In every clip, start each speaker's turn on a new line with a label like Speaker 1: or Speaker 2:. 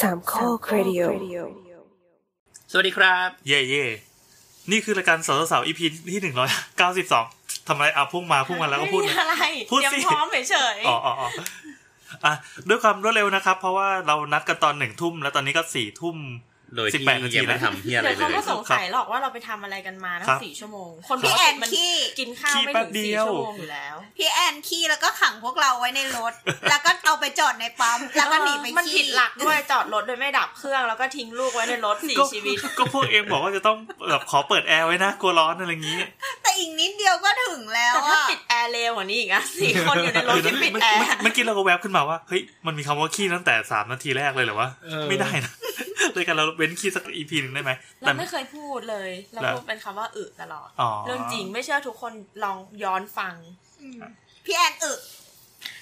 Speaker 1: สามข้อครดิโอ
Speaker 2: สวัสดีครับ
Speaker 3: เย่เย่นี่คือรายการสาวสาวอีพีที่หนึ่งร้อยเก้าสิบสองทำอะไรอ่ะพุ่งมาพุ่งมา แล้วก็พูด
Speaker 4: ไม่มีอะไร
Speaker 3: พูด
Speaker 4: เตรียม
Speaker 3: สิ
Speaker 4: พร้อมเฉยๆ
Speaker 3: อ๋ออ๋ออ๋ออ่ะด้วยความรวดเร็วนะครับ เพราะว่าเรานัดกันตอนหนึ่งทุ่มแล้วตอนนี้ก็สี่ทุ่ม
Speaker 2: โดยที่
Speaker 3: 18นาที
Speaker 2: ยังไม่
Speaker 3: นะ
Speaker 2: ทำเฮียอะไร
Speaker 4: เดี๋ยว
Speaker 2: เล
Speaker 4: เขา
Speaker 2: ย
Speaker 4: ก็สงสัยหรอกว่าเราไปทำอะไรกันมาทั้
Speaker 3: ครั
Speaker 4: ง
Speaker 3: บ
Speaker 4: สี่ชั่วโมง คน
Speaker 5: พี่แอน
Speaker 4: ปกติมัน
Speaker 5: ขี้
Speaker 4: กินข้าว
Speaker 3: ขี้
Speaker 4: ไม่
Speaker 3: แป๊
Speaker 4: ถึ
Speaker 3: บ
Speaker 4: ง
Speaker 3: เดี
Speaker 4: สี่
Speaker 3: ยว
Speaker 4: ชั่วโมงอยู่แล้ว
Speaker 5: พี่แอนขี้แล้วก็ขังพวกเราไว้ในร ถ แล้วก็เอาไปจอดในปั๊มแล้วก็หนีไปขี้
Speaker 4: มันผิดหลักด้วยจอดรถโดยไม่ดับเครื่องแล้วก็ทิ้งลูกไว้ในรถสี่
Speaker 3: ก็
Speaker 4: ชีวิต
Speaker 3: ก็พวกเองบอกว่าจะต้องแบบขอเปิดแอร์ไว้นะกลัวร้อนอะไรอย่างนี้
Speaker 5: แต่อีกนิดเดียวก็ถึงแล้ว
Speaker 4: แต่ถ้า
Speaker 5: อะ
Speaker 4: ปิดแอร์เร็วกว่านี้อีกอะสี่คนอยู่ในรถที่ปิด
Speaker 3: เมื่อ
Speaker 4: แอ
Speaker 3: กี้
Speaker 4: ร์
Speaker 3: เมื่อกี้เราก็แวบขึ้นมาว่าเฮ้ยมันมีคำว่าขี้ตั้งแต่สามนาทีแรกเลยเหรอวะ
Speaker 2: เออ
Speaker 3: ไม่ได้นะ เลยกันเราเว้นขี้สักอีพีหนึ่งได้ไหมแต่
Speaker 4: เราไม่เคยพูดเลยเรา
Speaker 3: เหรอ
Speaker 4: พูดเป็นคำว่าอึตลอด
Speaker 3: อ๋อ
Speaker 4: เรื่องจริงไม่เชื่อทุกคนลองย้อนฟัง
Speaker 5: พี่แอนอึ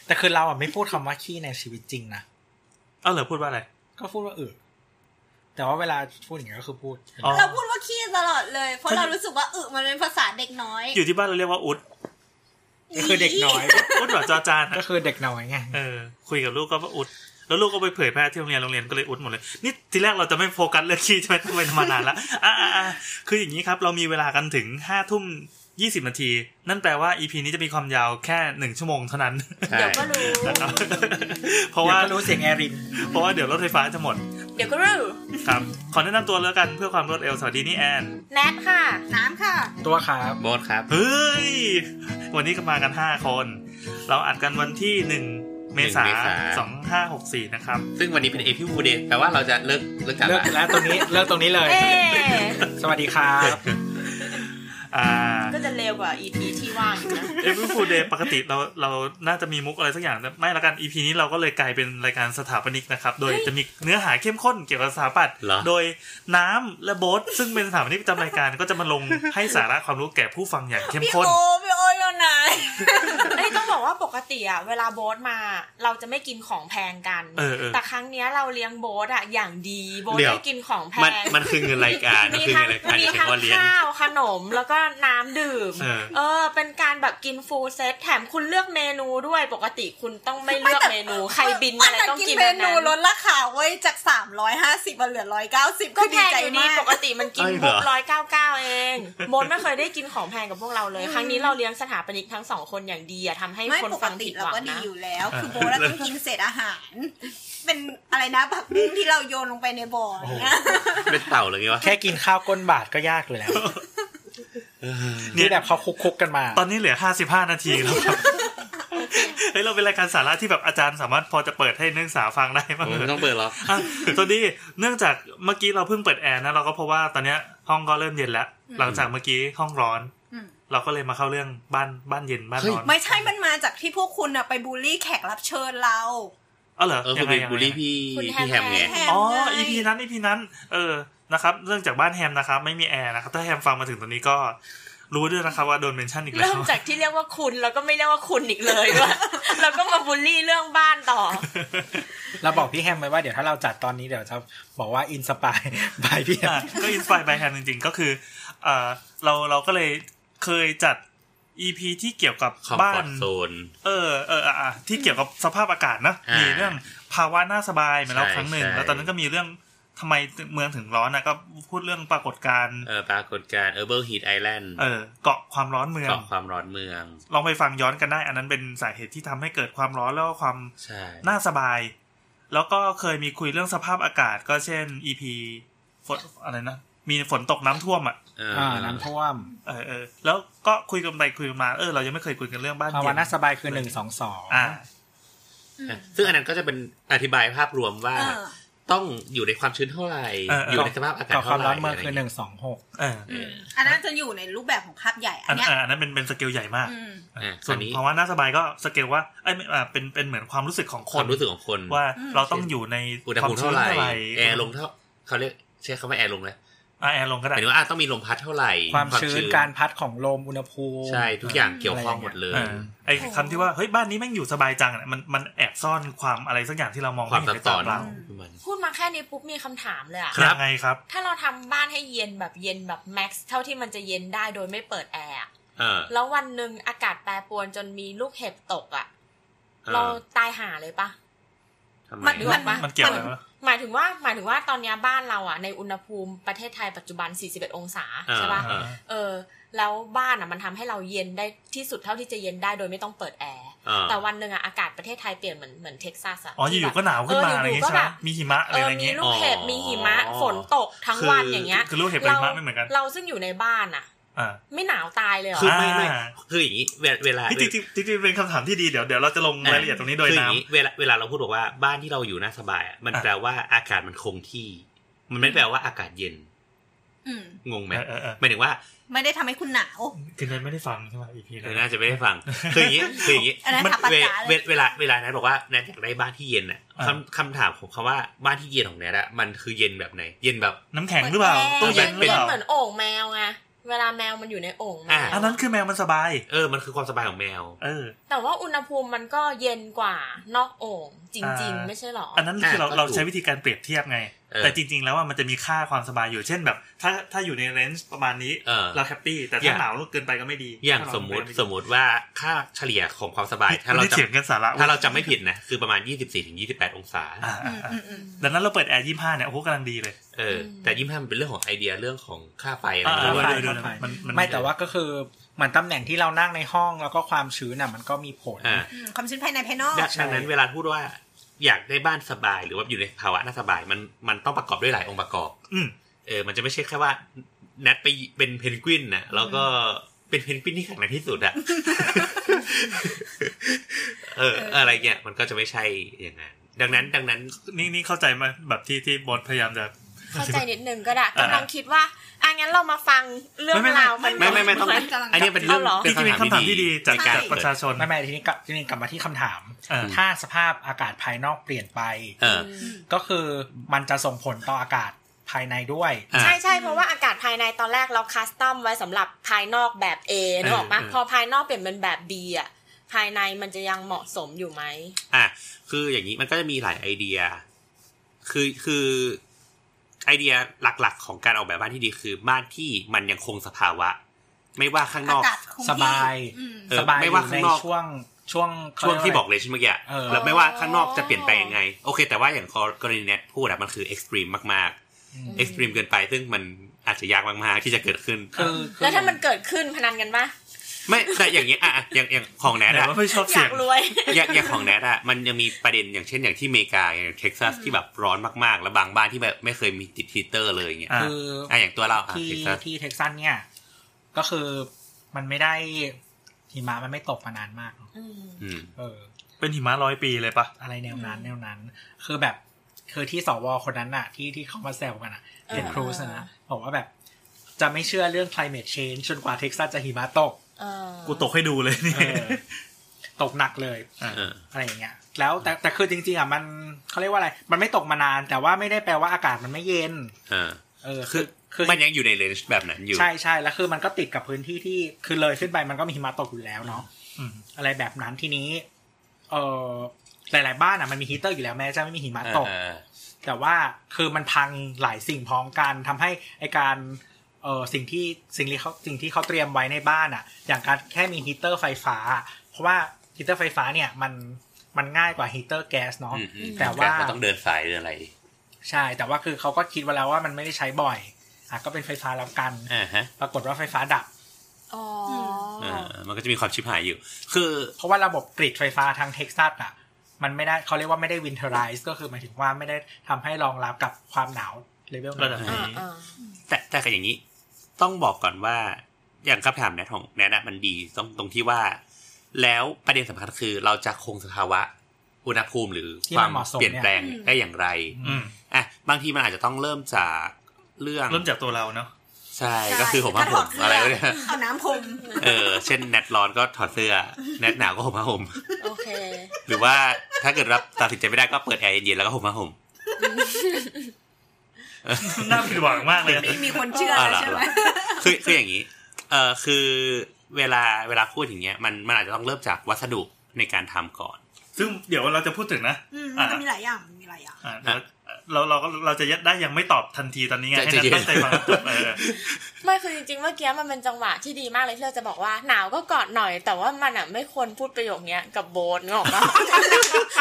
Speaker 6: แต่คือเราอ่ะไม่พูดคำว่าขี้ในชีวิตจริงนะ
Speaker 3: เอ้าเหรอพูดว่าอะไร
Speaker 6: ก็พูดว่าอึแต่ว่าเวลาพูดอย่างเงี้ยก็คือพูด
Speaker 3: อ๋อ
Speaker 5: เราพูดว่าขี้ตลอดเลย เพราะเรารู้สึกว่าอึมันเป็นภาษาเด็กน้อย
Speaker 3: อยู่ที่บ้านเราเรียกว่าอุด
Speaker 6: ก็คือเด็กน้อย
Speaker 3: อุดแบบจอจานอะ
Speaker 6: ก็คือเด็กน้อยไง
Speaker 3: เออคุยกับลูกก็ว่าอุด แล้วลูกก็ไปเผยแพร่ที่โรงเรียนโรงเรียนก็เลยอุดหมดเลย นี่ทีแรกเราจะไม่โฟกัสเรื่องขี้ใช่ไหมทำไมมานานละ อ่ะอ่ะอ่ะคืออย่างนี้ครับ เรามีเวลากันถึงห้าทุ่มยี่สิบนาที นั่นแปลว่าอีพีนี้จะมีความยาวแค่หนึ่งชั่วโมงเท่านั้น
Speaker 2: ใช่
Speaker 4: เดี๋ยวก็รู้
Speaker 3: นะครับ เพ
Speaker 6: เพ
Speaker 3: ราะ
Speaker 6: ราะ
Speaker 3: ว่า
Speaker 6: ว่ารู้เสียงแอริน
Speaker 3: เพราะว่าเดี๋ยวรถไฟฟ้าจะหมด
Speaker 4: เดี๋ยวก็รู้
Speaker 3: ครับ ขอแนะนำตัวแล้วกันเพื่อความรวดเร็วสวัสดีนี่แอน
Speaker 4: แนทค่ะ
Speaker 5: น้ำค่ะ
Speaker 6: ตัวครับ
Speaker 2: โบอสครับ
Speaker 3: เฮ้ยวันนี้ก็มากันห้าคน เราอัดกันวันที่หนึ่งเมษาสองห้าหกสี่นะครับ
Speaker 2: ซึ่งวันนี้เป็นเอพิวูเดย์แปลว่าเราจะเลิกเลิกกัน
Speaker 6: เลิก
Speaker 2: ละ
Speaker 6: แล้วตรงนี้เลิกตรงนี้เลย
Speaker 4: เอ๊ะ
Speaker 6: สวัสดีครับ
Speaker 3: อ่า
Speaker 4: ก็จะเร็วกว่า EP ที่ว่างอีกนะ
Speaker 3: เอฟ y ีฟูเดย์ปกติเราเราน่าจะมีมุกอะไรสักอย่างแต่ไม่ละกันอีพีนี้เราก็เลยกลายเป็นรายการสถาปนิกนะครับ โดยจะมีเนื้อหาเข้มข้นเกี่ยวกับสถาปัตย์
Speaker 2: เหรอ
Speaker 3: โดยน้ำและโบ๊ทซึ่งเป็นสถาปนิกประจำรายการก็จะมาลงให้สาระความรู้แก่ผู้ฟังอย่างเข้ม
Speaker 5: พี่
Speaker 3: ข้น
Speaker 5: โอพี่โออยู่ไหน
Speaker 4: เอ้ย ต้องบอกว่าปกติอะเวลาโบ๊ทมาเราจะไม่กินของแพงกัน
Speaker 3: เออเออ
Speaker 4: แต่ครั้งเนี้ยเราเลี้ยงโบ๊ทอะอย่างดีโบ๊ท
Speaker 2: เดี๋ยว
Speaker 4: ได้กินของแพ
Speaker 2: มัน
Speaker 4: ง
Speaker 2: มันคือเงินรายการมัน
Speaker 4: มี
Speaker 2: คือ
Speaker 4: ทั้
Speaker 2: เงินรายการ
Speaker 4: งมี
Speaker 2: อย่าเฉ
Speaker 4: ทั้ง
Speaker 2: พาะเลี้ยง
Speaker 4: ข้าวขนมแล้วก็น้ำดื่ม
Speaker 3: เออ
Speaker 4: เออ เป็นการแบบกินฟูลเซตแถมคุณเลือกเมนูด้วยปกติคุณต้องไม่
Speaker 5: ไม่
Speaker 4: เลือก
Speaker 5: แต่
Speaker 4: เมนู ใครบินอะไรต้องกิน
Speaker 5: เม
Speaker 4: อัน
Speaker 5: นู
Speaker 4: นั้น
Speaker 5: ลดราคาเว้ยจาก 350มาเหลือ 190
Speaker 4: ก็
Speaker 5: ก็
Speaker 4: แพ
Speaker 5: ดี
Speaker 4: ง
Speaker 5: ใจ
Speaker 4: อยู่ดี
Speaker 5: มาก
Speaker 4: ปกติมันกิน
Speaker 2: เอ้ยเหร
Speaker 4: บุ
Speaker 2: อ
Speaker 4: กร้อยเก้าเก้าเองโบ๊ทไม่เคยได้กินของแพงกับพวกเราเลย ครั้งนี้เราเลี้ยงสถาปนิกทั้งสองคนอย่างดีอะทำให้
Speaker 5: ไม่
Speaker 4: คน
Speaker 5: ปก
Speaker 4: ฟัง
Speaker 5: ติ
Speaker 4: ผิด
Speaker 5: เรา
Speaker 4: หวัง
Speaker 5: ก็
Speaker 4: นะ
Speaker 5: ดีอยู่แล้ว
Speaker 3: เออ
Speaker 5: คือโบเราต้องกินเศษอาหาร เป็นอะไรนะผักบุ้งที่เราโยนลงไปในบ่อเนี่ย
Speaker 2: เป็นเต่าหรือไงวะ
Speaker 6: แค่กินข้าวก้นบาทก็ยากอยู่แล้วนี่แบบเขาคุกๆกันมา
Speaker 3: ตอนนี้เหลือห้าสิบห้านาทีแล้วครับเฮ้ยเราเป็นรายการสาระที่แบบอาจารย์สามารถพอจะเปิดให้นักศึกษาฟังได้บ้าง
Speaker 2: โอ้
Speaker 3: เล
Speaker 2: ไม่
Speaker 3: ย
Speaker 2: ต้องเปิดหรอก
Speaker 3: อ่ะสวัสดีเนื่องจากเมื่อกี้เราเพิ่งเปิดแอร์นะเราก็เพราะว่าตอนเนี้ยห้องก็เริ่มเย็นแล้ว หลังจากเมื่อกี้ห้องร้อน
Speaker 5: อืม
Speaker 3: เราก็เลยมาเข้าเรื่องบ้านบ้านเย็นบ้านร้อน
Speaker 5: ไม่ใช่มันมาจากที่พวกคุณอะไปบูลลี่แขกรับเชิญเรา
Speaker 3: เออเหรอ
Speaker 2: เออ
Speaker 3: ยั
Speaker 2: คุณ
Speaker 3: งไง
Speaker 2: เป็น
Speaker 3: ยังไง
Speaker 2: บูลลี่พี่
Speaker 4: คุณแฮม
Speaker 2: พี่แฮมไง
Speaker 4: แฮ
Speaker 3: อ๋อ
Speaker 5: ไง
Speaker 3: EP นั้น EP นั้น เออนะครับ เรื่องจากบ้านแฮมนะครับ ไม่มีแอร์นะครับ ถ้าแฮมฟังมาถึงตอนนี้ก็รู้ด้วยนะครับว่าโดนเมนชั่นอีกแล้
Speaker 4: เริ่
Speaker 3: ว
Speaker 4: มจากที่เรียกว่าคุณแล้วก็ไม่เรียกว่าคุณอีกเลย ด้วย แล้วก็มาบูลลี่เรื่องบ้านต่อ
Speaker 6: เราบอกพี่แฮมไว้ว่าเดี๋ยวถ้าเราจัดตอนนี้เดี๋ยวจะบอกว่าอินสปายบายพี่แฮม
Speaker 3: อ่ะก็อินสปายบายแฮมจริงๆ ก็คือเออเราเราก็เลยเคยจัด EP ที่เกี่ยวกับ
Speaker 2: คอม
Speaker 3: บ้า
Speaker 2: ฟอร์
Speaker 3: น
Speaker 2: ตโซน
Speaker 3: เออเอออ่ะอ่ะที่เกี่ยวกับสภาพอากาศนะ
Speaker 2: อ่ามี
Speaker 3: มีเรื่องภาวะหน่าสบายมาแล้ว
Speaker 2: ใช่
Speaker 3: ครั้งหนึ่ง
Speaker 2: ใช่
Speaker 3: แล้วตอนนั้นก็มีเรื่องทำไมเมืองถึงร้อนนะก็พูดเรื่องปรากฏการณ์
Speaker 2: เออปรากฏการณ์ Herbal Heat Island
Speaker 3: เออเกาะความร้อนเมือง
Speaker 2: เกาะความร้อนเมือง
Speaker 3: ลองไปฟังย้อนกันได้ อันนั้นเป็นสาเหตุที่ทำให้เกิดความร้อนแล้วก็ความ
Speaker 2: ใช่
Speaker 3: น่าสบาย แล้วก็เคยมีคุยเรื่องสภาพอากาศ ก็เช่น EP ฝนอะไรนะมีฝนตกน้ำท่วมอ่ะ
Speaker 2: เออ
Speaker 6: อ่าน้ำท่วม
Speaker 3: เออเออแล้วก็คุยกันไปคุยกันมาเออเรายังไม่เคยคุยกันเรื่องบ้าน
Speaker 6: ภา
Speaker 3: เย็
Speaker 6: วะ
Speaker 3: น
Speaker 6: น่าสบายคือหนึ่งสองสอง
Speaker 3: อ่า
Speaker 2: ซึ่งอันนั้นก็จะเป็นอธิบายภาพรวมว่า
Speaker 5: เออ
Speaker 2: ต้องอยู่ในความชื้นเท่าไหร่
Speaker 3: เออเอออ
Speaker 2: อยู่ในสภาพอากาศ
Speaker 6: กับค
Speaker 2: เท่าว
Speaker 6: า
Speaker 2: ไห
Speaker 6: มร้อนเมือง
Speaker 2: ร่ะ
Speaker 6: คือ
Speaker 2: ไร
Speaker 6: ห
Speaker 2: ย่างเงี้ย
Speaker 6: นึ่งสองหก
Speaker 3: เออ
Speaker 2: เออ
Speaker 5: อันนั้นจะอยู่ในรูปแบบของภาพใหญ่อั
Speaker 3: อัน
Speaker 5: นเนี้ย
Speaker 3: อ่ะอันนั้นเป็นเป็นสเกลใหญ่มาก
Speaker 5: อืม
Speaker 2: อ่ะ
Speaker 3: ส่วน
Speaker 2: อันนี้
Speaker 3: ภาวะน่าสบายก็สเกลว่าไอ้ยไม่อ่าเป็นเป็นเหมือนความรู้สึกของ
Speaker 2: ค
Speaker 3: คนน
Speaker 2: รู้สึกของคน
Speaker 3: ว่า
Speaker 5: อืม
Speaker 3: เราต้องอยู่ใน
Speaker 2: อุณหภูมิเท่าไหร่ แอร์ลงเท่าเขาเรียกใช้คำว่าแอร์ลงนะ
Speaker 3: อ่ะแอร์ลงก็
Speaker 2: ห
Speaker 3: ได้
Speaker 2: มายถึงว่าอ่ะต้องมีลมพัดเท่าไหร่
Speaker 6: ความชื้นการพัดของลมอุณหภูมิ
Speaker 2: ใช่ทุกอย่างเกี่ยวข้องหมดเลย
Speaker 3: เออไอ้คำที่ว่าเฮ้ยบ้านนี้แม่งอยู่สบายจังเนี่ยมันมันแอบซ่อนความอะไรสักอย่างที่เรามอง
Speaker 2: ความ
Speaker 3: ไม่
Speaker 2: ซั
Speaker 3: เห็น
Speaker 2: บ
Speaker 3: ใน
Speaker 2: ซ้
Speaker 3: ตา
Speaker 2: อน
Speaker 3: เปล่า
Speaker 2: ของมัน
Speaker 4: พูดมาแค่นี้ปุ๊บมีคำถามเลยอะ
Speaker 2: ครับ
Speaker 3: ยังไงครับ
Speaker 4: ถ้าเราทำบ้านให้เย็นแบบเย็นแบบแม็กซ์เท่าที่มันจะเย็นได้โดยไม่เปิดแอร์อะ
Speaker 2: เออ
Speaker 4: แล้ววันหนึ่งอากาศแปรปรวนจนมีลูกเห็บตกอะ
Speaker 2: เออ
Speaker 4: เราตายห่าเลยปะ
Speaker 2: ทำไม
Speaker 5: มัน
Speaker 4: นึกอ
Speaker 5: มั
Speaker 4: อนกปะ
Speaker 3: มันเกี่ยวอะไรวะ
Speaker 4: หมายถึงว่าหมายถึงว่าตอนเนี้ยบ้านเราอ่ะในอุณหภูมิประเทศไทยปัจจุบัน 41 องศา
Speaker 2: อ่า
Speaker 4: ใช่ปะ
Speaker 2: อ่า
Speaker 4: เออ แล้วบ้านอ่ะมันทำให้เราเย็นได้ที่สุดเท่าที่จะเย็นได้โดยไม่ต้องเปิดแอร์
Speaker 2: อ่า
Speaker 4: แต่วันหนึ่งอ่ะอากาศประเทศไทยเปลี่ยนเหมือนเหมือนเท็กซัสอ่ะ
Speaker 3: อ๋ออยู่ๆก็หนาวขึ้นมาอะไรอย่างงี้ใช่ไหมมีหิมะอะ
Speaker 4: เอ
Speaker 3: ไรอ
Speaker 4: อย่าง มี
Speaker 3: งี้
Speaker 4: ลูกเห็บ
Speaker 2: อ๋อ
Speaker 4: มีหิมะฝนตกทั้งวันอย่างเงี้ย
Speaker 3: คือลูกเห็บกับหิมะไม่เหมือนกัน
Speaker 4: เราซึ่งอยู่ในบ้านอ่ะ
Speaker 3: อ่า
Speaker 4: ไม่หนาวตายเลยเหรอ
Speaker 2: คือไม่
Speaker 3: อ่า
Speaker 2: ไม่คืออย่างนี้เวลาเวลา
Speaker 3: นี่จริงๆจริงๆเป็นคำถามที่ดีเดี๋ยวเดี๋ยวเราจะลงรายละเอียดตรงนี้โดย
Speaker 2: คืออาง
Speaker 3: น้ำ
Speaker 2: เวลาเวลาเราพูดบอกว่าบ้านที่เราอยู่น่าสบายอะมัน
Speaker 3: อ่ะ
Speaker 2: แปลว่าอากาศมันคงที่ มันไม่แปลว่าอากาศเย็น
Speaker 5: อืม
Speaker 2: งงไหม
Speaker 3: เออเออเออ
Speaker 2: หมายถึงว่า
Speaker 5: ไม่ได้ทำให้คุณหนาว
Speaker 3: คือนั้นไม่ได้ฟังใช่ไหมอีพี
Speaker 2: เอ
Speaker 3: นั้
Speaker 2: อน น่าจะไม่ได้ฟังคืออย่างนี้คืออย่างนี้
Speaker 5: อันนั้น
Speaker 2: มัน
Speaker 5: ถามปัญ
Speaker 2: เว
Speaker 5: หาเลย
Speaker 2: เวเวลาเวลาแนทบอกว่าแนทอยากได้บ้านที่เย็นน่ะ
Speaker 3: อ่า
Speaker 2: คำคำถามของคำว่าบ้านที่เย็นของแนทอะมันคือเย็นแบบไหน เย็นแบบ
Speaker 3: น้ำแข็งหรือเปล่า
Speaker 4: หมื
Speaker 3: ตู้
Speaker 4: อนแมว
Speaker 3: เย็นหรือเปล่า
Speaker 4: เหมือนโอ่งแมวไงเวลาแมวมันอยู่ในโอ่งแมว
Speaker 2: อ่ะ
Speaker 3: อันนั้นคือแมวมันสบาย
Speaker 2: เออมันคือความสบายของแมว
Speaker 3: เออ
Speaker 4: แต่ว่าอุณหภูมิมันก็เย็นกว่านอกโอ่งจริง
Speaker 3: อ่า
Speaker 4: ๆ ไม่ใช่หรออ
Speaker 3: อันนั้นคือเรา
Speaker 2: อ่ะก็ถูก
Speaker 3: เราใช้วิธีการเปรียบเทียบไง
Speaker 2: เออ
Speaker 3: แต่จริง ๆ แล้วว่ามันจะมีค่าความสบายอยู่เช่นแบบ ถ้าถ้าอยู่ในเรนจ์ประมาณนี้
Speaker 2: เออ
Speaker 3: เราแฮปปี้แต่
Speaker 2: อ
Speaker 3: ถ้า
Speaker 2: ย่าง
Speaker 3: หนาวเกินไปก็ไม่ดี
Speaker 2: อย่าง
Speaker 3: ถ้หนว
Speaker 2: สมมติ
Speaker 3: เกินไปก็ไ
Speaker 2: สมมติว่าค่าเฉลี่ยของความสบาย ถ้าเรา
Speaker 3: ไม่ได้
Speaker 2: จะ
Speaker 3: เถียงกันสาระ
Speaker 2: ถ้าเราจำไม่ผิดนะคือประมาณ 24-28 องศา
Speaker 3: อ่า
Speaker 5: อื
Speaker 3: อ่ามอ่า
Speaker 5: อืมอืม
Speaker 3: ดังนั้นเราเปิดแอร์ยี่ห้าเนี่ยโอ้โหกำลังดีเลย
Speaker 2: เออแต่ยิ่งถ้ามันเป็นเรื่องของไอเดียเรื่องของค่าไฟอะไร
Speaker 3: อ่า
Speaker 2: อย่าง
Speaker 3: อ่า
Speaker 2: เงี้ย
Speaker 3: เอ
Speaker 2: ด้
Speaker 3: อ
Speaker 2: วย
Speaker 3: เอ
Speaker 6: ไฟ
Speaker 3: อเออมันมัน
Speaker 6: ไม่แต่ว่าก็คือเหมือนตำแหน่งที่เรานั่งในห้องแล้วก็ความชื้นอ่ะมันก็มีผล
Speaker 2: อ่า
Speaker 5: อืมความชื้นภายในภายนอก
Speaker 2: ดังดังนั้นเวลาพูดว่าอยากได้บ้านสบายหรือว่าอยู่ในภาวะน่าสบายมันมันต้องประกอบด้วยหลายองค์ประกอบ
Speaker 3: อืม
Speaker 2: เออมันจะไม่ใช่แค่ว่าแนทไปเป็นเพนกวินนะแล้วก็เป็นเพนกวินที่แข็งแรงที่สุดอะเออ
Speaker 5: เอออ
Speaker 2: อะไรเงี้ยมันก็จะไม่ใช่อย่างนั้นดังนั้นดังนั้น
Speaker 3: นี่นี่เข้าใจไหมแบบที่ที่บอสพยายามจะ
Speaker 4: เข้าใจนิดนึงก็ได้
Speaker 3: อ่า
Speaker 4: กำลังคิดว่าอ่ะงั้นเรามาฟังเรื่องราวมัน
Speaker 2: ไม่ไม่ไม่ต้อง
Speaker 5: มันกำลัง
Speaker 2: อันนี้เป็นเรื่อง
Speaker 4: เอาเหรอ
Speaker 3: จริงๆเป็นคำถามที่ดีจาก
Speaker 5: ใช่
Speaker 3: จากประชาชน
Speaker 6: ไม่ไม่ทีนี้กลับทีนี้กลับมาที่คำถาม
Speaker 3: อ่า
Speaker 6: ถ้าสภาพอากาศภายนอกเปลี่ยนไป
Speaker 2: เออ
Speaker 6: ก็คือมันจะส่งผลต่ออากาศภายในด้วย
Speaker 2: อ่ะ
Speaker 4: ใช่ใช่เพราะว่าอากาศภายในตอนแรกเราคัสตอมไว้สำหรับภายนอกแบบ A นึกออกปะ
Speaker 2: เออเออ
Speaker 4: พอภายนอกเปลี่ยนเป็นแบบ B อ่ะภายในมันจะยังเหมาะสมอยู่ไหม
Speaker 2: อ่ะคืออย่างนี้มันก็จะมีหลายไอเดีย คือคือไอเดียหลักๆ ของการออกแบบบ้านที่ดีคือบ้านที่มันยังคงสภาวะ ไม่ว่าข้างน
Speaker 5: อา
Speaker 2: อก
Speaker 5: กาศคงที่
Speaker 6: สบาย
Speaker 5: อืม
Speaker 2: เออ
Speaker 6: สบาย
Speaker 2: ไม่
Speaker 6: อ
Speaker 2: ว่า
Speaker 6: ยู่ใน
Speaker 2: ข้างนอก
Speaker 6: ช่วงช่วง
Speaker 2: ช่วงที่บอก
Speaker 6: เขาเรี
Speaker 2: เลย
Speaker 6: ยก
Speaker 2: ใช่ไหมเมื่อกี้อะ
Speaker 6: เออ
Speaker 2: แล้วไม่ว่าข้างนอกจะเปลี่ยนแปลงยังไง โอเค แต่ว่าอย่างกรณีเนี้ยพูดอะมันคือเอ็กซ์ตรีมมากๆเอ็กซ์ตรีมเกินไป ซึ่งมันอาจจะยากมากๆที่จะเกิดขึ้น
Speaker 6: อะไรคือคือ
Speaker 4: แล้วถ้ามันเกิดขึ้นพนันกันปะ
Speaker 2: ไม่แต่อย่างนี้ยอ่ะอ่ะอย่างอย่างของแนท
Speaker 3: แต่
Speaker 2: อะ
Speaker 3: ว่าไม่ชอบ
Speaker 4: อ
Speaker 3: เสี
Speaker 4: ยาย
Speaker 3: ง
Speaker 4: กรวย
Speaker 2: อย่างอย่างของแนทอะมันยังมีประเด็นอย่างเช่นอย่างที่อเมริกาอย่างเท็กซัสที่แบบร้อนมากๆ แล้วบางบ้านที่แบบไม่เคยมีติดฮีตเตอร์เลยอย่างเงี้ย
Speaker 3: อ่ะ
Speaker 6: คืออ
Speaker 2: อ่ะอย่างตัวเราอ่ะ
Speaker 6: ที่
Speaker 2: เท็กซัส
Speaker 6: ที่เท็กซัสเนี่ย ก็คือมันไม่ได้หิมะมันไม่ตกมานานมากเนอะ
Speaker 2: อืม
Speaker 6: เออ
Speaker 3: เป็นหิมะร้อยปีเลยปะ
Speaker 6: อะไรแนวนั้น
Speaker 5: อืม
Speaker 6: แนวนั้น คือแบบคือที่สวคนนั้นน่ะ ที่ที่เขามาแซวกันอ่ะ
Speaker 4: เออ
Speaker 6: เท็ดครูซ
Speaker 4: เออ
Speaker 6: นะบอกว่าแบบ จะไม่เชื่อเรื่อง climate change จนกว่าเท็กซัสจะหิมะตก
Speaker 4: เออ
Speaker 3: กูตกให้ดูเลยนี่
Speaker 6: เออ ตกหนักเลย
Speaker 2: เออ
Speaker 6: อะไรอย่างเงี้ย แล้วแต่แต่คือจริงๆอ่ะมันเขาเรียกว่าอะไร มันไม่ตกมานาน แต่ว่าไม่ได้แปลว่าอากาศมันไม่เย็น
Speaker 2: เออ
Speaker 6: เออ
Speaker 2: คื
Speaker 6: คืออคือ
Speaker 2: มันยังอยู่ในเลนส์แบบนั้นอยู่
Speaker 6: ใช่ใช่แล้วคือมันก็ติดกับพื้นที่ที่คือเลยขึ้นไปมันก็มีหิมะตกอยู่แล้วเนาะ
Speaker 3: อืม
Speaker 6: อะไรแบบนั้นทีนี้ เออหลาย ๆ บ้านอ่ะมันมีฮีเตอร์อยู่แล้วแม้จะไม่มีหิมะตก
Speaker 2: เออ
Speaker 6: แต่ว่าคือมันพังหลายสิ่งพร้อมกันทำให้ไอการเออสิ่งที่สิ่งที่เขาสิ่งที่เขาเตรียมไว้ในบ้านอะ่ะ อย่างการแค่มีฮีเตอร์ไฟฟ้า เพราะว่าฮีเตอร์ไฟฟ้าเนี่ยมันมันง่ายกว่าฮีเตอร์แก๊สเนาะ
Speaker 2: อืมอืม
Speaker 6: แต่
Speaker 2: แต่
Speaker 6: ว่า
Speaker 2: ก็ต้องเดินสายเดินอะไร
Speaker 6: ใช่แต่ว่าคือเขาก็คิดไว้แล้วว่ามันไม่ได้ใช้บ่อยอ่ะก็เป็นไฟฟ้าแล้วกัน
Speaker 2: อ่าฮะ
Speaker 6: ปรากฏว่าไฟฟ้าดับ
Speaker 4: อ๋อ
Speaker 2: เอ
Speaker 4: อ
Speaker 2: อมันก็จะมีความชิบหายอยู่ คือ
Speaker 6: เพราะว่าระบบกริดไฟฟ้าทางเท็กซัสอ่ะ มันไม่ได้เขาเรียกว่าไม่ได้วินเทอร์ไรส์ก็คือหมายถึงว่าไม่ได้ทำให้รองรับกับความหนาวเลเวล
Speaker 3: ระดั
Speaker 6: นั้
Speaker 3: บ
Speaker 6: น
Speaker 3: นี้
Speaker 4: อ่า
Speaker 2: แต่แต่กับอย่างนี้ ต้องบอกก่อนว่า อย่างคำถามแนทของแนทอะมันดีตรงตรงที่ว่า แล้วประเด็นสำคัญคือเราจะคงสภาวะอุณหภูมิหรือ
Speaker 6: ที่
Speaker 2: ค
Speaker 6: มั
Speaker 2: วาม
Speaker 6: นเหมาะสม
Speaker 2: เปลี่ยน
Speaker 6: เนี่ย
Speaker 2: แปลงได้อย่างไร
Speaker 3: อืม
Speaker 2: อ่ะบางทีมันอาจจะต้องเริ่มจากเรื่อง
Speaker 3: เริ่มจากตัวเราเนาะ
Speaker 2: ใช่
Speaker 5: ใช่
Speaker 2: ก็คือผมผ้ า
Speaker 5: ถ้าถ
Speaker 2: ห่
Speaker 5: อ
Speaker 2: ม
Speaker 5: ดเสื้ออ
Speaker 2: อะไรวะเนี่ย
Speaker 5: เอาน้ำพรม
Speaker 2: เออเช่นแนทร้อนก็ถอดเสื้อแนทหนาวก็ห่มผ้าห่ม
Speaker 4: โอเค
Speaker 2: หรือว่าถ้าเกิดรับตัดสินใจไม่ได้ก็เปิดแอร์เย็นๆแล้วก็ห่มผ้าห่ม
Speaker 3: น่าผิดหวังมากเลยอะ
Speaker 5: ไม่มีคนเชื่อ
Speaker 2: อ่า
Speaker 5: แล้ว
Speaker 2: ล่ะ
Speaker 5: ใช่ไหม
Speaker 2: ล่ะ คือคืออย่างนี้เออคือเวลาเวลาพูดอย่างเงี้ยมันมันอาจจะต้องเริ่มจากวัสดุในการทำก่อน
Speaker 3: ซึ่งเดี๋ยวเราจะพูดถึงนะ
Speaker 5: อืมมั
Speaker 3: อ่ะ
Speaker 5: นจะมีหลายอย่างเหมือนกัน อะไรอ่ะ
Speaker 3: อ่ะเดี๋ยวเราเราก็เราจะยัดได้ยังไม่ตอบทันทีตอนนี้ไงให้นัทตั้งใจฟังจบเออ
Speaker 4: ไม่คือจริงๆเมื่อกี้มันเป็นจังหวะที่ดีมากเลยที่เราจะบอกว่าหนาวก็กอดหน่อย แต่ว่ามันอ่ะไม่ควรพูดประโยคเนี้ยกับโบนงอกปะ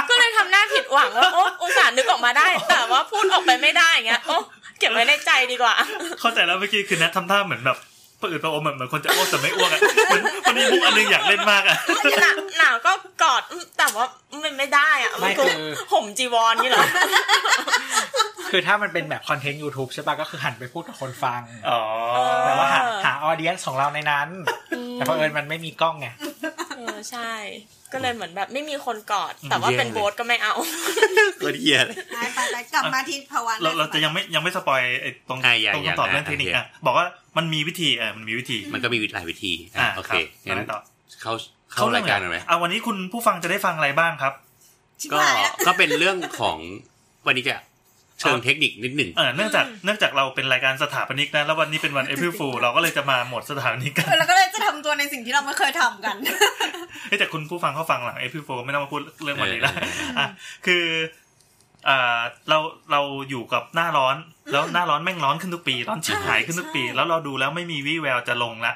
Speaker 4: ก็เลยทำหน้าผิดหวังว่าโอ้อุตส่าห์นึกออกมาได้ แต่ว่าพูดออกไปไม่ได้อย่างเงี้ยโอ้เก็บไว้ในใจดีกว่า
Speaker 3: เข้าใจแล้วเมื่อกี้คือนัททำท่าเหมือนแบบประอืดประอมเหมือนคนจะอ้วกแต่ไม่อ้วกอ่ะเหมือนมันมีมุกอันหนึงอยากเล่นมากอ่ะ
Speaker 4: หนาวหนาวก็กอดอืมแต่ว่ามันไม่ได้อ่ะ
Speaker 6: ไม่
Speaker 4: มันคือ
Speaker 6: คือ
Speaker 4: ห่มจีวรนี่เหรอ
Speaker 6: คือถ้ามันเป็นแบบคอนเทนต์ YouTube ใช่ปะก็คือหันไปพูดกับคนฟัง
Speaker 3: อ๋อ
Speaker 6: แต่ว่าหา
Speaker 4: เออ
Speaker 6: หาออเดียนของเราในนั้น แต่เพราะเอิญมันไม่มีกล้องไง
Speaker 4: เออใช่ ก็เลยเหมือนแบบไม่มีคนกอด แต่ว่า
Speaker 6: แย่เลย
Speaker 4: เป็นโบสก็ไม่เอา
Speaker 2: ก็เดียเลย
Speaker 5: ไปไปไปกลับมาที่ภาวะ
Speaker 3: เราเราจะยังไม่ยังไม่สปอยไอ้ตรง
Speaker 2: อ่ะอย่า
Speaker 3: ตรง
Speaker 2: อย่า
Speaker 3: คำตอบ
Speaker 2: นะ
Speaker 3: เรื่องเทคนิค
Speaker 2: อย่า
Speaker 3: อ่ะบอกว่ามันมีวิธีเออมันมีวิธี
Speaker 2: มันก็มีหลายวิธีอ่ะโอเค
Speaker 3: งั้
Speaker 2: งั้น
Speaker 3: นต่อ
Speaker 2: เข้าเข้ารายการหน่อยไหม
Speaker 3: อ่ะวันนี้คุณผู้ฟังจะได้ฟังอะไรบ้างครับ
Speaker 5: ชิบ
Speaker 2: ก็
Speaker 5: หายแล้ว
Speaker 2: ก็เป็นเรื่องของวันนี้จะเชิงเทคนิคนิดหนึ่ง
Speaker 3: เออเนื่องจากเนื่องจากเราเป็นรายการสถาปนิกนะแล้ววันนี้เป็นวันเอพิฟูเราก็เลยจะมาหมดสถาปนิกกัน
Speaker 5: เออเราก็เลยจะทำตัวในสิ่งที่เราไม่เคยทำกัน
Speaker 3: เฮ้ยแต่คุณผู้ฟังเขาฟังหลังเอพิฟูไม่ต้องมาพูดเรื่องวันนี้ละอ่ะคืออ่าเราเราอยู่กับหน้าร้อน แล้วหน้าร้อนแม่งร้อนขึ้นทุกปีร้อนชิบหายขึ้นทุกปี
Speaker 5: ใช่
Speaker 3: แล้วเราดูแล้วไม่มีวี่แววจะลงละ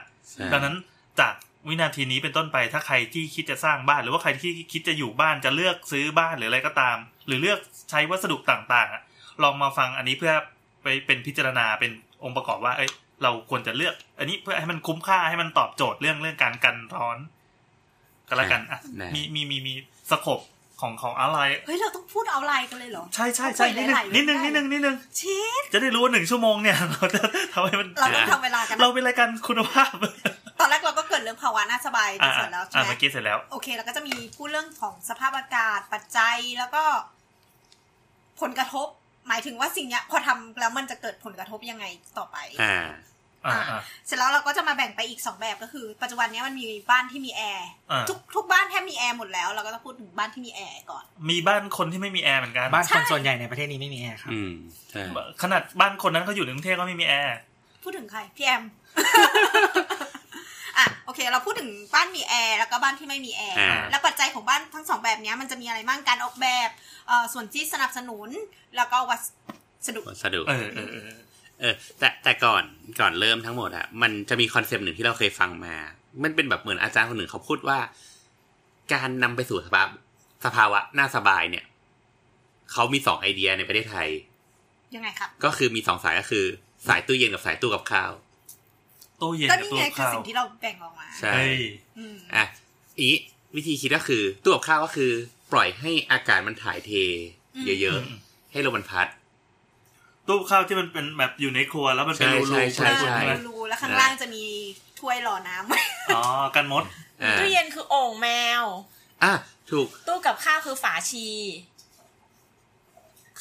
Speaker 3: ดังนั้นจากวินาทีนี้เป็นต้นไปถ้าใครที่คิดจะสร้างบ้าน หรือว่าใครที่คิดจะอยู่บ้านจะเลือกซื้อบ้านหรืออะไรก็ตาม หรือเลือกใช้วัสดุต่างๆอะลองมาฟังอันนี้เพื่อไปเป็นพิจารณาเป็นองค์ประกอบว่า เอ้ย เราควรจะเลือก อันนี้เพื่อให้มันคุ้มค่าให้มันตอบโจทย์เรื่องเรื่องการกันร้อน ก็แล้วกันอ่ะ
Speaker 2: นะ
Speaker 3: มีมีมีมีสโคปของของอะไร
Speaker 5: เฮ้ย เราต้องพูดเอาไลน์กันเลยเหรอ
Speaker 3: ใช่ใช่ใช่นิดนึงนิดนึงนิดนึงนิดนึง
Speaker 5: ชิด
Speaker 3: จะได้รู้ว่าหนึ่งชั่วโมงเนี่ย เราจะทำให้มัน
Speaker 5: เราต้องทำเวลากันนะ
Speaker 3: เราเป็นรายการคุณภาพ
Speaker 5: ตอนแรกเราก็เกิดเรื่องภาวะน่าสบาย
Speaker 3: อ่ะ
Speaker 5: เสร็จแล้วใช่
Speaker 3: อ่ะ
Speaker 5: ไหม
Speaker 3: เมื่อกี้เสร็จแล้ว
Speaker 5: โอเคเราก็จะมีพูดเรื่องของสภาพอากาศปัจจัยแล้วก็ผลกระทบ หมายถึงว่าสิ่งเนี้ยพอทำแล้วมันจะเกิดผลกระทบยังไงต่อไป
Speaker 2: อ่า
Speaker 3: อ่ะอ่ะ
Speaker 5: เสร็จแล้วเราก็จะมาแบ่งไปอีก 2 แบบก็คือ ปัจจุบันเนี้ยมันมีบ้านที่มีแอร์
Speaker 3: อ่า
Speaker 5: ทุกทุกบ้านแทบมีแอร์หมดแล้ว เราก็จะพูดถึงบ้านที่มีแอร์ก่อน
Speaker 3: มีบ้านคนที่ไม่มีแอร์เหมือนกัน
Speaker 6: บ้านคนส่วนใหญ่ในประเทศนี้ไม่มีแอร์ครับ
Speaker 2: อืมใช่
Speaker 3: ขนาดบ้านคนนั้นเขาอยู่ในกรุงเทพก็ไม่มีแอร์
Speaker 5: พูดถึงใครพี่แอม อ่ะโอเค เราพูดถึงบ้านมีแอร์แล้วก็บ้านที่ไม่มีแอร์
Speaker 2: อ่า
Speaker 5: แล้วปัจจัยของบ้านทั้งสองแบบเนี้ยมันจะมีอะไรบ้างการออกแบบเอ่อส่วนที่สนับสนุน แล้วก็วัสดุ
Speaker 2: สะดวก
Speaker 3: เออเออเออ
Speaker 2: เออ แต่แต่ก่อนก่อนเริ่มทั้งหมดอะมันจะมีคอนเซปต์หนึ่งที่เราเคยฟังมา มันเป็นแบบเหมือนอาจารย์คนหนึ่งเขาพูดว่า การนำไปสู่สภาพสภาวะน่าสบายเนี่ย เขามีสองไอเดียในประเทศไทย
Speaker 5: ยังไงครับ
Speaker 2: ก็คือมีสองสายก็คือ สายตู้เย็นกับสายตู้กับข้าว
Speaker 3: ตู้เย็น
Speaker 5: ก็
Speaker 3: กับ
Speaker 5: นี่
Speaker 3: ตู้
Speaker 5: ไง
Speaker 3: กับ
Speaker 5: คือ
Speaker 3: ข้าว
Speaker 5: สิ่งที่เราแบ่งออกมา
Speaker 2: ใช่
Speaker 3: เฮ้ย
Speaker 5: อืม
Speaker 2: อ่ะอีกวิธีคิดก็คือตู้กับข้าวก็คือ ปล่อยให้อากาศมันถ่ายเท เยอะๆ ให้ลมมันพัด
Speaker 3: ตู้กับข้าวที่มันเป็นแบบอยู่ในครัวแล้วมันเป็นรู
Speaker 2: ใช่
Speaker 3: รู
Speaker 2: ใช่ใช่
Speaker 5: อ่ารูๆแล้วข้างล่างจะมีถ้วยหล่อน้ำไว้
Speaker 3: อ๋อกันมด
Speaker 2: อ่า
Speaker 4: ตู้เย็นคือโอ่งแมว
Speaker 2: อ่ะถูก
Speaker 4: ตู้กับข้าวคือฝาชี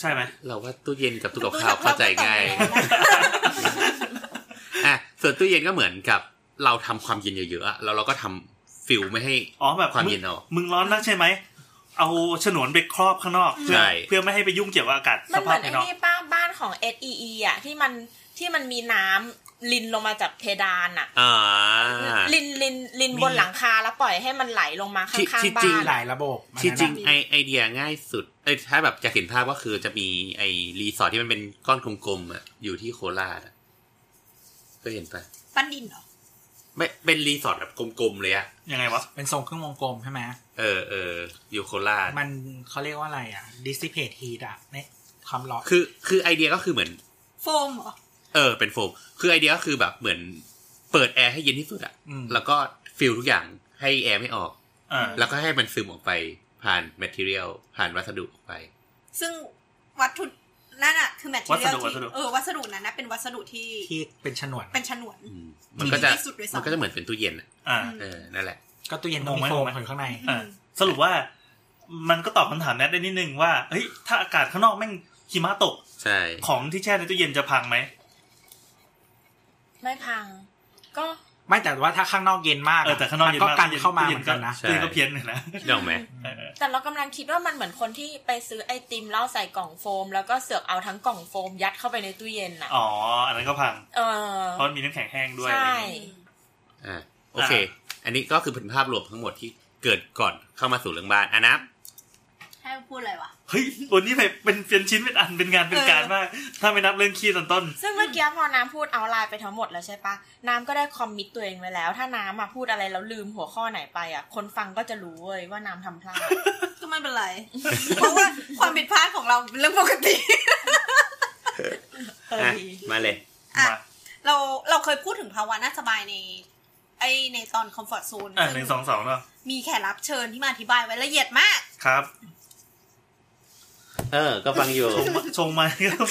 Speaker 3: ใช่ไหม
Speaker 2: เราว่าตู้เย็นกับตู้กับข้าวเข้าใจง่าย
Speaker 5: ตู้กับข้วก็ต่อไปนะ
Speaker 2: อ่ะส่วนตู้เย็นก็เหมือนกับ เราทำความเย็นเยอะๆอะแล้วเราก็ทำฟิลไม่ให้
Speaker 3: อ๋อแบบ
Speaker 2: ความ
Speaker 3: ง
Speaker 2: เย็นออก
Speaker 3: มึงร้อนนักใช่ไหม เอาฉนวนไปครอบข้างนอกเพื่อ
Speaker 2: ใช่
Speaker 3: เพื่อไม่ให้ไปยุ่งเกี่ยวกับอากาศส
Speaker 4: มันเห
Speaker 3: ภาพ
Speaker 4: มือน
Speaker 3: ภาย
Speaker 4: ไอ้
Speaker 3: นอก
Speaker 4: นี่ป้าบ้านของ S E E อ่ะที่มันที่มันมีน้ำลินลงมาจากเพดานอ่ะ
Speaker 2: อ่า
Speaker 4: ลินลินลินบนหลังคาแล้วปล่อยให้มันไหลลงมาข้าง
Speaker 2: ที่จ
Speaker 4: ๆ
Speaker 2: ริ
Speaker 4: บ้าง น
Speaker 6: หลายระบบมัน
Speaker 2: ที่จริง
Speaker 6: นะ
Speaker 2: ไอไอเดียง่ายสุดเอ้ยถ้าแบบจะเห็นภาพก็คือจะมีไอรีสอร์ทที่มันเป็นก้อนกลมๆอะอยู่ที่โคราชอะเคยเห็นปะ
Speaker 5: ปั้นดินเหรอ
Speaker 2: ไม่เป็นรีสอร์ทแบบกลมๆเลยอะ
Speaker 3: ยังไงวะ
Speaker 6: เป็นทรงเครื่องวงกลมใช่ไหม
Speaker 2: เออเอออยู่โคราช
Speaker 6: มันเขาเรียกว่าอะไรอ่ะ dissipate heat อ่ะเนี่ยความร้อน
Speaker 2: คือคือไอเดียก็คือเหมือน
Speaker 5: โฟมเหรอ
Speaker 2: เออเป็นโฟม คือไอเดียก็คือแบบเหมือนเปิดแอร์ให้เย็นที่สุดอะ
Speaker 6: อืม
Speaker 2: แล้วก็ฟิลทุกอย่างให้แอร์ไม่ออก
Speaker 3: อ่า
Speaker 2: แล้วก็ให้มันซึมออกไปผ่านแมทเทียลผ่านวัสดุออกไป
Speaker 5: ซึ่งวัตถุนั่นอะคือแมทเทียลเออวัสดุนั้นนะเป็นวัสดุที่
Speaker 6: ที่เป็นฉนวน
Speaker 5: เป็นฉนวน
Speaker 2: อืมมันก็จะ
Speaker 5: ที่สุดด้วยซ้ำ
Speaker 2: มันก็จะเหมือนเป็นตู้เย็นอะ
Speaker 3: อ่า
Speaker 2: เออนั่นแหละ
Speaker 6: ก็ตู้เย็น
Speaker 3: งงไหม
Speaker 6: มีโฟ
Speaker 3: งง
Speaker 6: ม
Speaker 3: ไหม
Speaker 6: อยู่ข้างใน
Speaker 3: อ่าสรุปว่ามันก็ตอบคำถามแนทได้นิดนึงว่าเฮ้ยถ้าอากาศข้างนอกแม่งหิมะตก
Speaker 2: ใช่
Speaker 3: ของที่แช่ในตู้เย็นจะพังไหม
Speaker 4: ไม่พัง ก็
Speaker 6: ไม่แต่ว่าถ้าข้างนอกเย็นมากะ
Speaker 3: เออแต่ข้างนอกเย็น
Speaker 6: มั
Speaker 3: มาก
Speaker 6: กันเข้ามาเหมือนกันนะ
Speaker 3: ตู้เย็ก็เพี้ยนหนึ่งนะ
Speaker 2: ได้ไหม
Speaker 3: เออ
Speaker 4: แต่เรากำลังคิดว่ามันเหมือนคนที่ไปซื้อไอติมเหล้าใส่กล่องโฟม แล้วก็เสือกเอาทั้งกล่องโฟมยัดเข้าไปในตู้เย็นอ่ะ
Speaker 3: อ๋อ อันนั้นก็พัง
Speaker 4: เออ
Speaker 3: เพราะมันมีน้ำแข็งแห้งด้วย
Speaker 4: ใช่
Speaker 2: อ่าโอเค อันนี้ก็คือเป็นภาพรวมทั้งหมดที่เกิดก่อนเข้ามาสู่เรื่องบ้านอ่ะนะ
Speaker 5: ใช่
Speaker 7: ให้พูดอะไรวะ
Speaker 3: เฮ้ยวันนี้แบบเป็นเป็นชิ้นเป็นอันเป็นงานเป็นการมาก ถ้าไม่นับเรื่องขี้ตอนต้น
Speaker 4: ซึ่งเมื่อกี้พอน้ำพูดเอาไลน์ไปทั้งหมดแล้วใช่ปะน้ำก็ได้คอมมิตตัวเองไว้แล้ว ถ้าน้ำอ่ะพูดอะไรแล้วลืมหัวข้อไหนไปอ่ะ คนฟังก็จะรู้เว้ยว่าน้ำทำพลาด
Speaker 1: ก็ไม่เป็นไร เพราะว่าความผิดพลาดของเราเป็นเรื่องปกติ
Speaker 4: เออ
Speaker 2: อ่ะ
Speaker 4: ดี
Speaker 2: มาเลย
Speaker 1: อ่ะ
Speaker 3: มา
Speaker 1: เราเราเคยพูดถึงภาวะน่าสบายใน ไอในตอนคอมฟอร์ z โซน
Speaker 3: อ่ะหนึ่งสองสองเนาะ
Speaker 1: มีแขกรับเชิญที่มาอธิบายไว้ละเอียดมาก
Speaker 3: ครับ
Speaker 2: เออ ก็ฟังอยู่
Speaker 3: ชงมาชงมา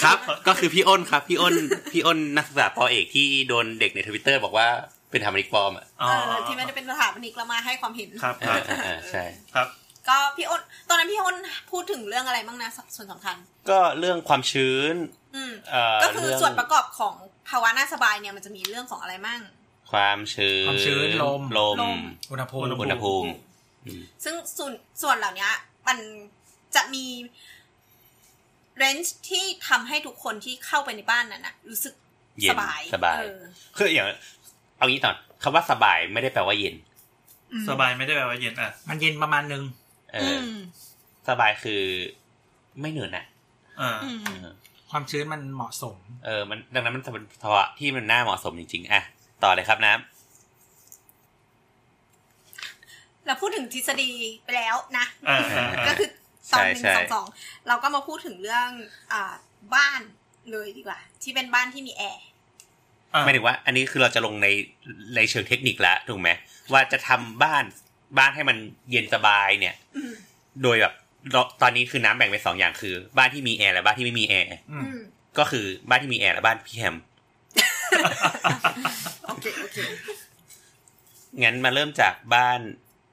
Speaker 2: ครับ ก็คือพี่อ้นครับ พี่อ้น พี่อ้นนักศึกษาปอเอกที่โดนเด็กในทวิตเตอร์บอกว่าเป็นทำริกปลอมอ่ะ
Speaker 1: เออที่ไม่ได้เป็นสถาปนิกเรามาให้ความเห็น
Speaker 3: ครับค
Speaker 2: อ่า
Speaker 3: รับ
Speaker 2: อ่าอ่าใช่
Speaker 3: ครับ
Speaker 1: ก็พี่อ้นตอนนั้นพี่อ้นพูดถึงเรื่องอะไรบ้างนะส่วนสำคัญ
Speaker 2: ก็เรื่องความชื้น
Speaker 1: อืม
Speaker 2: เอ่อ
Speaker 1: ก็คือ
Speaker 2: เรื่ง
Speaker 1: ส่วนประกอบของภาวะน่าสบายเนี่ยมันจะมีเรื่องของอะไรมั่ง
Speaker 2: ความชื้น
Speaker 6: ความชื้นลม
Speaker 2: ลม
Speaker 1: ลม
Speaker 6: อุณหภูมิ
Speaker 2: อุณหภูมิ
Speaker 1: ซึ่งส่วนส่วนเหล่านี้มันจะมีเรนจ์ที่ทำให้ทุกคนที่เข้าไปในบ้านนั้นนะรู้สึก
Speaker 2: เย็
Speaker 1: ส
Speaker 2: น
Speaker 1: บาย
Speaker 2: สบาย
Speaker 1: เออ
Speaker 2: คืออย่างเอางี้ก่อนคำว่าสบายไม่ได้แปลว่าเย็น
Speaker 3: สบายไม่ได้แปลว่าเย็นอ่ะ
Speaker 6: มันเย็นประมาณนึง
Speaker 2: เอ
Speaker 1: อื
Speaker 2: ออ
Speaker 1: ม
Speaker 2: สบายคือไม่เหนื่อยนะ
Speaker 3: อ่า
Speaker 2: เออ
Speaker 6: ความชื้นมันเหมาะสม
Speaker 2: เออ มันดังนั้นมันเป็นภาวะที่มันน่าเหมาะสมจริงๆอ่ะต่อเลยครับน้
Speaker 1: เราพูดถึงทฤษฎีไปแล้วนะ
Speaker 3: อ่าอ่าอ่า
Speaker 1: ก็คือตอนหนึ่ง
Speaker 2: ใช่
Speaker 1: ส
Speaker 2: ใช่
Speaker 1: องสองเราก็มาพูดถึงเรื่องอ่าบ้านเลยดีกว่า ที่เป็นบ้านที่มีแอร์
Speaker 3: อ่า
Speaker 2: หมายถึงว่าอันนี้คือเราจะลงในในเชิงเทคนิคแล้วถูกไหมว่าจะทำบ้านบ้านให้มันเย็นสบายเนี่ย โดยแบบเราตอนนี้คือน้ำแบ่งเป็นสองอย่างคือ บ้านที่มีแอร์และบ้านที่ไม่มีแอร์
Speaker 6: อืม
Speaker 1: อืม
Speaker 2: ก็คือบ้านที่มีแอร์และบ้านพี่แฮม
Speaker 1: โอเคโอเค
Speaker 2: งั้นมาเริ่มจากบ้าน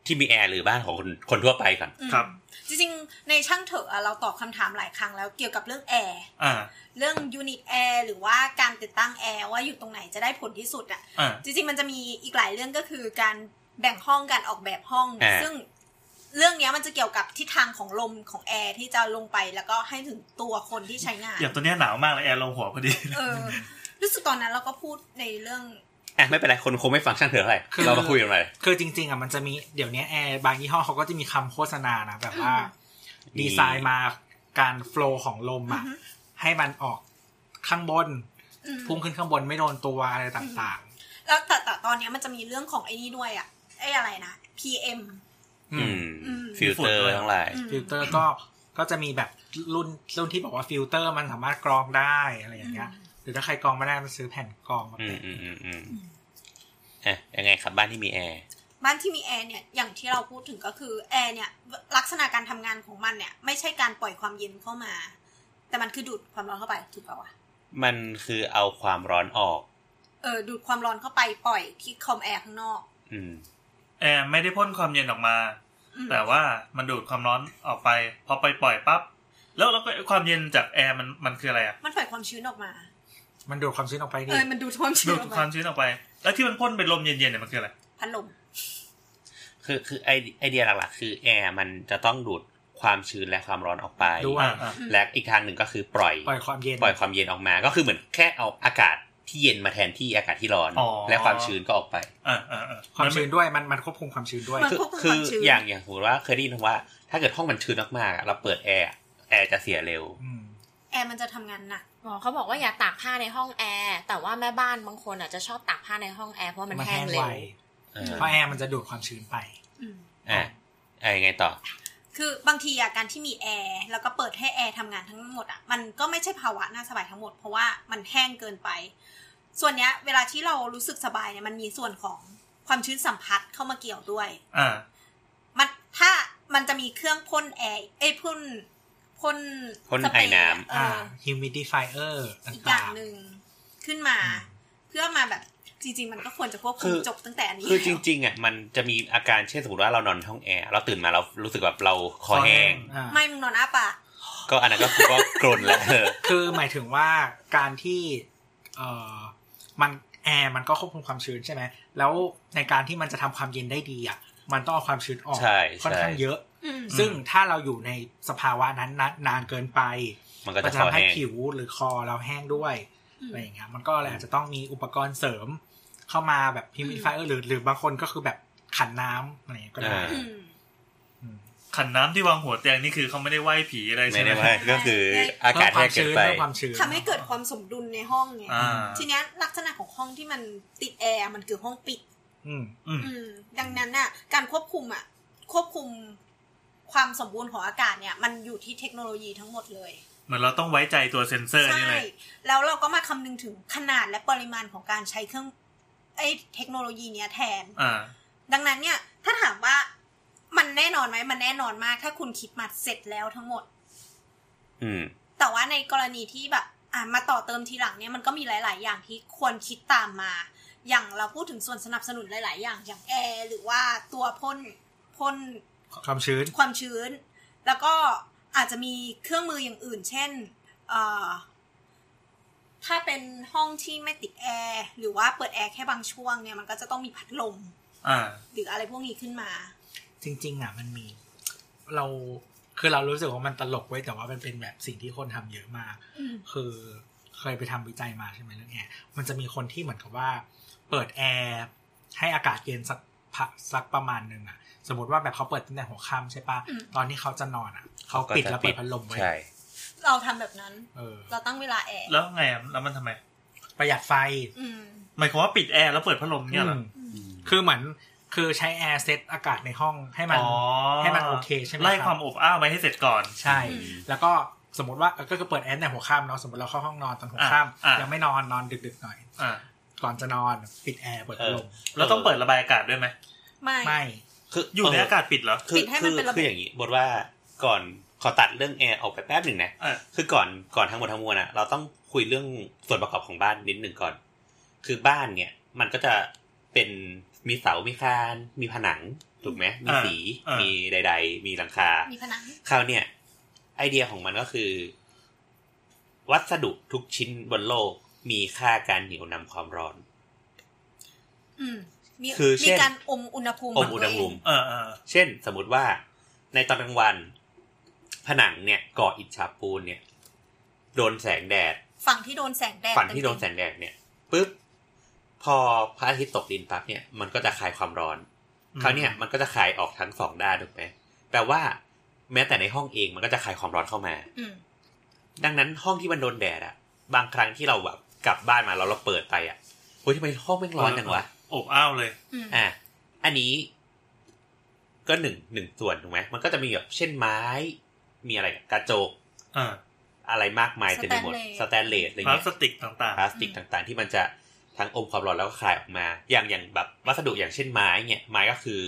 Speaker 2: ที่มีแอร์หรือบ้านของคนคนทั่วไปก่อน
Speaker 1: อืม
Speaker 3: ครับ
Speaker 1: จริงๆ ในช่างเถอะอ่ะเราตอบคำถามหลายครั้งแล้วเกี่ยวกับเรื่องแอร์
Speaker 3: อ่า
Speaker 1: เรื่องยูนิตแอร์หรือว่าการติดตั้งแอร์ว่าอยู่ตรงไหนจะได้ผลที่สุดอ่ะ
Speaker 3: อ่า
Speaker 1: จริงๆ มันจะมีอีกหลายเรื่องก็คือการแบ่งห้องการออกแบบห้อง
Speaker 2: อ่า
Speaker 1: ซึ่งเรื่องเนี้ยมันจะเกี่ยวกับทิศทางของลมของแอร์ที่จะลงไปแล้วก็ให้ถึงตัวคนที่ใช้งาน
Speaker 3: อย่างตัวเนี้ยหนาวมากเลยแอร์ลงหัวพอดี
Speaker 1: เออ รู้สึกตอนนั้นเราก็พูดในเรื่อง
Speaker 2: อ่ะไม่เป็นไรคนคงไม่ฟังช่างเถอะอะไร
Speaker 6: คือ
Speaker 2: เรามาคุยกันเลย
Speaker 6: คือจริงๆอ่ะมันจะมีเดี๋ยวนี้แอร์บางยี่ห้อเขาก็จะมีคำโฆษณานะแบบว่า ดีไซน์มาการโฟลว์ของลมอ่ะ
Speaker 1: อือฮึ
Speaker 6: ให้มันออกข้างบน
Speaker 1: อืม
Speaker 6: พุ่งขึ้นข้างบนไม่โดนตัวอะไรต่าง
Speaker 1: แล้วแต่แต่ตอนเนี้ยมันจะมีเรื่องของไอ้นี่ด้วยอะไอ้อะไรนะ PM
Speaker 6: ๆ
Speaker 2: อืม
Speaker 1: อืม
Speaker 2: ฟิลเตอร์ทั้งหลาย
Speaker 1: อืม
Speaker 6: ฟิลเตอร์ก็ก็จะมีแบบรุ่นรุ่นที่บอกว่าฟิลเตอร์มันสามารถกรองได้อะไรอย่างเงี้ยหรือถ้าใครกรองไม่ได้มันซื้อแผ่นกรองมา
Speaker 2: อืม
Speaker 6: แปะ
Speaker 2: อืมอืมอืมอ่ะยังไงครับบ้านที่มีแอร์
Speaker 1: บ้านที่มีแอร์เนี่ยอย่างที่เราพูดถึงก็คือแอร์เนี่ย ลักษณะการทำงานของมันเนี่ย ไม่ใช่การปล่อยความเย็นเข้ามา แต่มันคือดูดความร้อนเข้าไปถูกปะวะ
Speaker 2: มันคือเอาความร้อนออก
Speaker 1: เออดูดความร้อนเข้าไปปล่อยที่คอมแอร์ข้างนอก
Speaker 2: อืม
Speaker 3: แอร์ไม่ได้พ่นความเย็นออกมา
Speaker 1: อืม
Speaker 3: แต่ว่ามันดูดความร้อนออกไป พอไปปล่อยปั๊บ แล้วแล้วก็ความเย็นจากแอร์มันมันคืออะไรอ่ะ
Speaker 1: มันปล่อยความชื้นออกมา
Speaker 6: มันดูดความชื้นออกไปดิ
Speaker 1: เออมันดูดความชื้
Speaker 3: ดู
Speaker 1: น
Speaker 3: ด
Speaker 1: ออกมาว
Speaker 3: คามชื้นออกไป แล้วที่มันพ่นเป็นลมเย็นๆเนี่ยมันคืออะไร
Speaker 1: พัดลม
Speaker 2: คือคือไอไอเดียหลักๆ คือแอร์มันจะต้องดูดความชื้นและความร้อนออกไป
Speaker 6: ด้วย
Speaker 3: อ่ะอ่ะ
Speaker 2: และอีกทางหนึ่งก็คือปล่อย
Speaker 6: ปล่อยความเย็น
Speaker 2: ปล่อยความเย็นออกมา ก็คือเหมือนแค่เอาอากาศที่เย็นมาแทนที่อากาศที่ร้อน
Speaker 3: อ๋อ
Speaker 2: และความชื้นก็ออกไป
Speaker 3: อ่าอ่าอ่า
Speaker 6: ความชื้นด้วยมันมันควบคุมความชื้นด้วย
Speaker 2: คือคืออย่างอย่างสมมติว่าเคยได้ยินว่า ถ้าเกิดห้องมันชื้นมากๆอะเราเปิดแอร์อะแอร์จะเสียเร็ว
Speaker 6: อืม
Speaker 1: แอร์มันจะทำงานหนัก
Speaker 4: อ๋อเขาบอกว่าอย่าตากผ้าในห้องแอร์แต่ว่าแม่บ้านบางคนอาจจะชอบตากผ้าในห้องแอร์เพราะมัน
Speaker 6: มัน
Speaker 4: แห้
Speaker 6: แห้
Speaker 4: ง
Speaker 6: ง
Speaker 4: เร็
Speaker 6: ไว
Speaker 4: ว
Speaker 2: เออ
Speaker 6: เพราะแอร์มันจะดูดความชื้นไป
Speaker 1: อืม
Speaker 2: อ่ะอ่ะยังไงต่อ
Speaker 1: คือบางทีอะการที่มีแอร์แล้วก็เปิดให้แอร์ทำงานทั้งหมดอะมันก็ไม่ใช่ภาวะน่าสบายทั้งหมด เพราะว่ามันแห้งเกินไป ส่วนเนี้ย เวลาที่เรารู้สึกสบายเนี่ยมันมีส่วนของความชื้นสัมผัสเข้ามาเกี่ยวด้วย
Speaker 3: อ่า
Speaker 1: มันถ้ามันจะมีเครื่องพ่นแอร์เอ้ยพ่นพ่น
Speaker 2: พ่น
Speaker 1: สเปรย์
Speaker 2: ไอน้ำ
Speaker 1: เอ
Speaker 6: อ่า
Speaker 1: อ
Speaker 6: humidifier ต่า
Speaker 1: อี
Speaker 6: งๆ
Speaker 1: กอย่างหนึ่งขึ้นมา
Speaker 6: อืม
Speaker 1: เพื่อมาแบบจริง ๆ มันก็ควรจะควบ
Speaker 2: คื
Speaker 1: คุม
Speaker 2: อ
Speaker 1: จบตั้งแต่อันนี้
Speaker 2: คือจริงๆอ่ะมันจะมีอาการเช่นสมมติว่าเรานอนห้องแอร์เราตื่นมาเรารู้สึกแบบเราคอแห้ง
Speaker 6: อ่า
Speaker 1: ไม่มึงนอนอ้าปาก
Speaker 2: ก็อันนั้นก็คือก็กรนแล้วเออ
Speaker 6: คือหมายถึงว่าการที่เอ่อมันแอร์มันก็ควบคุมความชื้นใช่ไหม แล้วในการที่มันจะทำความเย็นได้ดีอ่ะ มันต้องเอาความชื้นออก
Speaker 2: ใช่
Speaker 6: ค่อน
Speaker 2: ใช่
Speaker 6: ข้างเยอะ
Speaker 1: อืม
Speaker 6: ซึ่งถ้าเราอยู่ในสภาวะนั้นนานนานเกินไป
Speaker 2: มันก็
Speaker 6: มั
Speaker 2: จะค
Speaker 6: น
Speaker 2: อ
Speaker 6: จะทำให้
Speaker 2: แห้ง
Speaker 6: ผิวหรือคอเราแห้งด้วยอะไรอย่างเงี้ย มันก็เลยอาจจะต้องมีอุปกรณ์เสริมเข้ามาแบบ humidifier หรือหรือบางคนก็คือแบบขันน้ำอะไรอย่างเงี้ยก็ได้
Speaker 2: อ่า
Speaker 1: อืม
Speaker 3: ขันน้ำที่วางหัวเตียงนี่คือเขาไม่ได้ไหว้ผีอะไรใช่
Speaker 2: ไม่
Speaker 3: ไหม
Speaker 2: ได้ว่าก็คืออากาศ
Speaker 6: ควา
Speaker 2: แห้ง
Speaker 6: ม
Speaker 2: เกิน
Speaker 6: ชื้น
Speaker 2: ไป
Speaker 6: เพิ่มความชื้น
Speaker 1: ทำให้เกิดความสมดุลในห้องไง
Speaker 3: อ่า
Speaker 1: ทีเนี้ยลักษณะของห้องที่มันติดแอร์มันคือห้องปิด
Speaker 6: อืม
Speaker 3: อืม
Speaker 1: อืมดังนั้นน่ะ การควบคุมอ่ะ ควบคุมความสมบูรณ์ของอากาศเนี่ย มันอยู่ที่เทคโนโลยีทั้งหมดเลย
Speaker 3: เหมือนเราต้องไว้ใจตัวเซ็นเซอร์นี่
Speaker 1: ใช่
Speaker 3: เลย
Speaker 1: แล้วเราก็มาคำนึงถึงขนาดและปริมาณของการใช้เครื่องไอ้เทคโนโลยีเนี้ยแทน
Speaker 3: อ่า
Speaker 1: ดังนั้นเนี่ย ถ้าถามว่ามันแน่นอนไหมมันแน่นอนมาก ถ้าคุณคิดมาเสร็จแล้วทั้งหมด
Speaker 8: อืม
Speaker 1: แต่ว่าในกรณีที่แบบอ่ะมาต่อเติมทีหลังเนี่ยมันก็มีหลาย ๆ อย่างที่ควรคิดตามมา อย่างเราพูดถึงส่วนสนับสนุนหลาย ๆ อย่างอย่างแอร์หรือว่าตัวพ่นพ่น
Speaker 6: ความชื้น
Speaker 1: ความชื้น แล้วก็อาจจะมีเครื่องมืออย่างอื่น เช่นเอ่อถ้าเป็นห้องที่ไม่ติดแอร์หรือว่าเปิดแอร์แค่บางช่วงเนี่ยมันก็จะต้องมีพัดลม
Speaker 3: อ่า
Speaker 1: หรืออะไรพวกนี้ขึ้นมา
Speaker 6: จริง ๆ อ่ะ มันมี เราคือเรารู้สึกว่ามันตลกไว้ยแต่ว่ามันเป็นแบบสิ่งที่คนทำเยอะมาก
Speaker 1: อืม
Speaker 6: คือเคยไปทำวิจัยมาใช่ไหมเรื่องแอร์มันจะมีคนที่เหมือนกับว่า เปิดแอร์ให้อากาศเย็นสักพักสักประมาณหนึ่งอ่ะ สมมติว่าแบบเขาเปิดตั้งแต่หัวค่ำใช่ปะ
Speaker 1: อืม
Speaker 6: ตอนที่เขาจะนอนอ่ะเขาปิดแล้วเปิดพัดลมไว้
Speaker 2: ใช่
Speaker 1: เราทำแบบนั้น
Speaker 6: เออ
Speaker 1: เราตั้งเวลาแอร์
Speaker 3: แล้วไงอ่ะแล้วมันทำไม
Speaker 6: ประหยัดไฟ
Speaker 1: อืม
Speaker 3: หมายความว่าปิดแอร์แล้วเปิดพัดลมเนี่ยเหรอ
Speaker 6: อืมคือเหมือนคือใช้แอร์เซตอากาศในห้องให้มัน
Speaker 3: อ๋อ
Speaker 6: ให้มันโอเคใช่ไหมครับ
Speaker 3: ไล่ความอบอ้าวไปให้เสร็จก่อน
Speaker 6: ใช่
Speaker 1: อืม
Speaker 6: แล้วก็สมมติว่าเออก็คือเปิดแอร์ในหัวค่ำเนาะ สมมติเราเข้าห้องนอนตอนหัว
Speaker 3: อ่ะ
Speaker 6: ค่ำ
Speaker 3: อ่ะ
Speaker 6: ยังไม่นอนนอนดึกๆหน่อย
Speaker 3: อ่า
Speaker 6: ก่อนจะนอนปิดแอร์เปิดพัดลม
Speaker 3: แล้วต้องเปิดระบายอากาศด้วยไหม
Speaker 1: ไม่
Speaker 6: ไม่
Speaker 2: คือ
Speaker 3: อ
Speaker 2: อยู่
Speaker 3: ในอากาศปิดเหรอ
Speaker 2: คือ
Speaker 1: ปิดให้มันเป็นระบบ
Speaker 2: คืออย่างนี้บทว่าก่อนขอตัดเรื่องแอร์ออกไปแป๊บหนึ่งนะ
Speaker 3: เออ
Speaker 2: คือก่อนก่อนทั้งหมดทั้งมวลอะเราต้องคุยเรื่องส่วนประกอบของบ้านนิดหนึ่งก่อน คือบ้านเนี่ย มันก็จะเป็นมีเสา มีคาน มีผนังถูกไหมมีสี
Speaker 3: อ่ามี
Speaker 2: มีใด ๆ มีหลังคา
Speaker 1: มีผนัง
Speaker 2: คราวเนี่ย ไอเดียของมันก็คือ วัสดุทุกชิ้นบนโลกมีค่าการเหนี่ยวนำความร้อน
Speaker 1: อืมมี
Speaker 2: คือเช่
Speaker 1: มี
Speaker 2: น
Speaker 1: การอมอุณหภูมิ
Speaker 2: อมอุณหภูมิ
Speaker 3: เออเออ
Speaker 2: เช่น สมมติว่าในตอนกลางวัน ผนังเนี่ยก่ออิฐฉาบปูนเนี่ย โดนแสงแดด
Speaker 1: ฝั่งที่โดนแสงแดด
Speaker 2: ฝันที่โดนแสงแดดเนี่ยปุ๊บพอพระอาทิตย์ตกดินปั๊บเนี่ยมันก็จะคายความร้อน คราวเนี่ยมันก็จะคายออกทั้งสองด้านถูกไหมแปลว่า แม้แต่ในห้องเองมันก็จะคายความร้อนเข้ามา
Speaker 1: อืม
Speaker 2: ดังนั้นห้องที่มันโดนแดดอะบางครั้งที่เราแบบกลับบ้านมาแล้วเราเปิดไปอะโอ้ยทำไมห้องแม่งร้อนจังวะ
Speaker 3: อบอ้าวเลย
Speaker 1: อืม
Speaker 2: อ่ะอันนี้ ก็หนึ่งหนึ่งส่วนถูกไหมมันก็จะมีแบบเช่นไม้ มีอะไรอะกระจก
Speaker 3: เออ
Speaker 2: อะไรมากมายเต็มไปหมดสแตนเลสอะไร
Speaker 3: พลา
Speaker 2: เงี้ย
Speaker 3: สติกต่าง
Speaker 2: พลาสติกต่างๆ ที่มันจะทั้งอมความร้อนแล้วก็คลายออกมา อย่างอย่างแบบวัสดุอย่างเช่นไม้เนี่ยไม้ก็คือ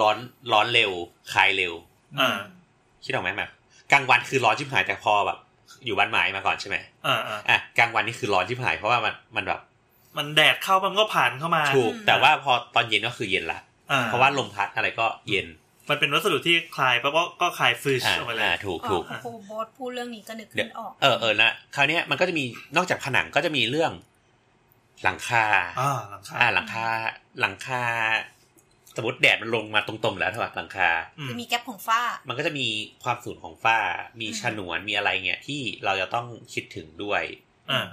Speaker 2: ร้อนร้อนเร็วคลายเร็ว
Speaker 3: ๆอ่า
Speaker 2: คิดออกไหมแบบกลางวันคือร้อนชิบหายแต่พอแบบ อยู่บ้านไม้มาก่อนใช่ไหม
Speaker 3: อ่าอ่า
Speaker 2: อ่ะกลางวันนี่คือร้อนชิบหายเพราะว่ามันมันแบบ
Speaker 3: มันแดดเข้ามันก็ผ่านเข้ามา
Speaker 2: ถูก แต่ว่าพอตอนเย็นก็คือเย็นละ
Speaker 3: อ่
Speaker 2: เพราะว่าลมพัดอะไรก็เย็น
Speaker 3: มันเป็นวัสดุที่คลายปั๊บก็ก็คลายฟืช
Speaker 2: อ่า
Speaker 3: ออกไปเล
Speaker 2: อ่าย ถูก
Speaker 1: อ๋อ
Speaker 2: ถูก
Speaker 1: ครูโบทพูดเรื่องนี้ก็นึก
Speaker 2: เดี๋ยว
Speaker 1: ขึ้
Speaker 2: น
Speaker 1: ออก
Speaker 2: เออเออนะคราวเนี้ยมันก็จะมีนอกจากผนังก็จะมีเรื่องหลังคา
Speaker 3: อ่าหลังคา
Speaker 2: อ่าหลังคาหลังคา สมมติแดดมันลงมาตรงๆแล้วใช่ปะหลังคา
Speaker 3: อืม
Speaker 1: คือมีแก๊ปของฝ้า
Speaker 2: มันก็จะมีความสูงของฝ้า มี
Speaker 1: อืม
Speaker 2: ฉนวนมีอะไรเงี้ยที่เราจะต้องคิดถึงด้วย
Speaker 3: อ่า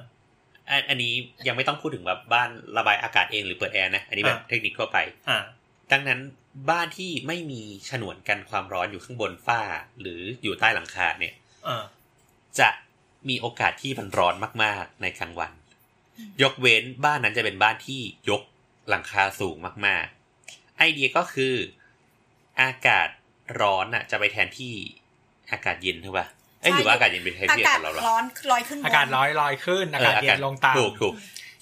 Speaker 2: อันอันนี้ยังไม่ต้องพูดถึงแบบบ้านระบายอากาศเองหรือเปิดแอร์นะ อันนี้แบบ
Speaker 3: อ่ะ
Speaker 2: เทคนิคทั่วไป
Speaker 3: อ่า
Speaker 2: ดังนั้นบ้านที่ไม่มีฉนวนกันความร้อนอยู่ข้างบนฝ้า หรืออยู่ใต้หลังคาเนี่ย
Speaker 3: เออ
Speaker 2: จะมีโอกาสที่มันร้อนมาก ๆ ในกลางวัน ยกเว้นบ้านนั้นจะเป็นบ้านที่ยกหลังคาสูงมาก ๆ ไอเดียก็คืออากาศร้อนน่ะ จะไปแทนที่อากาศเย็นถูกป่ะเอ้ย
Speaker 1: ใช่
Speaker 2: หรือว่าอากาศเย็นไปแทน
Speaker 1: อา
Speaker 2: ที่อา
Speaker 1: กาศ
Speaker 2: กาศร้อนวะ
Speaker 1: ร้อนลอยขึ้นบน
Speaker 6: อากาศร้อยลอยขึ้น อากาศเย็นลงตาม
Speaker 2: ถูกถูก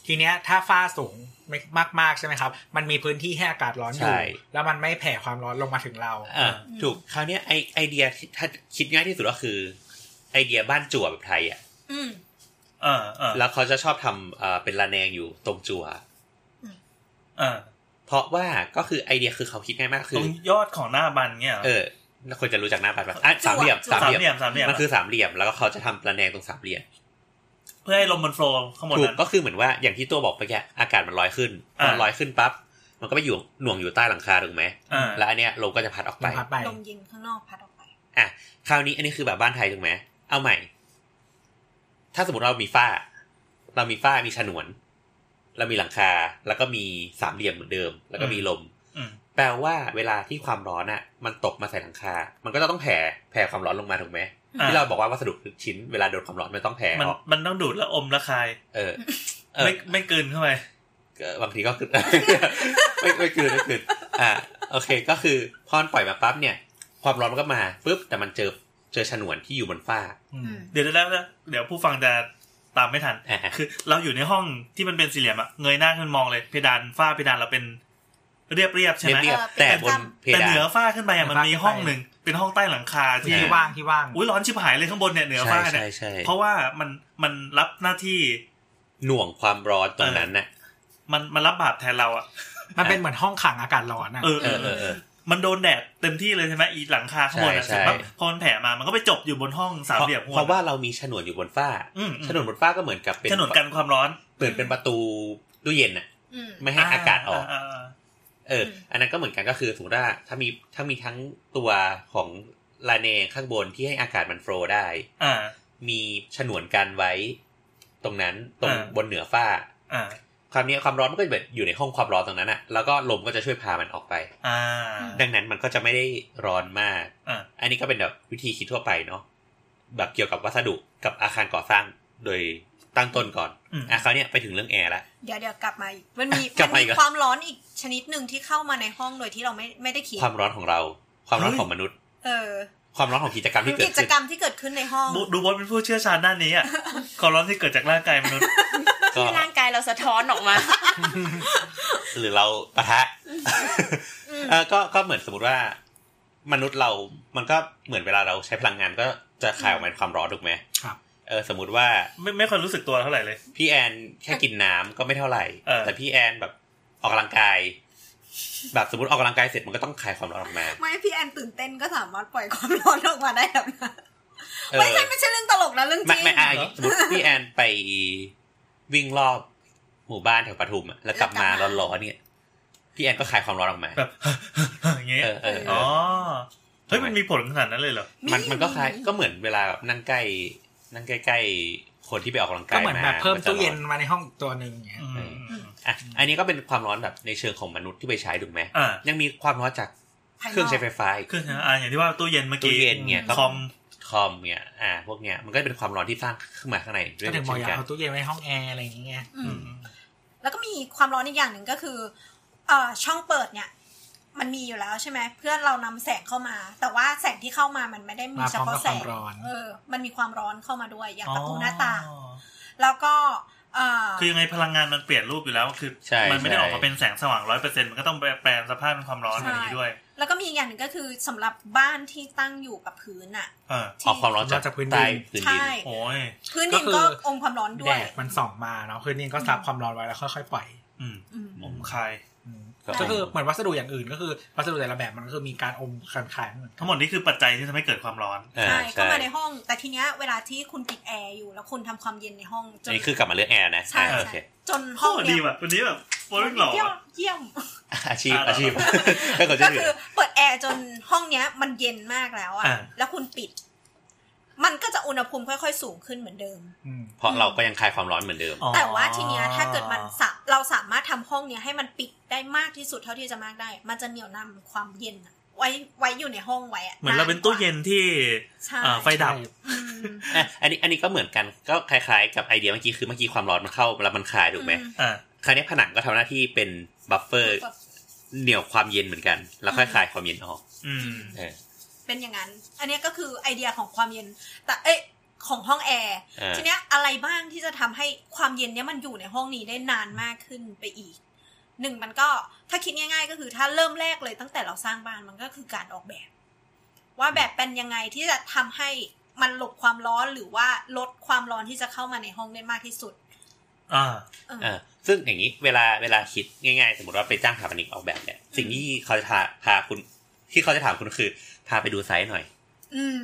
Speaker 6: ทีเนี้ยถ้าฝ้าสูงไม่มากๆใช่ไหมครับ มันมีพื้นที่ให้อากาศร้อนอยู่
Speaker 2: ใช่
Speaker 6: แล้วมันไม่แผ่ความร้อนลงมาถึงเรา
Speaker 2: อ่าถูกคราวเนี้ยไอไอเดียที่ถ้าคิดง่ายที่สุดก็คือ ไอเดียบ้านจั่วแบบไทยอ่ะ
Speaker 1: อืม
Speaker 3: เออเออ
Speaker 2: แล้วเขาจะชอบทำเอ่อเป็นระแนงอยู่ตรงจั่ว
Speaker 3: เออ
Speaker 2: เพราะว่าก็คือไอเดียคือเขาคิดง่ายมากคื
Speaker 3: ตร
Speaker 2: อ
Speaker 3: งยอดของหน้าบันเนี่ยเหรอ
Speaker 2: เออคนจะรู้จักหน้าบัตรแบบอ่ะสามเหลี่ยม
Speaker 1: จั่ว
Speaker 2: สาม
Speaker 3: สาม
Speaker 2: เห
Speaker 3: เห
Speaker 2: ลี่
Speaker 3: ลี่
Speaker 2: ย
Speaker 3: ย
Speaker 2: ม
Speaker 3: มสามเหลี่ยม
Speaker 2: มันคือสามเหลี่ยมแล้วก็เขาจะทำระแนงตรงสามเหลี่ยม
Speaker 3: เพื่อให้ลมมันโฟล์ข้างบน
Speaker 2: ถูก
Speaker 3: นั้น
Speaker 2: ก็คือเหมือนว่าอย่างที่ตัวบอกไปแกอากาศมันลอยขึ้น
Speaker 3: อ่า
Speaker 2: มันลอยขึ้นปั๊บมันก็ไปอยู่หน่วงอยู่ใต้หลังคาถูกไหม
Speaker 3: อ่า
Speaker 2: แล้วอันเนี้ยลมก็จะพัดออก
Speaker 6: ล
Speaker 2: ไป
Speaker 6: มพัดไป
Speaker 1: ลมเย็นข้างนอกพัดออกไป
Speaker 2: คราวนี้อันนี้คือแบบบ้านไทยถูกไหมเอาใหม่ ถ้าสมมติเรามีฝ้า เรามีฝ้ามีฉนวน เรามีหลังคาแล้วก็มีสามเหลี่ยมเหมือนเดิม แล้วก็มีลม
Speaker 3: อืม
Speaker 2: แปลว่าเวลาที่ความร้อนอ่ะ มันตกมาใส่หลังคา มันก็จะต้องแผ่แผ่ความร้อนลงมาถูกไหม
Speaker 3: อ่า
Speaker 2: ที่เราบอกว่าวัสดุทุกชิ้นเวลาโดนความร้อนมันต้องแผ่
Speaker 3: มัน
Speaker 2: ออก
Speaker 3: มันต้องดูดแล้วอมละคาย
Speaker 2: เออเออ
Speaker 3: ไม่ไม่กลืนเข้าไป
Speaker 2: ก็บางทีก็คือ ไม่ไม่คือไม่คืออ่าโอเคก็คือพอมันปล่อยมาปั๊บเนี่ย ความร้อนมันก็มาปุ๊บแต่มันเจอเจอฉนวนที่อยู่บนฝ้า
Speaker 3: อืมเดี๋ยวแล้วเดี๋ยวผู้ฟังจะตามไม่ทัน
Speaker 2: อ่าฮะ
Speaker 3: คือเราอยู่ในห้องที่มันเป็นสี่เหลี่ยมอะเงยหน้าขึ้นมองเลยเพดานฝ้าเพดานเราเป็นเรียบเรียบๆใช่ไหม
Speaker 2: เรียบ
Speaker 1: เออ
Speaker 2: ๆแต่บนเพ
Speaker 3: แต่
Speaker 2: ดา
Speaker 3: เห
Speaker 2: น
Speaker 3: นือฝ้าขึ้นไปอะมันมี
Speaker 6: เหนือฝ้า
Speaker 3: ห้องหนึ่งเป็นห้องใต้หลังคาที่
Speaker 6: ที่
Speaker 2: อ่
Speaker 6: ว่างที่ว่าง
Speaker 3: อุ้ยร้อนชิบหายเลยข้างบนเนี่ยเหนือฝ้าเนี่ย
Speaker 2: ใช่ใช่
Speaker 3: เพราะว่ามันมันรับหน้าที่
Speaker 2: หน่วงความร้อนตรงนั้นน่ะ
Speaker 3: มันมันรับบาปแทนเราอะ
Speaker 6: มันเป็นเหมือนห้องขังอากาศร้อนอ่ะ
Speaker 3: เออ
Speaker 2: เออเอ
Speaker 3: เออ
Speaker 2: อเออ
Speaker 3: มันโดนแดดเต็มที่เลยใช่ไหมอีหลังคาข้างบนอะ
Speaker 2: ใช่
Speaker 3: เสร็จปั๊บ
Speaker 2: ใช่
Speaker 3: พอมันแผ่มามันก็ไปจบอยู่บนห้องสาม
Speaker 2: เพราะ
Speaker 3: เหลี่ยมข้งบน
Speaker 2: เพราะว่าเรามีฉนวนอยู่บนฝ้า
Speaker 3: อืม
Speaker 2: ฉนวนบนฝ้าก็เหมือนกับเป็น
Speaker 3: ถนนกันความร้อน
Speaker 2: เปิดเป็นประตูตู้เย็นน่ะ
Speaker 1: อืม
Speaker 2: ไม่ให้อากาศออก
Speaker 3: าา
Speaker 2: เอออ
Speaker 1: ม
Speaker 2: อันนั้นก็เหมือนกันก็คือสมมติว่าถ้ามีถ้ามีทั้งตัวของลาเนข้างบนที่ให้อากาศมันโฟลว์ได้
Speaker 3: อ่า
Speaker 2: มีฉนวนกันไว้ ตรงนั้นตรง
Speaker 3: อ่า
Speaker 2: บนเหนือฝ้า
Speaker 3: อ่า
Speaker 2: ความนี้ความร้อนมันก็จะแบบอยู่ในห้องความร้อนตรงนั้นอะแล้วก็ลมก็จะช่วยพามันออกไป
Speaker 3: อ่า
Speaker 2: ดังนั้นมันก็จะไม่ได้ร้อนมาก
Speaker 3: อ่า
Speaker 2: อันนี้ก็เป็นแบบวิธีคิดทั่วไปเนาะแบบเกี่ยวกับวัสดุกับอาคารก่อสร้างโดยตั้งต้นก่อน
Speaker 3: อืม
Speaker 2: อ่ะคราวเนี้ยไปถึงเรื่องแอร์ละ
Speaker 1: เดี๋ยวเดี๋ยวกลับมาอีกมันมี
Speaker 2: กลับมาอีก
Speaker 1: มี
Speaker 2: เหรอ
Speaker 1: ความร้อนอีกชนิดหนึ่งที่เข้ามาในห้องโดยที่เราไม่ไม่ได้คิด
Speaker 2: ความร้อนของเรา ความร้อน
Speaker 3: เฮ้ย
Speaker 2: ของมนุษย์
Speaker 1: เออ
Speaker 2: ความร้อนของกิจกรรมที่เกิด
Speaker 1: กิจ
Speaker 2: ขึ้น
Speaker 1: กรรมที่เกิดขึ้นในห้อง
Speaker 3: ดูดูบอสเป็นผู้เชี่ยวชาญด้าน นี้อ่ะ ความร้อนที่เกิดจากร่างกายมนุษย์
Speaker 2: ก็
Speaker 4: ที่ร่างกายเราสะท้อนออกมา
Speaker 2: หรือเราปะทะเออก็ก็เหมือนสมมติว่า มนุษย์เรา มันก็เหมือนเวลาเราใช้พลังงานก็จะคายออกมาเป็นความร้อนถูกไหม
Speaker 6: ครับ
Speaker 2: เออสมมติว่า
Speaker 3: ไม่ไม่ค่อยรู้สึกตัวเท่าไหร่เลย
Speaker 2: พี่แอนแค่กินน้ำก็ไม่เท่าไหร่
Speaker 3: เออ
Speaker 2: แต่พี่แอนแบบออกกำลังกาย แบบสมมติออกกำลังกายเสร็จมันก็ต้องคลายความร้อนออกมา
Speaker 1: ไม่พี่แอนตื่นเต้นก็สามารถปล่อยความร้อนออกมาได้แบบนั้น
Speaker 2: เอ
Speaker 1: ไม่
Speaker 2: อ
Speaker 1: ใช่ไม่ใช่เรื่องตลกนะเรื่องจ
Speaker 2: ไม่
Speaker 1: ริง
Speaker 2: ไม่อะสมมติพี่แอนไปวิ่งรอบหมู่บ้านแถวปทุมอะแล้วกลับมาร้อนๆเนี่ย พี่แอนก็คลายความร้อนออกมา
Speaker 3: แบบ อย่างเงี้ย
Speaker 2: เออเออเอ
Speaker 3: อ๋อ
Speaker 2: อ
Speaker 3: เฮ้ยมันมีผลขนาดนั้นเลยเหรอ
Speaker 2: มันมันก็คลายก็เหมือนเวลาแบบนั่งใกล้ นั่งใกล้ๆคนที่ไปออกกำลังกา
Speaker 6: ก็
Speaker 2: ย
Speaker 6: เหมือน
Speaker 2: มา
Speaker 6: แบบเพิ่ม
Speaker 2: จะ
Speaker 6: ตู้เย็น
Speaker 2: ร้อ
Speaker 6: มาในห้องอีกตัวหนึ่งอย่างเงี้ย
Speaker 3: อืม
Speaker 2: อ่ะอันนี้ก็เป็นความร้อนแบบในเชิงของมนุษย์ที่ไปใช้ถูกไหม
Speaker 3: อ่า
Speaker 2: ยังมีความร้อนจาก
Speaker 1: ภายนก
Speaker 2: เครื่องใช้ไฟฟ้าอีก
Speaker 3: คืออ่าอย่างที่ว่าตู้เย็นเมื่อ
Speaker 2: ตู้
Speaker 3: กี้
Speaker 2: เย็นเนี่ยก็
Speaker 3: คอม
Speaker 2: คอมเนี่ยอ่า พวกเนี้ยมันก็เป็นความร้อนที่สร้างขึ้นมาข้างในด้ว
Speaker 6: ก็
Speaker 2: ย
Speaker 6: ถึงบอก
Speaker 2: เช่
Speaker 6: อน
Speaker 2: กั
Speaker 6: ยาก
Speaker 2: น
Speaker 6: เอาตู้เย็นไว้ในห้องแอร์อะไรอย่างเงี้ย
Speaker 1: อืม แล้วก็มีความร้อนอีกอย่างหนึ่งก็คือเอ่อช่องเปิดเนี่ย มันมีอยู่แล้วใช่ไหมเพื่อนเรานำแสงเข้ามา แต่ว่าแสงที่เข้ามามันไม่ได้มี
Speaker 6: มา
Speaker 1: เฉ
Speaker 6: พร้อ
Speaker 1: พาะ
Speaker 6: มกับ
Speaker 1: แสง
Speaker 6: ความร้อน
Speaker 1: เออ มันมีความร้อนเข้ามาด้วย อย่างประตูหน้าต่างแล้วก็ เอ่อ
Speaker 3: คือยังไงพลังงานมันเปลี่ยนรูปอยู่แล้ว คือ
Speaker 2: ใช่
Speaker 3: มันไม่ได้
Speaker 2: ใช่
Speaker 3: ออกมาเป็นแสงสว่างร้อยเปอร์เซ็นต์มันก็ต้องแปลแปลงสภาพเป็นความร้อนอะไรอย่างนี้ด้วย
Speaker 1: แล้วก็มีอีกอย่างหนึ่งก็คือสำหรับบ้านที่ตั้งอยู่กับพื้นอ่ะ
Speaker 3: เออ
Speaker 2: ออกความร้อนจาก
Speaker 6: จากพื้นดิน
Speaker 2: ใต้พื้นดิน
Speaker 1: ใช่
Speaker 3: โอ้ย
Speaker 1: พื้นดินก็องค์ความร้อนด้
Speaker 6: แด
Speaker 1: วย
Speaker 6: ดมันส่องมาเนาะคืนนี้ก็ซับความร้อนไว้แล้วค่อยๆปล่อย
Speaker 3: อืม
Speaker 1: อืม
Speaker 3: อมคาย
Speaker 6: อืม
Speaker 1: ใช่
Speaker 6: ก็คือเหมือนวัสดุอย่างอื่นก็คือวัสดุแต่ละแบบมันก็คือมีการอมคันคายเหมือนกัน
Speaker 3: ทั้งหมดนี้คือปัจจัยที่ทำให้เกิดความร้อน
Speaker 2: อ่า
Speaker 1: ใช่เข้า
Speaker 2: ใช่
Speaker 1: มาในห้อง แต่ทีเนี้ยเวลาที่คุณติดแอร์อยู่แล้วคุณทำความเย็นในห้องจ
Speaker 2: อัน
Speaker 1: น
Speaker 2: นี้คือกลับมาเรื่องแอร์นะ
Speaker 1: ใช่
Speaker 2: อ่าโอเค
Speaker 1: ใช่จน
Speaker 3: โค
Speaker 1: ห้อง
Speaker 3: ตร
Speaker 1: เนี่
Speaker 3: ดี
Speaker 1: ย
Speaker 3: ว่ะวันนี้แบบโคตรหล่อ
Speaker 1: เยี่ยม
Speaker 3: ว่ะ
Speaker 1: เยี่ยม
Speaker 2: อาชีพ
Speaker 3: อ่า
Speaker 2: อาชีพให้คนช่วย
Speaker 1: ก็
Speaker 2: เหลื
Speaker 1: คือ อเปิดแอร์จนห้องเนี้ย มันเย็นมากแล้วอะ
Speaker 3: อ่า
Speaker 1: แล้วคุณปิด มันก็จะอุณหภูมิค่อยๆ สูงขึ้นเหมือนเดิม
Speaker 6: อืม
Speaker 2: เพราะเราก็ยังคลายความร้อนเหมือนเดิม
Speaker 3: อ๋อ
Speaker 1: แต่ว่าทีเนี้ยถ้าเกิดมันสะเราสามารถทำห้องเนี้ยให้มันปิดได้มากที่สุดเท่าที่จะมากได้ มันจะเหนี่ยวนำความเย็นอะไว้ไว้อยู่ในห้องไว้ะ
Speaker 3: เหมือนเราเป็นตู้เย็นที่
Speaker 1: ใช่
Speaker 3: อ่าไฟดับ
Speaker 1: อืม
Speaker 2: อ่ะอันนี้อันนี้ก็เหมือนกันก็คล้ายๆ กับไอเดียเมื่อกี้คือเมื่อกี้ความร้อนมันเข้าแล้วมันคลายถูกไหม
Speaker 1: อื
Speaker 3: อ่า
Speaker 2: คราวนี้ผนังก็ทำหน้าที่เป็นบัฟเฟอร์
Speaker 1: แบบ
Speaker 2: เหนี่ยวความเย็นเหมือนกัน แล้วค่อยคลายความเย็นออก
Speaker 3: อืม
Speaker 2: เออ
Speaker 1: เป็นอย่างนั้น อันเนี้ยก็คือไอเดียของความเย็น แต่เอ้ยของห้องแอร์
Speaker 2: อ่า
Speaker 1: ทีเนี้ยอะไรบ้างที่จะทำให้ความเย็นเนี้ยมันอยู่ในห้องนี้ได้นานมากขึ้นไปอีกหนึ่งมันก็ถ้าคิดง่าย ๆ ก็คือถ้าเริ่มแรกเลยตั้งแต่เราสร้างบ้านมันก็คือการออกแบบ ว่าแบบเป็นยังไงที่จะทำให้มันหลบความร้อนหรือว่าลดความร้อนที่จะเข้ามาในห้องได้มากที่สุด
Speaker 3: อ่า
Speaker 1: เอออ
Speaker 2: อ่าซึ่งอย่างนี้เวลาเวลาคิดง่ายๆ สมมติว่าไปจ้างสถาปนิกออกแบบเนี่ยสิ่งที่เขาจะพาพาคุณ ที่เขาจะถามคุณคือพาไปดูไซต์หน่อย
Speaker 1: อืม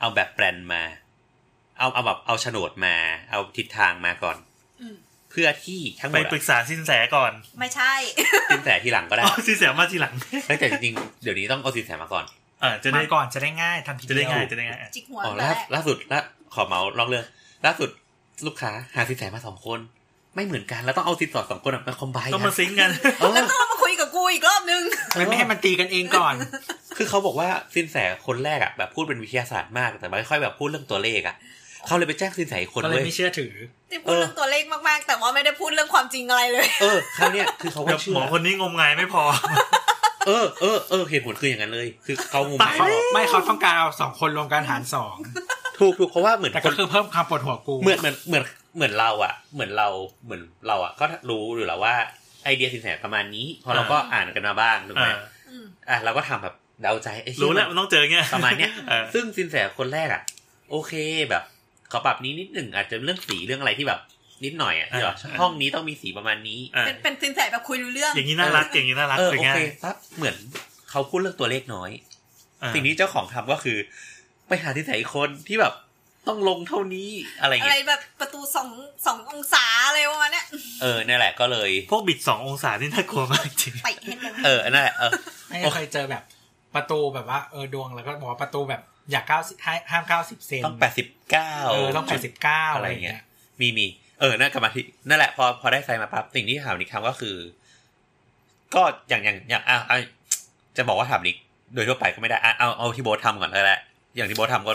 Speaker 2: เอาแบบแปลนมา เอาเอาแบบเอาโฉนดมา เอาทิศทางมาก่อน
Speaker 1: อืม
Speaker 2: เพื่อที่ทั้งหม
Speaker 3: ไป
Speaker 2: ดอะ
Speaker 3: ปรึกษาสินแสก่อน
Speaker 1: ไม่ใช่
Speaker 2: สินแสทีหลังก็ได้
Speaker 3: อ๋อสินแสมาทีหลัง
Speaker 2: แต่จริงๆเดี๋ยวนี้ต้องเอาสินแสมาก่อน
Speaker 3: อ่า จะได้
Speaker 6: มาก่อนจะได้ง่ายทำที
Speaker 3: จะ
Speaker 6: เดี
Speaker 3: ได้
Speaker 6: ยว
Speaker 3: ง่ายจะได้ง่ายอ่ะ
Speaker 1: จิกหัว
Speaker 2: อ๋อ
Speaker 1: แล้
Speaker 2: ล่าว ล่าสุดล่าขอเมาส์ลองเรื่องล่าสุดลูกค้าหาสินแสมาสองคน ไม่เหมือนกันแล้วต้องเอาสินสอดสองคนอะมาคอมไบน์
Speaker 3: ต้องมา
Speaker 2: นะ
Speaker 3: ซิงค์กัน
Speaker 2: เออ
Speaker 1: แล้วก็มาคุยกับกู กูอีกรอบนึง
Speaker 6: มันไม่ให้มันตีกันเองก่อน
Speaker 2: คือเขาบอกว่าสินแสคนแรกอ่ะแบบพูดเป็นวิทยาศาสตร์มาก แต่ไม่ค่อยแบบพูดเรื่องตัวเลขอ่ะเขาเลยไปแจ้งสินแสอีกคน
Speaker 6: ก็เล
Speaker 2: เลย ย
Speaker 6: ไม่เชื่อถือ
Speaker 1: ที่พูดเรื่องตัวเลขมากๆ แต่ว่าไม่ได้พูดเรื่องความจริงอะไรเลย
Speaker 2: เออคราวเนี้ยคือเขา
Speaker 3: เดี๋
Speaker 2: ก็
Speaker 3: ยว
Speaker 2: เชื่
Speaker 3: หมอ
Speaker 2: อ
Speaker 3: คนนี้งมงายไม่พอ
Speaker 2: เออเออเออเหตุผลคืออย่างนั้นเลย คือเขางง
Speaker 3: ตาย
Speaker 2: ไหม
Speaker 3: แล้ว
Speaker 6: ไม่เขาต้องการเอาสองคนรวมกันหารสอง
Speaker 2: ถูกถูกเพราะว่าเหมือน
Speaker 6: แต่
Speaker 2: ค
Speaker 6: ก็
Speaker 2: น
Speaker 6: คือเพิ่มความปวดหัวกู
Speaker 2: เหมือนเหมือนเหมือนเหมือนเราอ่ะ เหมือนเราเหมือนเราอ่ะก็รู้อยู่แล้วว่าไอเดียสินแสประมาณนี้เพอเราก็อ่านกันมาบ้างถูกไหม
Speaker 3: อ่า
Speaker 2: อ่ะเราก็ทำแบบเดาใจไอ้เหี้ย
Speaker 3: รู้แล้วมันต้องเจอเงี้ย
Speaker 2: ประมาณเนี้ย
Speaker 3: เออ
Speaker 2: ซึ่งสินแสคนแรกอ่ะ โอเคแบบขอปรับนี้นิดหนึ่งอาจจะเรื่องสีเรื่องอะไรที่แบบนิดหน่อยอ่ะที่แบบห้องนี้ต้องมีสีประมาณนี้
Speaker 3: เออ
Speaker 1: เป็นเป็นสินแสแบบคุยรู้เรื่อง
Speaker 3: อย่างนี้น่ารักอย่างนี้น่ารัก
Speaker 2: เออ
Speaker 3: เลย
Speaker 2: โอ
Speaker 3: ไง
Speaker 2: เคปั๊บเหมือนเขาพูดเรื่องตัวเลขน้อย
Speaker 3: เออ
Speaker 2: สิ่งนี้เจ้าของทำก็คือ ไปหาที่ไหนคนที่แบบต้องลงเท่านี้อะไร
Speaker 1: อะไร
Speaker 2: เงี้ย
Speaker 1: แบบประตูสองสององศาอะไรประมาณเนี้ย
Speaker 2: เออนั่นแหละก็เลย
Speaker 3: พวกบิดสององศานี่น่ากลัวมากจริง
Speaker 1: ไปเห็นเลย
Speaker 2: เออนั่นแหละเออ
Speaker 6: ไม่เคยเจอแบบประตูแบบว่าเออดวงแล้วก็บอกว่าประตูแบบอย่าเก้าสิบให้ห้ามเก้าสิบเซน
Speaker 2: ต้องแปดสิบเก้า
Speaker 6: เออต้องแปดสิบเก้า
Speaker 2: อะ
Speaker 6: อะไร ไร
Speaker 2: เงี้
Speaker 6: เงี้
Speaker 2: ย
Speaker 6: ย
Speaker 2: มีมี เออนั่นกลับมาที่นั่นแหละ พอพอได้ไฟมาปั๊บสิ่งที่ถามนิกทำก็คือ ก็อย่างอย่างอย่างอ่ะอ่ะจะบอกว่าถามนิกโดยทั่วไปก็ไม่ได้อ่ะเอาเอาที่โบททำก่อนก็แล้วอย่างที่โบททำก็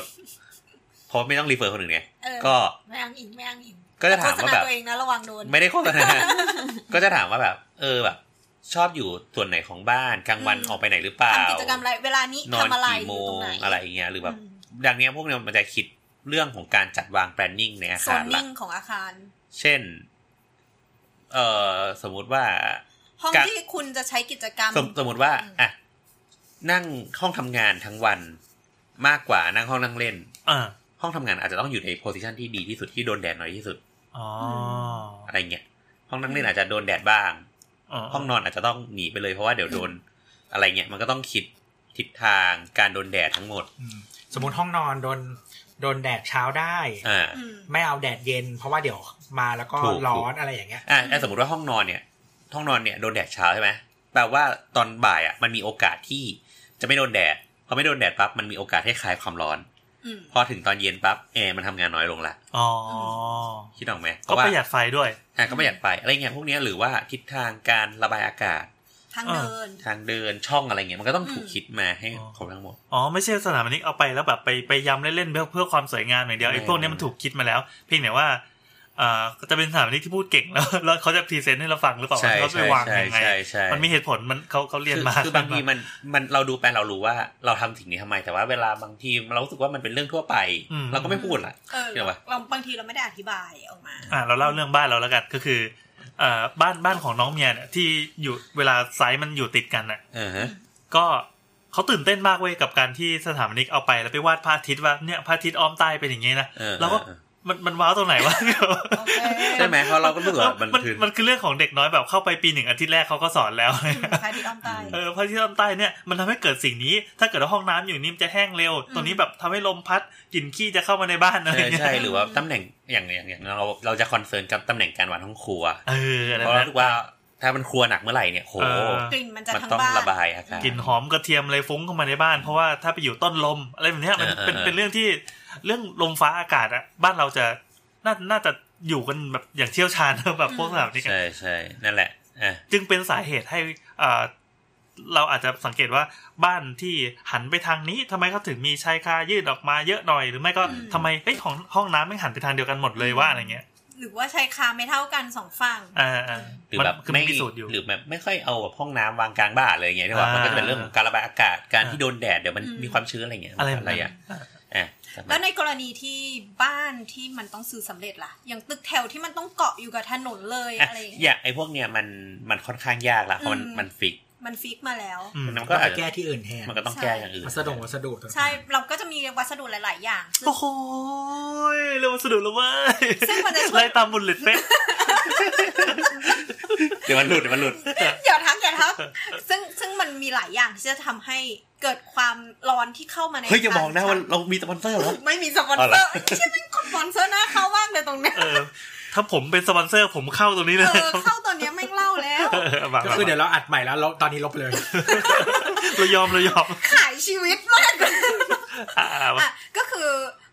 Speaker 2: เพราะไม่ต้องรีเฟอร์คนอื่นไง
Speaker 1: เออ
Speaker 2: ก็
Speaker 1: ไม่อ้างอิงไม่อ้างอิง
Speaker 2: ก็จะถาม
Speaker 1: โฆษ
Speaker 2: ว่า
Speaker 1: ณ
Speaker 2: แบบ
Speaker 1: ตัวเองนะระวังโดน
Speaker 2: ไม่ได้โฆษ ณา ก็จะถามว่าแบบ เออแบบ ชอบอยู่ส่วนไหนของบ้านกลางวัน
Speaker 1: อืม
Speaker 2: ออกไปไหนหรือเปล่า
Speaker 1: ทำกิจกรรมอะไรเวลานี้
Speaker 2: นอน
Speaker 1: ทำอะไร
Speaker 2: กี่
Speaker 1: อ
Speaker 2: โม
Speaker 1: ยู่ตรง
Speaker 2: ง
Speaker 1: ไหน
Speaker 2: อะไรอย่างเงี้ยหรือแบบ
Speaker 1: อืม
Speaker 2: ดังเนี้ยพวกเนี้ยมันจะคิดเรื่องของการจัดวางแปลนนิ่งในอา
Speaker 1: โซ
Speaker 2: คาร
Speaker 1: น
Speaker 2: ละ
Speaker 1: นิ่งของอาคาร
Speaker 2: เช่น เอ่อ สมมุติว่า
Speaker 1: ห้อง
Speaker 2: การ
Speaker 1: ที่คุณจะใช้กิจกรรม
Speaker 2: สมสมมติว่า
Speaker 1: อืม
Speaker 2: อ่ะ นั่งห้องทำงานทั้งวันมากกว่านั่งห้องนั่งเล่น
Speaker 3: เออ
Speaker 2: ห้องทำงานอาจจะต้องอยู่ในโพสิชันที่ดีที่สุดที่โดนแดดน้อยที่สุด
Speaker 3: อ๋อ
Speaker 2: อะไรเงี้ย ห้องนั่งเล่นอาจจะโดนแดดบ้าง
Speaker 3: อ๋อ
Speaker 2: ห้องนอนอาจจะต้องหนีไปเลยเพราะว่าเดี๋ยวโดน อะไรเงี้ย มันก็ต้องคิดทิศทางการโดนแดดทั้งหมด
Speaker 6: อืมสมมติห้องนอนโดนโดนแดดเช้าได้
Speaker 2: อ่า
Speaker 1: อืม
Speaker 6: ไม่เอาแดดเย็น เพราะว่าเดี๋ยวมาแล้วก็
Speaker 2: ถูก
Speaker 6: ร้อนอะไรอย่างเงี้ย
Speaker 2: อ่ะแต่สมมติว่าห้องนอนเนี่ย ห้องนอนเนี่ยโดนแดดเช้าใช่ไหมแปลว่าตอนบ่ายอ่ะมันมีโอกาสที่จะไม่โดนแดดพอไม่โดนแดดปั๊บมันมีโอกาสให้คลายความร้อน
Speaker 1: อืม
Speaker 2: พอถึงตอนเย็นปั๊บแอร์มันทำงานน้อยลงละ
Speaker 3: อ๋อ
Speaker 2: คิดออกไหม
Speaker 3: ก็
Speaker 2: เพาะว่า
Speaker 3: ประหยัดไฟด้วย
Speaker 2: อ่ะก็ประหยัดไปอะไรเงี้ยพวกเนี้ยหรือว่าทิศทางการระบายอากาศ
Speaker 1: ทางเดิน
Speaker 2: ทางเดินช่องอะไรเงี้ยมันก็ต้องถูก
Speaker 1: อืม
Speaker 2: คิดมาให้
Speaker 3: อ๋อ
Speaker 2: ครบทั้งหมด
Speaker 3: อ๋อไม่ใช่สถาปนิกเอาไปแล้วแบบไปไปยำเล่นๆเพื่อเพื่อความสวยงามอย่างเดียวไอ้
Speaker 2: ไม่
Speaker 3: พวกเนี้ยมันถูกคิดมาแล้วเพียงแต่ว่าเอ่อจะเป็นสถาปนิกที่พูดเก่งแล้ว แล้วเขาจะพรีเซนต์ให้เราฟังหรือเปล่า
Speaker 2: ใช่
Speaker 3: ว่าเขาจะ
Speaker 2: ใช่
Speaker 3: ไปวาง
Speaker 2: ใช่
Speaker 3: ยังไง
Speaker 2: ใช่ใช่
Speaker 3: มันมีเหตุผลมันเขาเขาเรียน
Speaker 2: คือ
Speaker 3: มา
Speaker 2: คือบางทีมันมันเราดูไปเรารู้ว่าเราทำสิ่งนี้ทำไมแต่ว่าเวลาบางทีเรารู้สึกว่ามันเป็นเรื่องทั่วไป เราก็ไม่พูดละ
Speaker 1: เออ
Speaker 2: เดี๋ยววะ
Speaker 1: เราบางทีเราไม่ได้อธิบายออกมา
Speaker 3: อ่ะเราเล่าเรื่องบ้านเราแล้วกันก็คือเอ่อบ้านบ้านของน้องเมียเนี่ยที่อยู่เวลาไซส์มันอยู่ติดกันน่ะ
Speaker 2: เออฮะ
Speaker 3: ก็เขาตื่นเต้นมากเว้ยกับการที่สถาปนิกเอาไปแล้วไปวาดพระอาทิตย์ว่าเนี่ยพระอาทิตย์อ้อมใต้เป็นอย่างงี้นะ
Speaker 2: เออ
Speaker 3: เราก็
Speaker 2: เออ
Speaker 3: มันมันว้าวตรงไหนวะ
Speaker 1: โอเค
Speaker 2: ใช่ไหมเพราะเราก็รู้สึกว่ามัน
Speaker 3: มัน
Speaker 2: คือ
Speaker 3: มันคือเรื่องของเด็กน้อยแบบเข้าไปปีหนึ่งอาทิตย์แรกเขาก็สอนแล้ว
Speaker 1: พระอาทิตย์อ้อมใต้
Speaker 3: เออพระอาที่ต้นใต้เนี่ยมันทำให้เกิดสิ่งนี้ ถ้าเกิดว่าห้องน้ำอยู่นี่มันจะแห้งเร็ว
Speaker 1: อืม
Speaker 3: ตรงนี้แบบทำให้ลมพัดกลิ่นขี้จะเข้ามาในบ้านอะไร
Speaker 2: เออ
Speaker 3: เงี้ย
Speaker 2: ใช่หรือว่าตำแหน่งอย่างอย่างอย่างเราเราจะคอนเซิร์นกับตำแหน่งการวางห้องครัว
Speaker 3: เอออะไร
Speaker 2: เพราะเรา
Speaker 3: นะ
Speaker 2: รู้ว่าถ้ามันครัวหนักเมื่อไหร่เนี่ยโห
Speaker 3: เออก
Speaker 1: ลิ่นมันจะ
Speaker 2: มัน
Speaker 1: ทั้ง
Speaker 2: ต้อง
Speaker 1: บ้าน
Speaker 2: ระบายอากาศ
Speaker 3: กลิ่นหอมกระเทียมอะไรฟุ้งเข้ามาในบ้าน เพราะว่าถ้าไปอยู่ต้นลมอะไรแบบเนี้ยมัน
Speaker 2: เออเออเออ
Speaker 3: เป็นเป็นเรื่องที่เรื่องลมฟ้าอากาศอะบ้านเราจะน่าน่าจะอยู่กันแบบอย่างเชี่ยวชาญ แบบพวกสถาปนิกอะ
Speaker 2: ใช่ใช่นั่นแหละอ่ะ
Speaker 3: จึงเป็นสาเหตุให้เอ่อเราอาจจะสังเกตว่าบ้านที่หันไปทางนี้ทำไมเขาถึงมีชายคายื่นออกมาเยอะหน่อย หรือไม่ก็
Speaker 1: อืม
Speaker 3: ทำไมเฮ้ยของห้องน้ำไม่งหันไปทางเดียวกันหมดเลยว่าอะไรเงี้ย
Speaker 1: หรือว่าชายคาไม่เท่ากันสองฝั่ง
Speaker 3: อ่าอ่า
Speaker 2: หรือ
Speaker 3: มัน
Speaker 2: แบบ
Speaker 3: คือมั
Speaker 2: ไม่
Speaker 3: นมีสูตรอยู่
Speaker 2: หรือแบบไม่ค่อยเอาแบบห้องน้ำวางกลางบ้านเลยอย่างเงี้ยที่ว่า
Speaker 3: อ่ามั
Speaker 2: มันก็จะเป็นเรื่องของการระบายอากาศการ
Speaker 3: อ่า
Speaker 2: ที่โดนแดดเดี๋ยวมัน
Speaker 1: อืม
Speaker 2: มีความชื้นอะไรเงี้ย
Speaker 3: อะไรแบบ
Speaker 2: อะไร
Speaker 3: นั้น
Speaker 2: อ่ะอ่ะกลับมา
Speaker 1: แล้วในกรณีที่บ้านที่มันต้องซื้อสำเร็จล่ะ อย่างตึกแถวที่มันต้องเกาะอยู่กับถนนเลย
Speaker 2: อ่ะ
Speaker 1: อะไรอย่า
Speaker 2: อ
Speaker 1: งเงี้ย
Speaker 2: ย่างไอ้พวกเนี้ยมันมันค่อนข้างยากละเพราะมัน
Speaker 1: อืม
Speaker 2: มันฟิก
Speaker 1: มันฟิกมาแล้ว
Speaker 3: อืม
Speaker 2: มันก็
Speaker 6: ก็
Speaker 2: อาจจะ
Speaker 6: แก้ที่อื่นแทน
Speaker 2: มันก็ต้องแก้อย่างอื่น
Speaker 6: วัสดุวัสดุต่างๆ
Speaker 1: ใช่ เราก็จะมีวัสดุหลาย ๆ อย่างซึ่ง
Speaker 3: โอ้โหเรื่องวัสดุแล้วเว้ย
Speaker 1: ซึ่งมันจะช่วย
Speaker 3: ไล่ตามบุลเลตเป๊ะ
Speaker 2: เดี๋ยวมันหลุดเดี๋ยวมันหลุด
Speaker 1: อย่าทักอย่าทักซึ่งซึ่งมันมีหลายอย่างที่จะทำให้เกิดความร้อนที่เข้ามาใน
Speaker 2: เฮ้ยอย่าบอกนะว่า
Speaker 1: ทง
Speaker 2: เรามีสปอนเซอร์เหรอ
Speaker 1: ไม่มีสปอน
Speaker 2: เอา
Speaker 1: เซอ
Speaker 2: ล่ะ
Speaker 1: ร์ใช่ไหมนกดสปอนเซอร์หนะเขามากเลยตรงเนี้ย
Speaker 3: เออ ถ้าผมเป็นสปอนเซอร์ผมเข้าตรงนี้
Speaker 1: เอ
Speaker 3: เลย
Speaker 1: อเข้าตอนเนี้ยไม่งเล่าแล้ว
Speaker 3: เออวาง
Speaker 6: ก็คือเดี๋ยวเราอัดใหม่แล้วลบตอนนี้ลบเลย
Speaker 3: เรายอมเรายอม
Speaker 1: ขายชีวิตมาก
Speaker 3: อ่าอ่า
Speaker 1: อ่ะก็คือ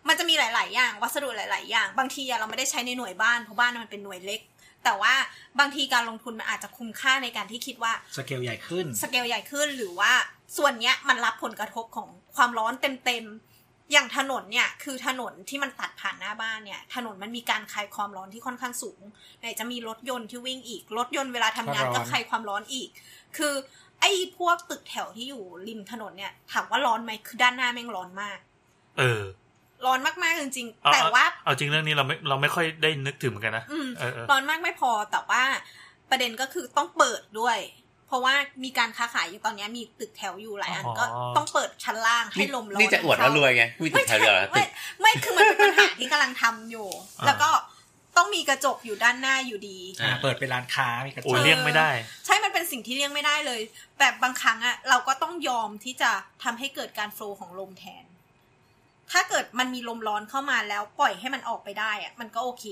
Speaker 1: มันจะมีหลาย ๆ อย่างวัสดุหลาย ๆ อย่าง บางทีอะเราไม่ได้ใช้ในหน่วยบ้านเพราะบ้านมันเป็นหน่วยเล็ก
Speaker 5: แต่ว่าบางทีการลงทุนมันอาจจะคุ้มค่าในการที่คิดว่า
Speaker 6: สเกลใหญ่ขึ้น
Speaker 5: สเกลใหญ่ขึ้นหรือว่าส่วนเนี้ยมันรับผลกระทบของความร้อนเต็มๆ อย่างถนนเนี่ยคือถนนที่มันตัดผ่านหน้าบ้านเนี่ย ถนนมันมีการคายความร้อนที่ค่อนข้างสูงไหนจะมีรถยนต์ที่วิ่งอีก รถยนต์เวลาทำงานก็
Speaker 6: ก็ร้อน
Speaker 5: คายความร้อนอีก คือไอ้พวกตึกแถวที่อยู่ริมถนนเนี่ยถามว่าร้อนไหมคือด้านหน้าแม่งร้อนมาก
Speaker 3: เออ
Speaker 5: ร้อนมากๆจริง
Speaker 3: เอา
Speaker 5: ๆ แต่ว่า
Speaker 3: เอาจริงเรื่องนี้เราไม่เราไม่ค่อยได้นึกถึงเหมือนกันนะ
Speaker 5: อืม
Speaker 3: เออเออ
Speaker 5: ร้อนมากไม่พอแต่ว่าประเด็นก็คือต้องเปิดด้วย เพราะว่ามีการค้าขายอยู่ตอนนี้มีตึกแถวอยู่หลายอันก็ต้องเปิดชั้นล่างให้ลมร้อน
Speaker 1: นี่จะอวดว่ารวยไงมีตึ
Speaker 5: ไม่
Speaker 1: กแถ
Speaker 5: ใช่
Speaker 1: วเดียวเหรอตึ
Speaker 5: ไม่
Speaker 1: ก
Speaker 5: ไม่คือมันเป็นปัญหาที่กำลังทำอยู่ แล้วก็ต้องมีกระจกอยู่ด้านหน้าอยู่ดี
Speaker 6: อ่าเปิดเป็นร้านค้ามีกระจ
Speaker 3: โอ้ย
Speaker 6: ก
Speaker 3: เลี่ยงไม่ได้
Speaker 5: ใช่มันเป็นสิ่งที่เลี่ยงไม่ได้เลย แบบบางครั้งอะเราก็ต้องยอมที่จะทำให้เกิดการโฟลว์ของลมแทน ถ้าเกิดมันมีลมร้อนเข้ามาแล้วปล่อยให้มันออกไปได้อะมันก็โอเค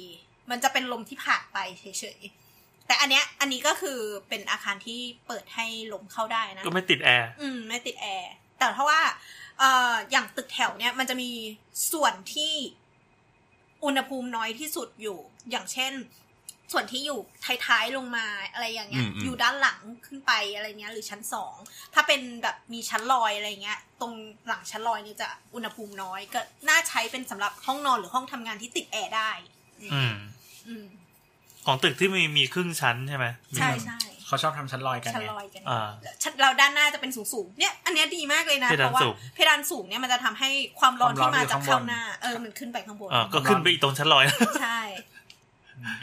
Speaker 5: มันจะเป็นลมที่ผ่านไปเฉยๆ แต่อันเนี้ย อันนี้ก็คือเป็นอาคารที่เปิดให้ลมเข้าได้นะ
Speaker 3: ก็ไม่ติดแอร์
Speaker 5: อืม ไม่ติดแอร์ แต่ถ้าว่าเอ่ออย่างตึกแถวเนี่ยมันจะมีส่วนที่อุณหภูมิน้อยที่สุดอยู่ อย่างเช่น ส่วนที่อยู่ท้ายๆลงมาอะไรอย่างเงี้ย อยู่ด้านหลังขึ้นไปอะไรเงี้ย หรือชั้นสองถ้าเป็นแบบมีชั้นลอยอะไรเงี้ย ตรงหลังชั้นลอยเนี่ยจะอุณหภูมิน้อย ก็น่าใช้เป็นสำหรับห้องนอนหรือห้องทำงานที่ติดแอร์ได้
Speaker 3: อืม
Speaker 5: อืม
Speaker 3: ของตึกที่มีมีครึ่งชั้นใช่ไหม
Speaker 5: ใช่ใช่
Speaker 6: เขาชอบทำชั้นลอยกัน
Speaker 5: ชั้น
Speaker 6: ไง
Speaker 5: ลอยกัน
Speaker 3: อ่า
Speaker 5: ชั้นเราด้านหน้าจะเป็นสูงสูงๆเนี่ย อันเนี้ยดีมากเลยนะ
Speaker 3: เพ
Speaker 5: เพ
Speaker 3: ดาน
Speaker 5: ราะว่า
Speaker 3: สูง
Speaker 5: เพดานสูงเนี่ยมันจะทำให้ความร้อนที่มาจากข้างหน้า เออ มันขึ้นไปข้างบน
Speaker 3: อ่าก็ขึ้นไปอีกตรงชั้นลอย
Speaker 5: ใช่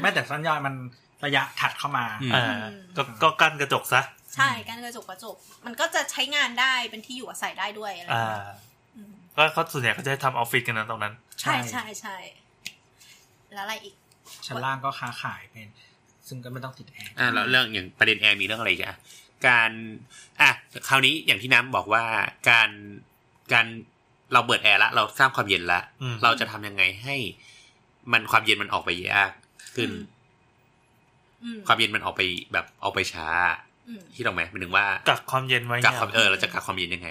Speaker 6: แม้แต่ชั้นลอยมันระยะถัดเข้ามา
Speaker 3: อ่าก็ก็กั้นกระจกซะ
Speaker 5: ใช่การกระจกกระจก มันก็จะใช้งานได้เป็นที่อยู่อาศัยได้ด้วยอะไร
Speaker 3: อ่า
Speaker 5: อืม
Speaker 3: ก็เขาส่วนใหญ่เขาจะให้ทำออฟฟิศกันนะตรงนั้น
Speaker 5: ใช่ใช่ใช่แล้วอะไรอีก
Speaker 6: ชั้นล่างก็ค้าขายเป็น ซึ่งก็ไม่ต้องติดแอร์
Speaker 2: อ่าแล้วเรื่องอย่างประเด็นแอร์มีเรื่องอะไรอีกอ่ะการอ่ะคราวนี้อย่างที่น้ำบอกว่าการการเราเปิดแอร์ละเราสร้างความเย็นละ
Speaker 3: อืม
Speaker 2: เราจะทำยังไงให้ มันความเย็นมันออกไปยากขึ้น
Speaker 5: อืม อืม
Speaker 2: ความเย็นมันออกไปแบบออกไปช้า
Speaker 5: อืม
Speaker 2: ที่ตรงไหมหมายถึงว่า
Speaker 3: กักความเย็นไว้
Speaker 2: กั
Speaker 3: เนี่
Speaker 2: ก
Speaker 3: ย
Speaker 2: ความเออเราจะกักความเย็นยังไง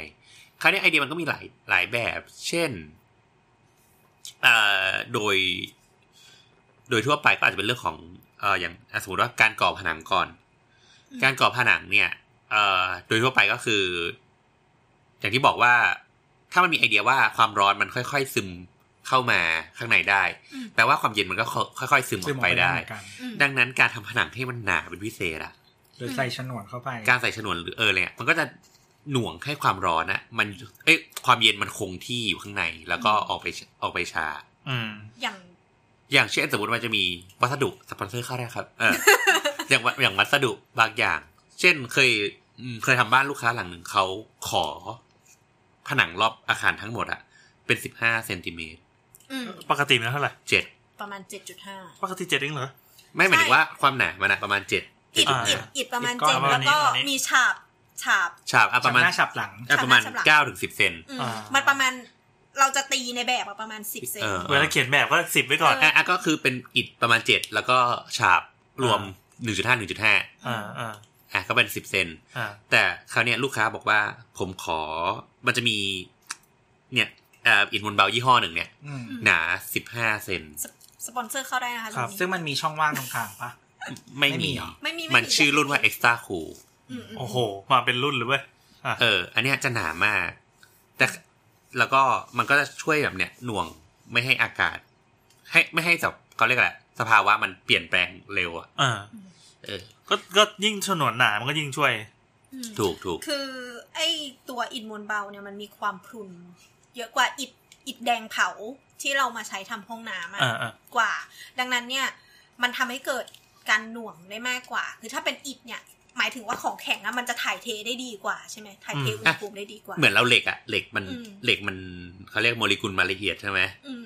Speaker 2: คราวนี้ไอเดียมันก็มีหลายหลายแบบ เช่นอ่าโดย โดยทั่วไปก็อาจจะเป็นเรื่องของเอ่ออย่างอ่ะสมมติว่าการก่อผนังก่อน การก่อผนังเนี่ยเอ่อโดยทั่วไปก็คือ อย่างที่บอกว่า ถ้ามันมีไอเดียว่าความร้อนมันค่อย ๆ ซึมเข้ามาข้างในได้
Speaker 5: อืม
Speaker 2: แปลว่าความเย็นมันก็ค่อยๆซึมอ
Speaker 6: ซึ่ง
Speaker 2: อก
Speaker 6: ม
Speaker 2: ไปได้
Speaker 6: เหมือนกัน
Speaker 5: อืม
Speaker 2: ดังนั้นการทำผนังให้มันหนาเป็นพิเศษอะ
Speaker 6: หรือใส่ฉนวนเข้าไป
Speaker 2: การใส่ฉนวนหรือเอออะไรเนี่ยมันก็จะหน่วงให้ความร้อนนะมันเอ้ยความเย็นมันคงที่อยู่ข้างใน แล้วก็
Speaker 5: อืม
Speaker 2: ออกไปออกไปชา
Speaker 3: อืม
Speaker 5: อย่าง
Speaker 2: อย่างเช่นสมมติมันจะมีวัสดุสปอนเซอร์เข้าได้ครับเออ อย่างวัอย่างวัสดุบางอย่าง เช่นเคยอืมเคยทำบ้านลูกค้าหลังหนึ่งเขาขอ ผนังรอบอาคารทั้งหมดอะเป็นสิบห้าเซนติเมตร
Speaker 5: อืม
Speaker 3: ปกติมันเท่าไหร่
Speaker 2: เจ็ด
Speaker 5: ประมาณเจ็ดจุดห้า
Speaker 3: ปกติเจ็ดเองเหรอ
Speaker 2: ไม่ห
Speaker 5: ใช่
Speaker 2: มายถึงว่าความหนามันอะประมาณเจ็ด
Speaker 5: อิด
Speaker 3: อ่า
Speaker 5: อิดอิดประมาณ
Speaker 6: อิฐก้
Speaker 5: เจ็
Speaker 6: อ
Speaker 5: ด
Speaker 6: น
Speaker 5: แล้วก็
Speaker 3: ประมาณนี้
Speaker 5: มีฉาบฉาบ
Speaker 2: ฉาบอะป
Speaker 6: ชั้
Speaker 2: ระ
Speaker 6: น
Speaker 2: มาณ
Speaker 6: หน้าฉับหลัง
Speaker 2: อะประมาณ
Speaker 5: ฉาบหน้าฉาบหลัง
Speaker 2: เก้าถึงสิบเซน
Speaker 5: อืม
Speaker 3: อ่ามั
Speaker 5: มันประมาณเราจะตีในแบบอะประมาณสิบเซน
Speaker 2: เออ
Speaker 3: เวลาเขียนแบบก็สิบไว้ก่อน
Speaker 2: อ่ะอ่ะก็คือเป็นอิฐประมาณเจ็ดแล้วก็ฉาบรวมหนึ่งจุดห้าหนึ่งจุดห้า
Speaker 3: อ่าอ่า
Speaker 2: อ่ะก็เป็นสิบเซน
Speaker 3: อ่า
Speaker 2: แต่คราวเนี้ยลูกค้าบอกว่าผมขอมันจะมี เนี่ยเอ่ออิฐมวลเบายี่ห้อหนึ่งเนี่ย
Speaker 6: อืม
Speaker 5: ม
Speaker 2: หนาสิบห้าเซน
Speaker 5: สปอนเซอร์เข้าได้นะคะ
Speaker 3: ครั
Speaker 5: ตร
Speaker 3: บ
Speaker 5: งนี้
Speaker 6: ซึ่งมันมีช่องว่างตรงกลางปะ
Speaker 2: ไม่
Speaker 6: ไม่
Speaker 2: มี
Speaker 6: มีหรอ
Speaker 5: ไม่มีไ
Speaker 2: มันชื่อรุ่นว่า extra cool
Speaker 5: อืมอืม
Speaker 3: โอ้โห มาเป็นรุ่นเลยเว้ย
Speaker 2: เออ อันเนี้ยจะหนามาก แต่แล้วก็มันก็จะช่วยแบบเนี่ยหน่วงไม่ให้อากาศ ให้ไม่ให้แบบเขาเรียกอะไรสภาวะมันเปลี่ยนแปลงเร็วอ่ะ
Speaker 3: อ่า
Speaker 2: เออ
Speaker 3: ก็ก็ยิ่งฉนวนหนา มันก็ยิ่งช่วย
Speaker 5: อืม
Speaker 2: ถูกถูก
Speaker 5: คือไอตัวอิฐมวลเบาเนี่ยมันมีความพรุน เยอะกว่าอิฐอิฐแดงเผาที่เรามาใช้ทำห้องน้ำอะ
Speaker 3: อ่าอ่าก
Speaker 5: ว่า ดังนั้นเนี่ย มันทำให้เกิดการหน่วงได้มากกว่า คือถ้าเป็นอิฐเนี่ย หมายถึงว่าของแข็งอะมันจะถ่ายเทได้ดีกว่าใช่ไหมถ่ายเทอุณหภูมิได้ดีกว่า
Speaker 2: เหมือนเราเหล็กอะเหล็กมัน
Speaker 5: อืม
Speaker 2: เหล็กมันเขาเรียกโมเลกุลมาละเอียดใช่ไหม
Speaker 5: อืม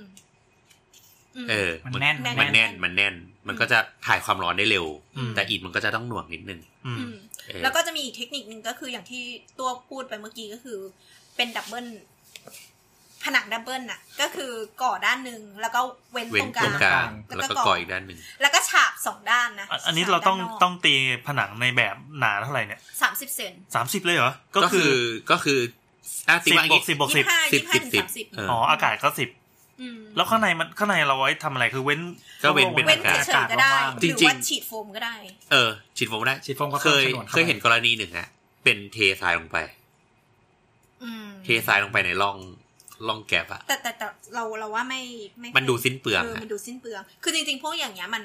Speaker 5: ม
Speaker 2: เออ
Speaker 6: มันแน่น
Speaker 5: แน่น
Speaker 2: มันแน่นมันแน่น มันก็จะถ่ายความร้อนได้เร็ว
Speaker 5: อืม
Speaker 2: แต่อิฐมันก็จะต้องหน่วงนิดนึง
Speaker 3: อืม
Speaker 5: อืม
Speaker 2: เออ
Speaker 5: แล้วก็จะมีอีกเทคนิคนึงก็คืออย่างที่ตัวพูดไปเมื่อกี้ก็คือ เป็นดับเบิลผนังดับเบิลน่ะ ก็คือก่อด้านหนึ่งแล้วก็เว้น
Speaker 2: เว้
Speaker 5: ต
Speaker 2: น
Speaker 5: รงก
Speaker 2: ต
Speaker 5: ลา
Speaker 2: รง งกลาง
Speaker 5: แล้วก็
Speaker 2: แล้วก็ก่ออีกด้านหนึ่ง
Speaker 5: แล้วก็ฉาบสองด้านนะ
Speaker 3: อันอันนี้เราต้องต้องตีผนังในแบบหนาเท่าไหร่เนี่ย
Speaker 5: สามสิบเซน
Speaker 3: สามสิบเลยเหรอ ก็
Speaker 2: ก็
Speaker 3: คื
Speaker 2: คืออก็คืออ่ะสิ
Speaker 3: สิ
Speaker 2: บบ ว่าอบย่า
Speaker 3: ว
Speaker 2: ก ง
Speaker 3: สิ
Speaker 2: งี้
Speaker 3: บบวกสิบ
Speaker 5: ยี่ห้า
Speaker 2: สิ
Speaker 5: ยี่
Speaker 2: บ
Speaker 5: ห้า
Speaker 2: สิบ
Speaker 5: ถึง
Speaker 2: สิบ
Speaker 5: สามสิบ
Speaker 2: เอ
Speaker 3: อ๋อ อากาศก็สิบ
Speaker 5: อืม
Speaker 3: แล้วข้างในมันข้างในเราไว้ทำอะไรคือเว้น
Speaker 2: ก็เว้นเป็น
Speaker 5: เว้น
Speaker 3: อา
Speaker 5: เฉ
Speaker 3: กาศ
Speaker 5: ยๆก็ได้
Speaker 6: ว่าง
Speaker 5: ห
Speaker 6: ๆ
Speaker 2: จริ
Speaker 5: รื
Speaker 2: ง
Speaker 5: อ
Speaker 2: ๆ
Speaker 5: ว่าฉีดโฟมก็ได้
Speaker 2: เออฉีดโฟมได้
Speaker 6: ฉีดโฟมก็
Speaker 2: เคย
Speaker 6: ฉนวนข้า
Speaker 2: เคยเห็นกรณีหนึ่งอะเป็นเททรายลงไป
Speaker 5: อืม
Speaker 2: เททรายลงไปในร่องร่องแก็บอะ
Speaker 5: แต่แต่แต่เราเราว่าไม่ไม่
Speaker 2: มันดูสิ้นเปลือง
Speaker 5: เออ
Speaker 2: อะ
Speaker 5: มันดูสิ้นเปลือง คือจริงๆ พวกอย่างเงี้ยมัน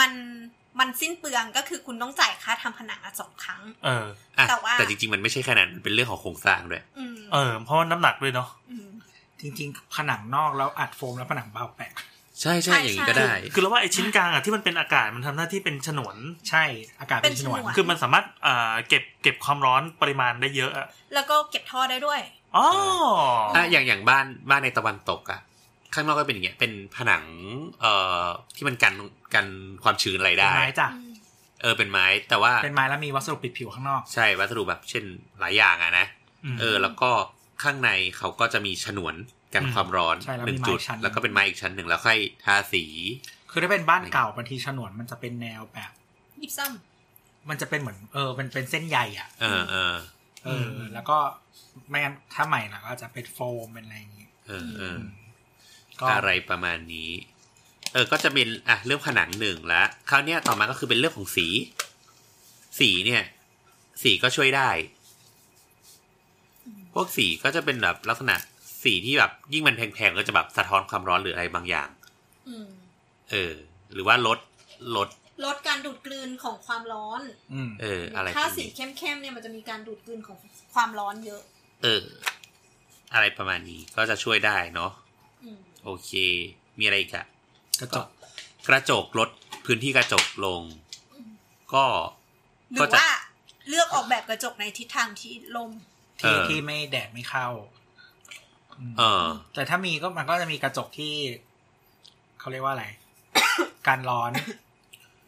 Speaker 5: มันมันสิ้นเปลืองก็คือคุณต้องจ่ายค่าทำผนังอะสองครั้ง
Speaker 3: เออ
Speaker 2: อ่ะ
Speaker 5: แต่ว่า
Speaker 2: แต่จริงๆมันไม่ใช่แค่นั้นมันเป็นเรื่องของโครงสร้างด้วย
Speaker 5: อืม
Speaker 3: เออ เพราะว่าน้ำหนักด้วยเนาะ
Speaker 5: ม
Speaker 6: จริงๆ ผนังนอกแล้วอัดโฟมแล้วผนังเบาแปะ
Speaker 2: ใช่ใช่
Speaker 5: ใช่
Speaker 2: อย่างนี้
Speaker 5: ใช่
Speaker 2: ก็ได้
Speaker 3: คือเราว่าไอ้ชิ้นกลางอะที่มันเป็นอากาศมันทำหน้าที่เป็นฉนวน
Speaker 6: ใช่อากาศเป็น
Speaker 5: เป็น
Speaker 6: ฉ
Speaker 5: ฉ
Speaker 6: น
Speaker 5: น
Speaker 6: ว
Speaker 5: วน น
Speaker 3: คือมันสามารถอ่าเก็บเก็บความร้อนปริมาณได้เยอะอะ
Speaker 5: แล้วก็เก็บท่อได้ด้วย
Speaker 3: อ๋อ
Speaker 2: อ่ะอย่างอย่างบ้านบ้านในตะวันตกอะข้างนอกก็เป็นอย่างเงี้ยเป็นผนังเอ่อที่มันกันกันความชื้นอะไร
Speaker 6: เป็น
Speaker 2: ได้
Speaker 6: ไม้จ้ะ
Speaker 2: เออเป็นไม้แต่ว่า
Speaker 6: เป็นไม้แล้วมีวัสดุปิดผิวข้างนอก
Speaker 2: ใช่วัสดุแบบเช่นหลายอย่างอะนะ
Speaker 3: ม
Speaker 2: เออแล้วก็ข้างในเขาก็จะมีฉนวนกัน
Speaker 3: อืม
Speaker 2: ความร้อน
Speaker 6: ใช่แล้ว
Speaker 2: หนึ่
Speaker 6: มี
Speaker 2: ง
Speaker 6: ไม้
Speaker 2: จุด
Speaker 6: ชั้น
Speaker 2: แล้วก็เป็นไม้อีกชั้นหนึ่งแล้วค่อยทาสี
Speaker 6: คือถ้าเป็นบ้านเก่าบางทีฉนวนมันจะเป็นแนวแบบ
Speaker 5: ยิบซ้
Speaker 6: มันจะเป็นเหมือนเออมันเป็นเส้นใยอ่ะ
Speaker 2: เออเออ
Speaker 6: เอออ
Speaker 3: ม
Speaker 6: แล้วก็ไม่งั้นถ้าใหม่นะก็อาจจะเป็นโฟมเป็นอะไรอย่างงี้
Speaker 2: เออเออ
Speaker 6: ก็
Speaker 2: อะไรประมาณนี้ เออ ก็จะเป็นอ่ะเรื่องผนังหนึ่งละคราวเนี้ยต่อมาก็คือเป็นเรื่องของสี สีเนี่ย สีก็ช่วยได้ พวกสีก็จะเป็นแบบลักษณะสีที่แบบ ยิ่งมันแพงๆก็จะแบบสะท้อนความร้อนหรืออะไรบางอย่าง
Speaker 5: ำอืม
Speaker 2: เออ หรือว่าลดลด
Speaker 5: ลดการดูดกลืนของความร้อน
Speaker 6: อืม
Speaker 2: เออ อะไรพ
Speaker 5: ถ้าว
Speaker 2: ก
Speaker 5: สี
Speaker 2: นี้
Speaker 5: เข้มๆเนี่ยมันจะมีการดูดกลืนของความร้อนเยอะ
Speaker 2: เออ อะไรประมาณนี้ก็จะช่วยได้เนาะ
Speaker 5: อืม
Speaker 2: โอเค มีอะไรอีกอะ
Speaker 6: กระจก
Speaker 2: กระจกลดพื้นที่กระจกลง ก็
Speaker 5: หรื
Speaker 2: ก็
Speaker 5: อ
Speaker 2: จะ
Speaker 5: ว่าเลือกออกแบบกระจกในทิศทางที่ลม
Speaker 2: เอ
Speaker 6: ที่
Speaker 2: อ
Speaker 6: ที่ไม่แดดไม่เข้าอืม
Speaker 2: เออ
Speaker 6: แต่ถ้ามีก็มันก็จะมีกระจกที่เขาเรียกว่าอะไร การร้อน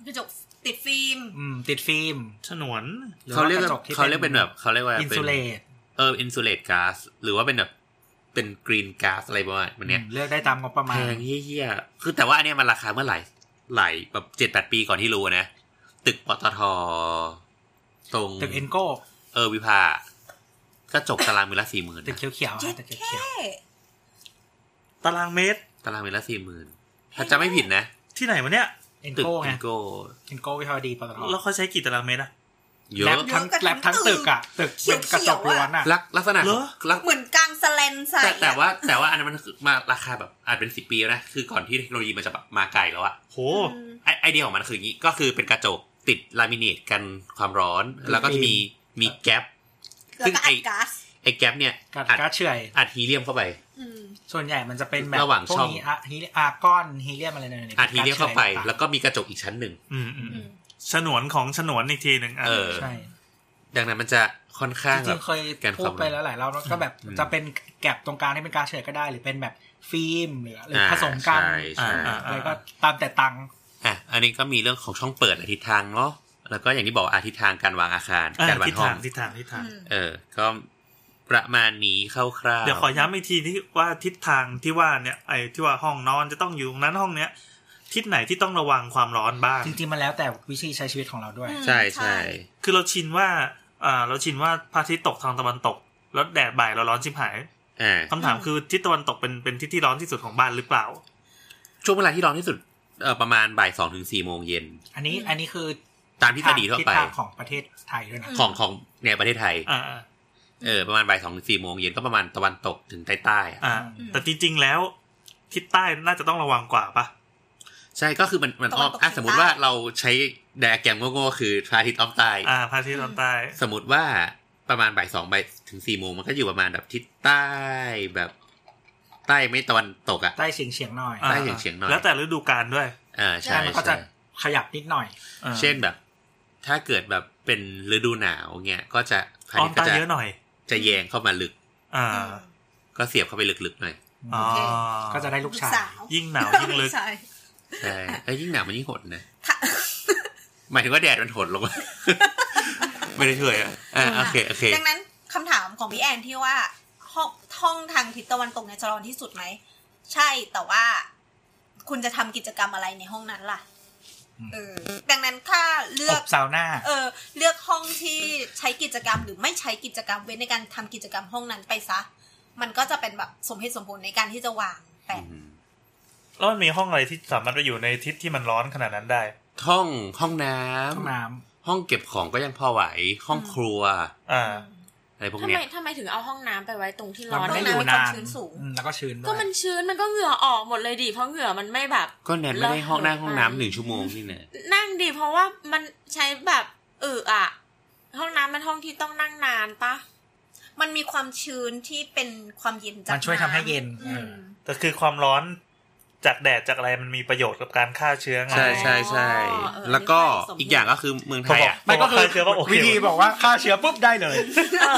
Speaker 5: กระจกติดฟิล์ม
Speaker 6: อืม ติดฟิล์ม
Speaker 3: ฉนวน
Speaker 6: หอ
Speaker 2: เขาเรียก
Speaker 6: ว่
Speaker 2: ว่าเขาเรียกเป็นแบบเขาเรียกว่า
Speaker 6: อินซูเลต
Speaker 2: เอออินซูเลตก๊าซหรือว่าเป็นแบบเป็นกรีนก๊าซอะไรประมาณเนี้ย
Speaker 6: เลือกได้ตามงบประ
Speaker 2: แพ
Speaker 6: มาณ
Speaker 2: งเยี่ยๆคือแต่ว่าอันเนี้ยมันราคาเมื่อไหร่หลายแบบเจ็ดแปดปีก่อนที่รู้นะ ตึกปตทตรง
Speaker 6: ตึกเอ็นโก
Speaker 2: เออวิภา กระจกตารางเมตรละสี่หมื่น
Speaker 6: ตึกเขียวๆ
Speaker 5: เจ็ด
Speaker 6: ฮะตึกเขียว
Speaker 3: ตารางเมตร
Speaker 2: ตารางเมตรละสี่หมื่นถ้าจะไม่ผิดนะ
Speaker 3: ที่ไหนวะเนี่ย
Speaker 6: ๆเอ็น
Speaker 2: ตึก
Speaker 6: โกไง
Speaker 2: อินโก้
Speaker 6: เอ็นโกวิภาวดีปตท
Speaker 3: แล้วเขาใช้กี่ตารางเมตรอะ
Speaker 2: เย
Speaker 6: แล
Speaker 2: อะ
Speaker 6: บทั้ง
Speaker 5: เยอะ
Speaker 6: แลบทั้งตึกอ่ะตึก
Speaker 5: เขี
Speaker 6: เป็
Speaker 5: ยวน ๆอะ
Speaker 6: กระจกล้วนอ่ะ
Speaker 2: ลักลักษณะ
Speaker 3: เหรอ
Speaker 2: ลัก
Speaker 5: เหมือนกลางสแลนใส่
Speaker 2: แต่
Speaker 5: อะ
Speaker 2: แต่ว่าแต่ว่าอันนั้นมันคือมาราคาแบบอาจเป็นสิบปีแล้วนะ คือก่อนที่เทคโนโลยีมันจะแบบมาไกลแล้วอะ
Speaker 3: โห
Speaker 5: อืม
Speaker 2: ไอไอเดียของมันคืออย่างนี้ก็คือเป็นกระจกติดลามิเนตกันความร้อน แล้วก็จะมีมีแก๊ป
Speaker 5: แล้ว
Speaker 2: ซึ่ง
Speaker 5: ก็
Speaker 2: ไอ้
Speaker 5: อัดก๊าซ
Speaker 2: ไอแก๊ปเนี่ย
Speaker 6: กัด
Speaker 2: อัด
Speaker 6: ก๊าซเฉอย
Speaker 2: อัดฮีเลียมเข้าไป
Speaker 5: อืม
Speaker 6: ส่วนใหญ่มันจะเป็นแบบ
Speaker 2: ระหว่าง
Speaker 6: พวก
Speaker 2: ช่อง
Speaker 6: นี้อะฮีเลอาร์กอนฮีเลียมอะไรเนี่ยนี่
Speaker 2: อัดฮีเลียมเข้าไป
Speaker 6: ก๊สฉอย
Speaker 2: แล้วก็มีกระจกอีกชั้นหนึ่ง
Speaker 3: อืมอืม
Speaker 5: อืม
Speaker 3: ฉนวนของฉนวนอีกทีหนึ่งะ
Speaker 2: เออ
Speaker 6: ใช่
Speaker 2: ดังนั้นมันจะค่อนข้างแบ
Speaker 6: จริ
Speaker 2: บ
Speaker 6: งๆเคยพูดไปแล้วหลายรอบแล้วก็แบบ
Speaker 2: อืม
Speaker 6: จะเป็นแก็บตรงกลางที่เป็นก๊าซเฉอยก็ได้ หรือเป็นแบบฟิล์มหรือหรือ
Speaker 2: อ่า
Speaker 6: ผสมกัน
Speaker 2: ใช่
Speaker 3: อ่า
Speaker 2: ใช่
Speaker 3: อ่า
Speaker 6: อะไร
Speaker 3: อ่า
Speaker 6: ก็ตามแต่ตังค์
Speaker 2: อ่ะอันนี้ก็มีเรื่องของช่องเปิดอาทิตย์ทางเนาะแล้วก็อย่างที่บอกอาทิตย์ทางการวางอาคาร
Speaker 3: อ่ะ
Speaker 2: การวา
Speaker 3: ทิศ
Speaker 2: งห้อ
Speaker 3: ทาง งทิศทางทิศทาง
Speaker 5: อืม
Speaker 2: เออ ก็ประมาณนี้คร่าวๆ
Speaker 3: เดี๋ยวขอย้ำอีกทีที่ว่าทิศทางที่ว่าเนี่ยไอ้ที่ว่าห้องนอนจะต้องอยู่ตรงนั้นห้องเนี้ยทิศไหนที่ต้องระวังความร้อน บ้าง
Speaker 6: จริงๆมันแล้วแต่วิธีใช้ชีวิตของเราด้วย
Speaker 5: อืม
Speaker 2: ใช่
Speaker 5: ใช่
Speaker 2: ใช่
Speaker 3: คือเราชินว่าอ่าเราชินว่าพระอาทิตย์ตกทางตะวันตก แล้วแดดบ่ายเราร้อนชิบหาย
Speaker 2: อ่า
Speaker 3: คำถามคือทิศตะวันตกเป็นเป็นทิศที่ร้อนที่สุดของบ้านหรือเปล่า
Speaker 2: ช่วงเวลาที่ร้อนที่สุดเออประมาณบ่ายสองถึงสี่โมงเย็น
Speaker 6: อันนี้
Speaker 5: อืม
Speaker 6: อันนี้คือ
Speaker 2: ตามทฤษฎีทั่วไป
Speaker 6: ทางของประเทศไทยด้วยนะ
Speaker 2: ของของในประเทศไทย
Speaker 3: อ่า
Speaker 2: เออประมาณบ่ายสองถึงสี่โมงเย็นก็ประมาณตะวันตกถึงใต้ใต้อะ
Speaker 3: อ่าแต่จริงๆแล้ว ทิศใต้น่าจะต้องระวังกว่าปะ
Speaker 2: ใช่ก็คือมันมัน
Speaker 5: ตะ
Speaker 2: อ้
Speaker 5: วั
Speaker 2: อน ม
Speaker 5: ตก
Speaker 2: อ่ะ
Speaker 5: ถึงใต้
Speaker 2: สมมติว่าเราใช้ไดอะแกรมโง่ๆคือพระอาทิตย์อ้อมใต้
Speaker 3: อ่าพระอาทิตย์ตอนใต้
Speaker 2: สมมติว่าประมาณบ่ายสองบ่ายถึงสี่โมงมันก็อยู่ประมาณแบบทิศใต้แบบใต้ไม่ตะวันตกอ่ะ
Speaker 6: ใต้เฉียงเฉียงๆหน่อย
Speaker 2: อ่ะ ได้อย่างเฉียงหน่อย
Speaker 3: แล้วแต่ฤดูกาลด้วย
Speaker 2: เอ่าใช่
Speaker 6: แล้วมันก็จะ
Speaker 2: ใช่
Speaker 6: ขยับนิดหน่อย
Speaker 3: อ่า
Speaker 2: เช่นแบบ ถ้าเกิดแบบเป็นฤดูหนาวเงี้ยก็จะพระ
Speaker 3: อ
Speaker 2: อา
Speaker 3: อ
Speaker 2: ทิต
Speaker 3: ม
Speaker 2: ย์ก็
Speaker 3: ใต้
Speaker 2: จะ
Speaker 3: เยอะหน่อย
Speaker 2: จะแยงเข้ามาลึก
Speaker 3: อ่า
Speaker 5: อืม
Speaker 2: ก็เสียบเข้าไปลึกๆหน่อย
Speaker 3: อ๋อ
Speaker 6: ก็จะได้ลูกชาย
Speaker 5: สาว
Speaker 3: ยิ่งหนาวยิ่งลึก
Speaker 5: ใช่
Speaker 2: ใช่เอ้ยยิ่งหนาวมันยิ่งหดนะ
Speaker 5: ค่ะ
Speaker 2: หมายถึงว่าแดดมันหดลงมา ไม่ได้เฉยอ่ะอ่ะโอเคโอเค
Speaker 5: ดังนั้นคำถามของพี่แอนที่ว่าห้องท่องทางทิศตะวันตกเนี่ยจะร้อนที่สุดไหม ใช่แต่ว่า คุณจะทำกิจกรรมอะไรในห้องนั้นล่ะ
Speaker 6: อืม
Speaker 5: เออดังนั้นถ้าเลื
Speaker 6: อ
Speaker 5: อก
Speaker 6: บซาวน่า
Speaker 5: เออ เลือกห้องที่ใช้กิจกรรมหรือไม่ใช้กิจกรรมเว้นในการทำกิจกรรมห้องนั้นไปซะ มันก็จะเป็นแบบสมเหตุสมผลในการที่จะวางแต่
Speaker 2: อืม
Speaker 3: แล้วมันมีห้องอะไรที่สามารถไปอยู่ในทิศที่มันร้อนขนาดนั้นได้
Speaker 2: ห้องห้องน้ำ
Speaker 6: ห้องน้
Speaker 2: ห้องเก็บของก็ยังพอไหว ห้องครัว
Speaker 3: อ่า
Speaker 2: อะไรพวก
Speaker 4: ทำ
Speaker 2: เนี้
Speaker 4: ไม
Speaker 2: ย
Speaker 4: ทำไมถึงเอาห้องน้ำไปไว้ตรงที่
Speaker 6: ำ
Speaker 4: ร้อน
Speaker 6: มั
Speaker 5: ห้
Speaker 6: ไม่
Speaker 4: ได้
Speaker 5: งำ
Speaker 6: อยู่
Speaker 5: มัน
Speaker 6: นาน
Speaker 5: ความชื้นสูง
Speaker 6: อืมแล้วก็ชื้นด้วย
Speaker 4: ก็มันชื้นมันก็เหงื่อออกหมดเลยดิเพราะเหงื่อมันไม่แบบ
Speaker 2: ก็แนนไม่ได้ห้องนั่งห้องน้ำหนึ่งชั่วโมงนี่เนอะ
Speaker 4: นั่งดิเพราะว่ามันใช้แบบอึอะห้องน้ำมันห้องที่ต้องนั่งนานปะ
Speaker 5: มันมีความชื้นที่เป็นความเย็นจาก
Speaker 6: มันช่วยทำให้เย็น
Speaker 5: อืม
Speaker 3: แต่คือความร้อนจากแดดจากอะไรมันมีประโยชน์กับการฆ่าเชื้อไง
Speaker 2: ใช่ใช่ใช่
Speaker 4: เออ
Speaker 2: แล้วก็
Speaker 4: สม
Speaker 2: อีกอย่างก็คือเมืองไทยอ่ะ
Speaker 3: ไม่ก็คือเชื้อว่าโอเค
Speaker 6: วิธีบอกว่าฆ่าเชื้อปุ๊บได้เลย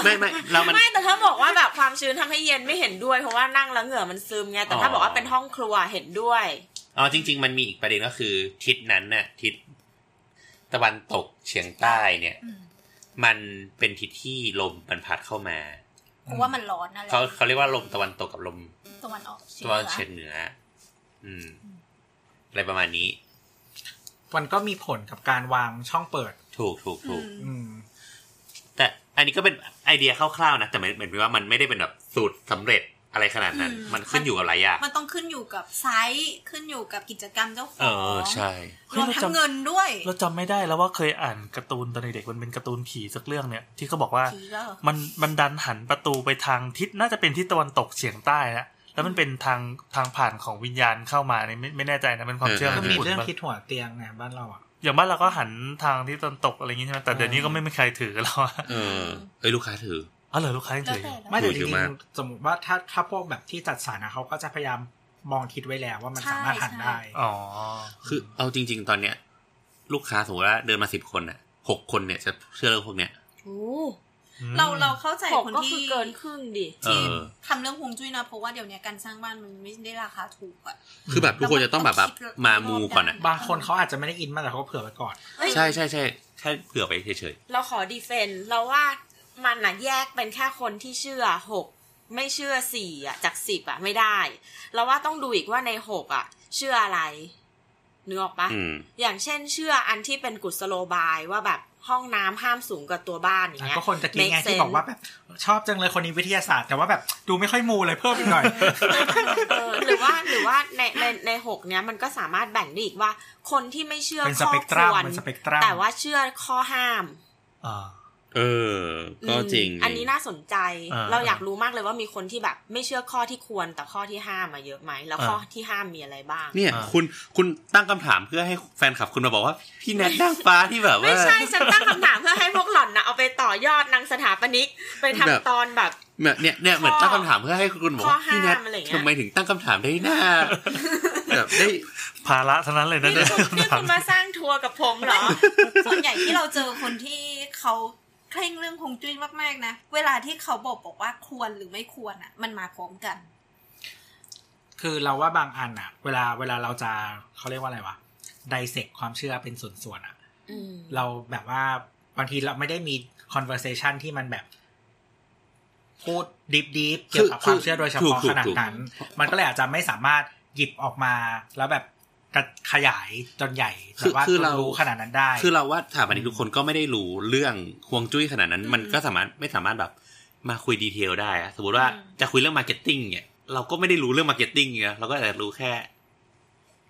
Speaker 2: ไม่ไม่เรามัน
Speaker 4: ไม่แต่ถ้าบอกว่าแบบความชื้นทำให้เย็นไม่เห็นด้วย เพราะว่านั่งแล้วเหงื่อมันซึมไงแต่ถ้า
Speaker 2: อ๋อ
Speaker 4: บอกว่าเป็นห้องครัวเห็นด้วย
Speaker 2: อ๋อจริง ๆ มันมีอีกประเด็นก็คือ ทิศนั้นน่ะทิศตะวันตกเฉียงใต้เนี่ย
Speaker 5: อืม
Speaker 2: มันเป็นทิศที่ลมมันพัดเข้ามา
Speaker 5: กูว่ามันร้อนนั่นแหละ
Speaker 2: เขาเขาเรียกว่าลมตะวันตกกับลม
Speaker 5: ตะวันออกเฉียง
Speaker 2: ตะวัน
Speaker 5: เหนือ
Speaker 2: เฉียงเหนือ อืม อะไรประมาณนี้
Speaker 6: มันก็มีผลกับการวางช่องเปิด
Speaker 2: ถูกถูก
Speaker 5: อื
Speaker 2: ถูก
Speaker 5: ม
Speaker 6: อืม
Speaker 2: แต่อันนี้ก็เป็นไอเดียคร่าวๆนะ แต่เหมือนเหมือนว่ามันไม่ได้เป็นแบบสูตรสำเร็จอะไรขนาดนั้น มันขึ้นอยู่กับหลายอย่าง
Speaker 5: มันต้องขึ้นอยู่กับไซส์ขึ้นอยู่กับกิจกรรมเจ้าข
Speaker 2: เอ
Speaker 5: อง
Speaker 2: อใช่
Speaker 5: รวมทั้งเงินด้วย
Speaker 3: เราจำไม่ได้แล้วว่าเคยอ่านการ์ตูนตอนเด็กๆมันเป็นการ์ตูนผีสักเรื่องเนี่ยที่เขาบอกว่า
Speaker 5: ผีก็เหรอ
Speaker 3: มันมันดันหันประตูไปทางทิศน่าจะเป็นทิศตะวันตกเฉียงใต้นะแล้วมันเป็นทางทางผ่านของวิญญาณเข้ามาเนี่ยไม่ไม่แน่ใจนะเป็นความเชื่อข
Speaker 6: ก็
Speaker 3: อง
Speaker 6: มี
Speaker 3: ญี่ปุ่น
Speaker 6: เรื่อง
Speaker 3: ปะ
Speaker 6: คิดหัวเตียงไงบ้านเราอ่ะ
Speaker 3: อย่างบ้านเราก็หันทางทิศตะวันตกอะไรอย่างงี้ใช่ไหมแต่เดี๋ยวนี้ก็ไม่มีใครถือกันแล้วอะ
Speaker 2: เออเอ้ยลูกค้าถือ
Speaker 3: อ๋อเหรอลูกค้ายัง
Speaker 5: แล้ว
Speaker 3: ถืออ
Speaker 5: แต่
Speaker 3: ยู่
Speaker 5: เนอะ
Speaker 6: ไม่แต่
Speaker 2: ถูก
Speaker 6: จ
Speaker 2: อยู่
Speaker 6: ริง
Speaker 2: มาก
Speaker 6: ๆสมมติว่าถ้าถ้าพวกแบบที่จัดสรรนะเขาก็จะพยายามมองทิศไว้แล้วว่ามัน
Speaker 5: ใช่
Speaker 6: สามารถหัน
Speaker 5: ใช่
Speaker 6: ได้
Speaker 3: อ๋อ
Speaker 2: คือเอาจริง ๆ ตอนเนี้ย ลูกค้าสมมติว่าเดินมาสิบคนอ่ะหกคนเนี่ยจะเชื่อเรื่องพวกเนี้ย
Speaker 3: อืม
Speaker 5: เราเราเข้าใจ
Speaker 4: ผม
Speaker 5: คน
Speaker 4: ก็
Speaker 5: ที่
Speaker 4: คือเกินครึ่งดิ
Speaker 2: เอ
Speaker 5: ที่
Speaker 2: อ
Speaker 5: ทำเรื่องฮวงจุ้ยนะเพราะว่าเดี๋ยวนี้การสร้างบ้านมันไม่ได้ราคาถูกอะ
Speaker 2: คือแบบทุกคนจะต้องแบบแบบมามูก่อนอ่ะ
Speaker 6: บางคนเขาอาจจะไม่ได้อินมากแต่เขาก็เผื่อไว้ก่อน
Speaker 2: ใช่ใช่ใช่แค่เผื่อไปเฉย
Speaker 4: เราขอดีเฟนเราว่ามันน่ะแยกเป็นแค่คนที่เชื่อหกไม่เชื่อสี่อ่ะจากสิบอ่ะไม่ได้ เราว่าต้องดูอีกว่าในหกอ่ะ เชื่ออะไรนึกออกปะ
Speaker 2: ๆอืม
Speaker 4: อย่างเช่นเชื่ออันที่เป็นกุศโลบายว่าแบบห้องน้ำห้ามสูงกว่าตัวบ้านอย่างเงี้ย
Speaker 6: ก็คนจะกินไง
Speaker 4: make
Speaker 6: ที่
Speaker 4: sense
Speaker 6: บอกว่าแบบชอบจังเลยคนนี้วิทยาศาสตร์ แต่ว่าแบบดูไม่ค่อยมูเลยเพิ่มอีกหน่อย
Speaker 4: เออหรือว่าหรือว่าในในในหกเนี้ยมันก็สามารถแบ่งได้อีกว่า คนที่ไม่เชื่อ
Speaker 6: เป็นส
Speaker 4: ข้อ
Speaker 6: เปกต
Speaker 4: ค
Speaker 6: รัม
Speaker 4: วร
Speaker 6: เป็นสเปกตรัม
Speaker 4: แต่ว่าเชื่อข้อห้าม
Speaker 3: อ่า
Speaker 2: เออ ก็จริง
Speaker 4: อืมอันนี้น่าสนใจ
Speaker 3: อ่า
Speaker 4: เราอยากรู้มากเลยว่ามีคนที่แบบ ไม่เชื่อข้อที่ควรแต่ข้อที่ห้ามมาเยอะไหม แล้วข้อที่ห้ามมีอะไรบ้าง
Speaker 2: เนี่ย
Speaker 3: อ่า
Speaker 2: คุณคุณตั้งคำถามเพื่อให้แฟนคลับคุณมาบอกว่า พี่แนทด้างฟ้าที่แบบว่า
Speaker 4: ไม่ใช่ ฉันตั้งคำถามเพื่อให้พวกหล่อนนะเอาไปต่อยอดนางสถาปนิก ไปทำ
Speaker 2: แบบ
Speaker 4: ตอนแบบ
Speaker 2: แบบเนี่ยเนี่ยเหมือน
Speaker 4: ข้อ
Speaker 2: ตั้งคำถามเพื่อให้คุณบอกว่า
Speaker 4: ข้อห้าม
Speaker 2: พี่แนท
Speaker 4: อะไรอย่างเงี้
Speaker 2: ทำ
Speaker 4: ย
Speaker 2: ไมถึงตั้งคำถามได้ หน้า แบบได้
Speaker 3: ภาระทั้งนั้นเลยนะ
Speaker 4: นี่
Speaker 3: เนี่ย
Speaker 4: คุณนี่คุณมาสร้างทัวร์กับผมเหรอ
Speaker 5: ส่วนใหญ่ที่เราเจอคนที่เขาเคร่งเรื่องฮวงจุ้ยมากๆนะ เวลาที่เขาบอกบอกว่าควรหรือไม่ควรอ่ะ มันมาพร้อมกัน
Speaker 6: คือเราว่าบางอันอ่ะ เวลาเวลาเราจะเขาเรียกว่าอะไรวะไดเซกความเชื่อเป็นส่วนๆอ่ะ
Speaker 4: อืม
Speaker 6: เราแบบว่าบางทีเราไม่ได้มี conversation ที่มันแบบ พูดดิฟดิฟเกี่ยวกับ
Speaker 2: คือ
Speaker 6: ความเชื่อโดยเฉ
Speaker 2: ถูก
Speaker 6: พาะ
Speaker 2: ถูก
Speaker 6: ขนาด
Speaker 2: ถูก
Speaker 6: นั้น มันก็เลยอาจจะไม่สามารถหยิบออกมา แล้วแบบกระขยายจนใหญ่
Speaker 2: คือ
Speaker 6: แบบว่า
Speaker 2: คือเรา
Speaker 6: รู้ขนาดนั้นได้
Speaker 2: คือเราว่าสถาปนิกทุกคนก็ไม่ได้รู้เรื่องฮวงจุ้ยขนาดนั้น
Speaker 5: อืม
Speaker 2: มันก็สามารถไม่สามารถแบบมาคุยดีเทลได้อะสมมติว่า
Speaker 5: อืม
Speaker 2: จะคุยเรื่องมาร์เก็ตติ้งเนี่ยเราก็ไม่ได้รู้เรื่องมาร์เก็ตติ้งเนี่ยเราก็อาจจะรู้แค่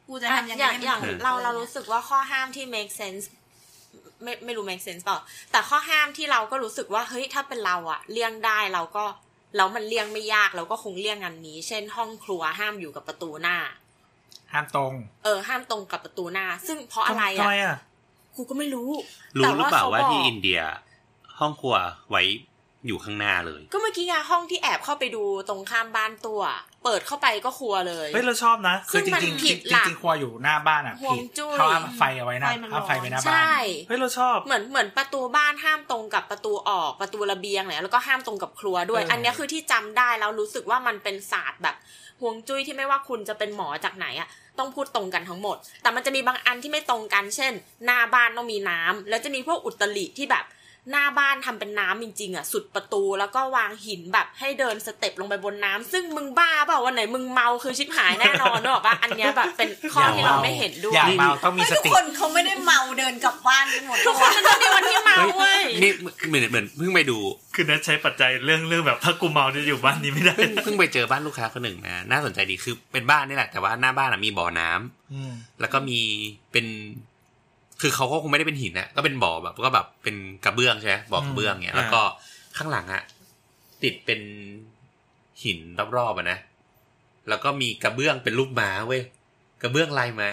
Speaker 5: กูจะทำยัง
Speaker 4: อ
Speaker 5: ไง
Speaker 4: ย่าง
Speaker 5: ให้มัน
Speaker 4: อย่าง
Speaker 5: ถูก
Speaker 4: เราเรารู้สึกว่าข้อห้ามที่ make sense ไม่ไม่รู้ make sense เปล่าแต่ข้อห้ามที่เราก็รู้สึกว่าเฮ้ยถ้าเป็นเราอะเลี่ยงได้เราก็แล้วมันเลี่ยงไม่ยากเราก็คงเลี่ยงอันนี้ เช่น ห้องครัวห้ามอยู่กับประตูหน้า
Speaker 6: ห้ามตรง
Speaker 4: เออห้ามตรงกับประตูหน้า ซึ่งเพราะอะไร
Speaker 3: ทำ
Speaker 4: อ่ะ
Speaker 3: ไมอ่ะ
Speaker 4: กูก็ไม่รู้
Speaker 2: รู้หรือเปล่า
Speaker 4: แต่
Speaker 2: ว่า
Speaker 4: ขบก
Speaker 2: ที่อินเดีย ห้องครัวไว้อยู่ข้างหน้าเลย
Speaker 4: ก็เมื่อกี้ไงห้องที่แอบเข้าไปดูตรงข้ามบ้านตัวอะเปิดเข้าไปก็ครัวเลย
Speaker 3: เฮ้ยเราชอบนะ
Speaker 6: คือจ
Speaker 4: มัน
Speaker 6: ริงๆ
Speaker 4: ผิ
Speaker 6: จ
Speaker 4: ด
Speaker 6: ริง
Speaker 4: หลัก
Speaker 6: ๆจริงๆครัวอยู่หน้าบ้านอ่ะ
Speaker 4: ฮวง
Speaker 6: ผิด
Speaker 4: จุ้ย
Speaker 6: เขาเอาไฟเอาไว้หน้า
Speaker 5: ไฟมันร้อน
Speaker 6: เอาไฟไว้หน้าบ้า
Speaker 4: ใช่
Speaker 6: น
Speaker 3: เฮ้ยเราชอบ
Speaker 4: เหมือนเหมือนประตูบ้านห้ามตรงกับประตูออกประตูระเบียงเนี่ยแล้วก็ห้ามตรงกับครัวด้วย
Speaker 6: เอออั
Speaker 4: อันเนี้ยคือที่จำได้แล้วรู้สึกว่ามันเป็นศาสตร์แบบห่วงจุ้ยที่ไม่ว่าคุณจะเป็นหมอจากไหนอะต้องพูดตรงกันทั้งหมด แต่มันจะมีบางอันที่ไม่ตรงกัน เช่น หน้าบ้านต้องมีน้ำแล้วจะมีพวกอุตริที่แบบ หน้าบ้านทำเป็นน้ำจริงๆอ่ะสุดประตูแล้วก็วางหินแบบให้เดินสเต็ปลงไปบนน้ำซึ่งมึงบ้าเปล่าวันไหนมึงเมาคือชิบหายแน่นอนเนกอะปะอันเนี้ยแบบเป็นข้อที่เราไม่เห็นด้ว
Speaker 6: อย ย่างเมาต้องมี
Speaker 5: ไม่
Speaker 6: ส
Speaker 5: ทุก
Speaker 6: ติ
Speaker 5: คนเขาไม่ได้เมาเดินกลับบ้านกันหมด
Speaker 4: ทุกคนมันต้องมีวันที่เมาเว้ย
Speaker 2: นี่เหมือนเหมือนเพิ่งไปดู
Speaker 3: คือนัทใช้ปัจจัยเรื่องเรื่องแบบถ้ากูเมาจะอยู่บ้านนี้ไม่ได้
Speaker 2: เพิ่งเพิ่งไปเจอบ้านลูกค้าคนหนึ่งมาน่าสนใจดีคือเป็นบ้านนี่แหละแต่ว่าหน้าบ้านอะมีบ่อน้ำ
Speaker 6: อืม
Speaker 2: แล้วก็มีเป็น คือเขาก็คงไม่ได้เป็นหินนะก็เป็นบ่อแบบก็แบบเป็นกระเบื้องใช่ไหมบ่อกระเบื้องเนี้ย
Speaker 3: อ่า
Speaker 2: แล้วก็ข้างหลังอะติดเป็นหินรอบๆอะนะแล้วก็มีกระเบื้องเป็นรูปม้าเว้ยกระเบื้องลายม้า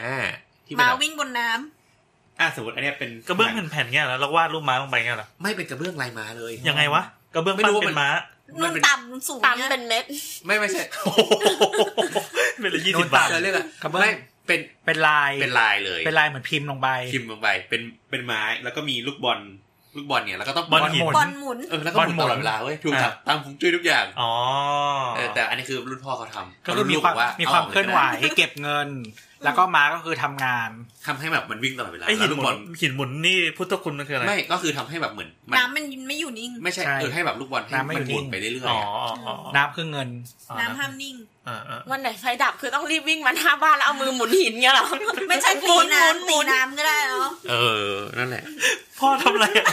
Speaker 2: ที่เป็น
Speaker 5: มา
Speaker 2: แบบ
Speaker 5: วิ่งบนน้ำ
Speaker 2: อ่ะสมมติอันเนี้ยเป็น
Speaker 3: กระเบื้องเป็นแผ่นเงี้ยแล้วเราวาดรูปม้าลงไปเงี้ยเหรอ
Speaker 2: ไม่เป็นกระเบื้องลายม้าเลย
Speaker 3: ยังไงวะกระเบื้อง
Speaker 2: ไม่
Speaker 3: ปั้
Speaker 2: รู้
Speaker 3: น
Speaker 2: ว่ามั
Speaker 3: เป็น นม้า
Speaker 5: นุ่นต่ำนุ่นสูง
Speaker 4: ปั๊ม
Speaker 5: เนี่ย
Speaker 4: เป็นเม็ด
Speaker 2: ไม่ไม่ใช่
Speaker 3: เป็นละยี่สิบบาท
Speaker 2: เราเรียกอะ
Speaker 6: กระเบื้อง
Speaker 2: ไม่เป็น
Speaker 6: เป็นลาย
Speaker 2: เป็นลายเลย
Speaker 6: เป็นลายเหมือนพิมพ์ลงไป
Speaker 2: พิมพ์ลงไปเป็นเป็นไม้แล้วก็มีลูกบอลลูกบอลเนี่ยแล้วก็ต้อง
Speaker 3: บอลหิน
Speaker 5: บอลหมุน
Speaker 2: เออแล้วก็หมุน
Speaker 6: บ
Speaker 2: ต
Speaker 6: อลห
Speaker 2: ล
Speaker 6: มุน
Speaker 2: อดเวลาเว้ยถูกครับตามผมจุ้ยทุกอย่าง
Speaker 3: อ๋อ
Speaker 2: เออแต่อันนี้คือรุ่นพ่อเขาทำ
Speaker 6: ก็คือมีความ
Speaker 2: เขรู้
Speaker 6: มีความ
Speaker 2: บ
Speaker 6: เคลื่อนไหวเก็บเงิน แล้วก็ม้าก็คือทำงาน
Speaker 2: ทำให้แบบมันวิ่งตลอดเวลา
Speaker 3: ไอหิ
Speaker 2: แล้ว
Speaker 3: น
Speaker 2: ลูก
Speaker 3: หมุ
Speaker 2: บอน ล
Speaker 3: หินหมุนนี่พุทธคุณมันคืออะไร
Speaker 2: ไม่ก็คือทำให้แบบเหมือนมั
Speaker 5: น้ำมันไม่อยู่นิ่ง
Speaker 2: ไม่ใช่
Speaker 6: ใช่
Speaker 2: เออให้แบบลูกบอลให้
Speaker 6: น้ำไม่
Speaker 2: มัน
Speaker 6: อ
Speaker 2: ห
Speaker 6: ยู่
Speaker 2: มุน
Speaker 6: นิ่ง
Speaker 2: ไปเรื่อย
Speaker 3: อ๋อ
Speaker 2: ๆอะ
Speaker 3: อ๋ออ๋อ
Speaker 6: น้ำคือเงิน
Speaker 3: อ๋อ
Speaker 5: น้ำห้ามนิ่ง
Speaker 3: เออเออ
Speaker 4: วันไหนไฟดับคือต้องรีบวิ่งมาหน้าบ้านแล้วเอามือหมุนหินเงี้ยเหรอ
Speaker 5: ไม่ใช่ตีน้ำตีน้ำก็ได้เนาะ
Speaker 2: เออนั่นแหละ
Speaker 3: พ่อทำอะไรอะ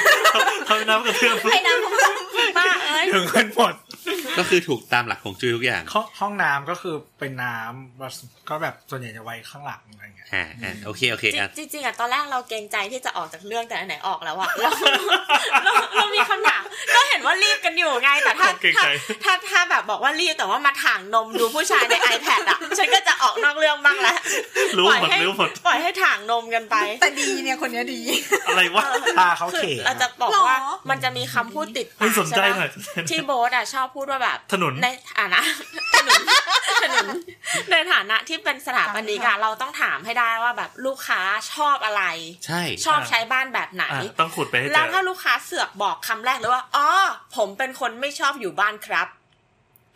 Speaker 3: ทำน้ำกระเพื่อม
Speaker 5: ให้น้ำมัน
Speaker 4: ป้าเอ้ย
Speaker 6: ถึงเงินหมด
Speaker 2: ก็คือถูกตามหลักของจุ้ยทุกอย่าง
Speaker 6: ห้องห้องน้ำก็คือเป็นน้ำก็แบบส่วนใหญ่จะไว้ข้างหลังอะไรเงี้ย
Speaker 2: อ่าอ่าโอเคโอเคอ่ะ
Speaker 4: จริงจริงๆอะตอนแรกเราเกรงใจที่จะออกจากเรื่องแต่อันไหนออกแล้วอะเราเราเรามีคำถามก็เห็นว่ารีบกันอยู่ไงแต่ถ้า
Speaker 3: เก่ง
Speaker 4: ถ้า
Speaker 3: ใจ
Speaker 4: ถ้าถ้าแบบบอกว่ารีบแต่ว่ามาถ่างนมดูผู้ชายใน iPad อะฉันก็จะออกนอกเรื่องบ้างแหละ
Speaker 3: รู้
Speaker 4: ปล่อย
Speaker 3: หมด
Speaker 4: ให้
Speaker 3: รู้หมด
Speaker 4: ปล่อยให้ถ่างนมกันไป
Speaker 5: แต่ดีเนี่ยคนเนี้ยดี
Speaker 3: อะไรวะ
Speaker 6: ตาเขา
Speaker 4: คื
Speaker 6: เข
Speaker 4: อย เราจะบอก
Speaker 5: หรอ
Speaker 4: ว่ามันจะมีคำพูดติด
Speaker 3: ไม่
Speaker 4: ปาก
Speaker 3: สนใจ
Speaker 4: ใช่
Speaker 3: หน่
Speaker 4: ปะ
Speaker 3: อย
Speaker 4: ที่โบ๊ทอะชอบพูดว่าแบบ
Speaker 3: ถนน
Speaker 4: ในอ่านะ ถน นถนนในฐานะที่เป็นสถาปนิกอะเราต้องถามให้ได้ว่าแบบลูกค้าชอบอะไร
Speaker 2: ใช่
Speaker 4: ชอบใช้บ้านแบบไหน
Speaker 3: อ่ะต้องขุดไปให้เจ
Speaker 4: แล้วถ้า
Speaker 3: อ
Speaker 4: ลูกค้าเสือกบอกคำแรกเลยว่าอ๋อผมเป็นคนไม่ชอบอยู่บ้านครับ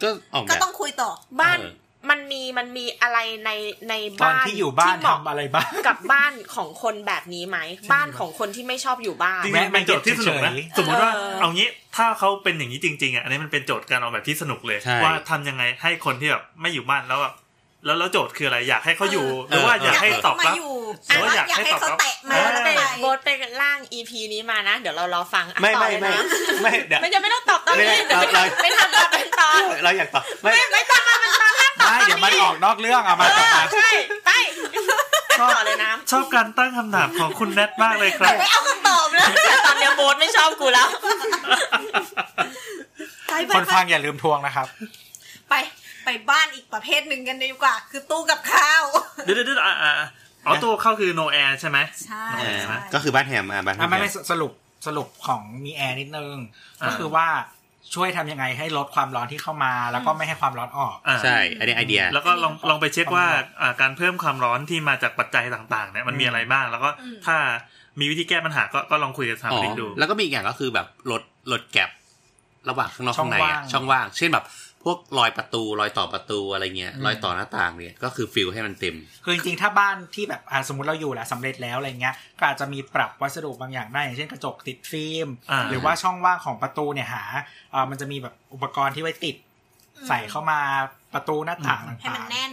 Speaker 2: ก็ออกแบ
Speaker 5: ก็
Speaker 2: บ
Speaker 5: ต้องคุยต่อ
Speaker 4: บ้าน
Speaker 2: เออ
Speaker 4: มันมีมันมีอะไรในใน
Speaker 6: ตอน
Speaker 4: บ้าน
Speaker 6: ที่อยู่บ้าน
Speaker 4: ที่เหมาะ
Speaker 6: ทำอะไรบ้าง
Speaker 4: กับบ้านของคนแบบนี้ไหมบ้านของคนที่ไม่ชอบอยู่บ้าน
Speaker 3: จริง
Speaker 6: แวะ
Speaker 3: ๆ
Speaker 6: ไป
Speaker 3: เป็นโจทย์ที่สนุกนะ
Speaker 6: เก็บเฉย
Speaker 3: สมมติว่า
Speaker 4: เออ
Speaker 3: เอางี้ถ้าเขาเป็นอย่างนี้จริงๆอ่ะอันนี้มันเป็นโจทย์การออกแบบที่สนุกเลย
Speaker 2: ใช่
Speaker 3: ว่าทำยังไงให้คนที่แบบไม่อยู่บ้านแล้วแบบแล้วแล้วโจทย์คืออะไรอยากให้เขาอยู่หรือว่า
Speaker 2: เออ
Speaker 3: อ
Speaker 2: อ
Speaker 3: ยากให้ตอบ
Speaker 5: มา
Speaker 3: รับ
Speaker 5: อยู่
Speaker 3: หรือว่าอยากให้ตอบ
Speaker 5: เขา
Speaker 3: รับ
Speaker 5: แตะมาแล้ว
Speaker 4: เตะ
Speaker 5: ไป
Speaker 4: โบทไปล่าง EP นี้มานะ เดี๋ยวเรารอฟังอ่ะ
Speaker 2: ไม่
Speaker 4: ต่อ
Speaker 2: ไม่
Speaker 4: เลย
Speaker 2: ไม่
Speaker 4: นะ
Speaker 2: ไม่เดี๋ยว
Speaker 4: ไม่จะไม่ต้องตอบตอน
Speaker 2: ไม่
Speaker 4: นี้
Speaker 2: ได้
Speaker 4: เดี๋ยวไป
Speaker 2: เรา
Speaker 4: ทำไปทำตอนเป็นตอน
Speaker 2: เราอยากตอบไม่
Speaker 4: ไม่ไม่ต้องมาเป็นตอนห้ามตอบต
Speaker 6: ไม่
Speaker 4: อน
Speaker 6: เดี๋ยวมัน
Speaker 4: นี้
Speaker 6: ออกนอกเรื่องอะมาต่อมา
Speaker 4: ใช่ไปไปต่อเลยนะ
Speaker 3: ชอบการตั้งคำถามของคุณแนทมากเลยครับ
Speaker 5: ไม่เอาคำตอบแล้ว
Speaker 4: แต่ตอนเนี้ยโบ๊ทไม่ชอบกูแล้ว
Speaker 5: ไปไป
Speaker 6: คน
Speaker 5: ไป
Speaker 6: ฟังอย่าลืมทวงนะครับ
Speaker 5: ไปไปบ้านอีกประเภทหนึ่งกันดีกว่า คือตู้กับข้าว
Speaker 3: เดี๋ยวเดี๋ยวเดี๋ยวอ่ะอ่ะอ่ะอ๋อตัวเข้าคือ no air ใช่ไหม
Speaker 5: ใช่
Speaker 2: เออก็คือบ้านแฮมอ่ะบ้านแฮ
Speaker 6: อ่ะ
Speaker 2: ม
Speaker 6: ไม่ไม่สสรุปสรุปของมีแอร์นิดนึง ก็
Speaker 3: อ่า
Speaker 6: คือว่าช่วยทำยังไงให้ลดความร้อนที่เข้ามา แล้วก็ไม่ให้ความร้อนออก
Speaker 3: อ่ะ
Speaker 2: ใช่ อันนี้ไอเดีย
Speaker 3: แล้วก็ลองลองไปเช็คว่าอ่ะการเพิ่มความร้อนที่มาจากปัจจัยต่างๆเนี่ยมันมีอะไรบ้าง แล้วก็ถ้ามีวิธีแก้ปัญหาก็ก็ลองคุยกับสถา
Speaker 2: อ๋อ
Speaker 3: ปนิกดู
Speaker 2: แล้วก็มีอีกอย่างก็คือแบบลดลดแกลบระหว่างข้างนอก
Speaker 6: ช่
Speaker 2: ข้า
Speaker 6: อง ง
Speaker 2: ในอะ
Speaker 6: ว่าง
Speaker 2: ช่องว่าง เช่นแบบ พวกรอยประตูรอยต่อประตูอะไรเงี้ยรอยต่อหน้าต่างเนี่ยก็คือฟิลให้มันเต็ม
Speaker 6: คือจริงๆ ถ้าบ้านที่แบบอ่ะสมมติเราอยู่แหละสำเร็จแล้วอะไรเงี้ย ก็อาจจะมีปรับวัสดุบางอย่างได้ อย่างเช่นกระจกติดฟิล์ม
Speaker 3: อ่า
Speaker 6: หรือว่าช่องว่างของประตูเนี่ยหาเอ่อมันจะมีแบบอุปกรณ์ที่ไว้ติด ใส่เข้ามาประตูหน้าต่าง
Speaker 5: ให้
Speaker 6: ต่า
Speaker 5: มัน
Speaker 6: งๆ
Speaker 5: แน่น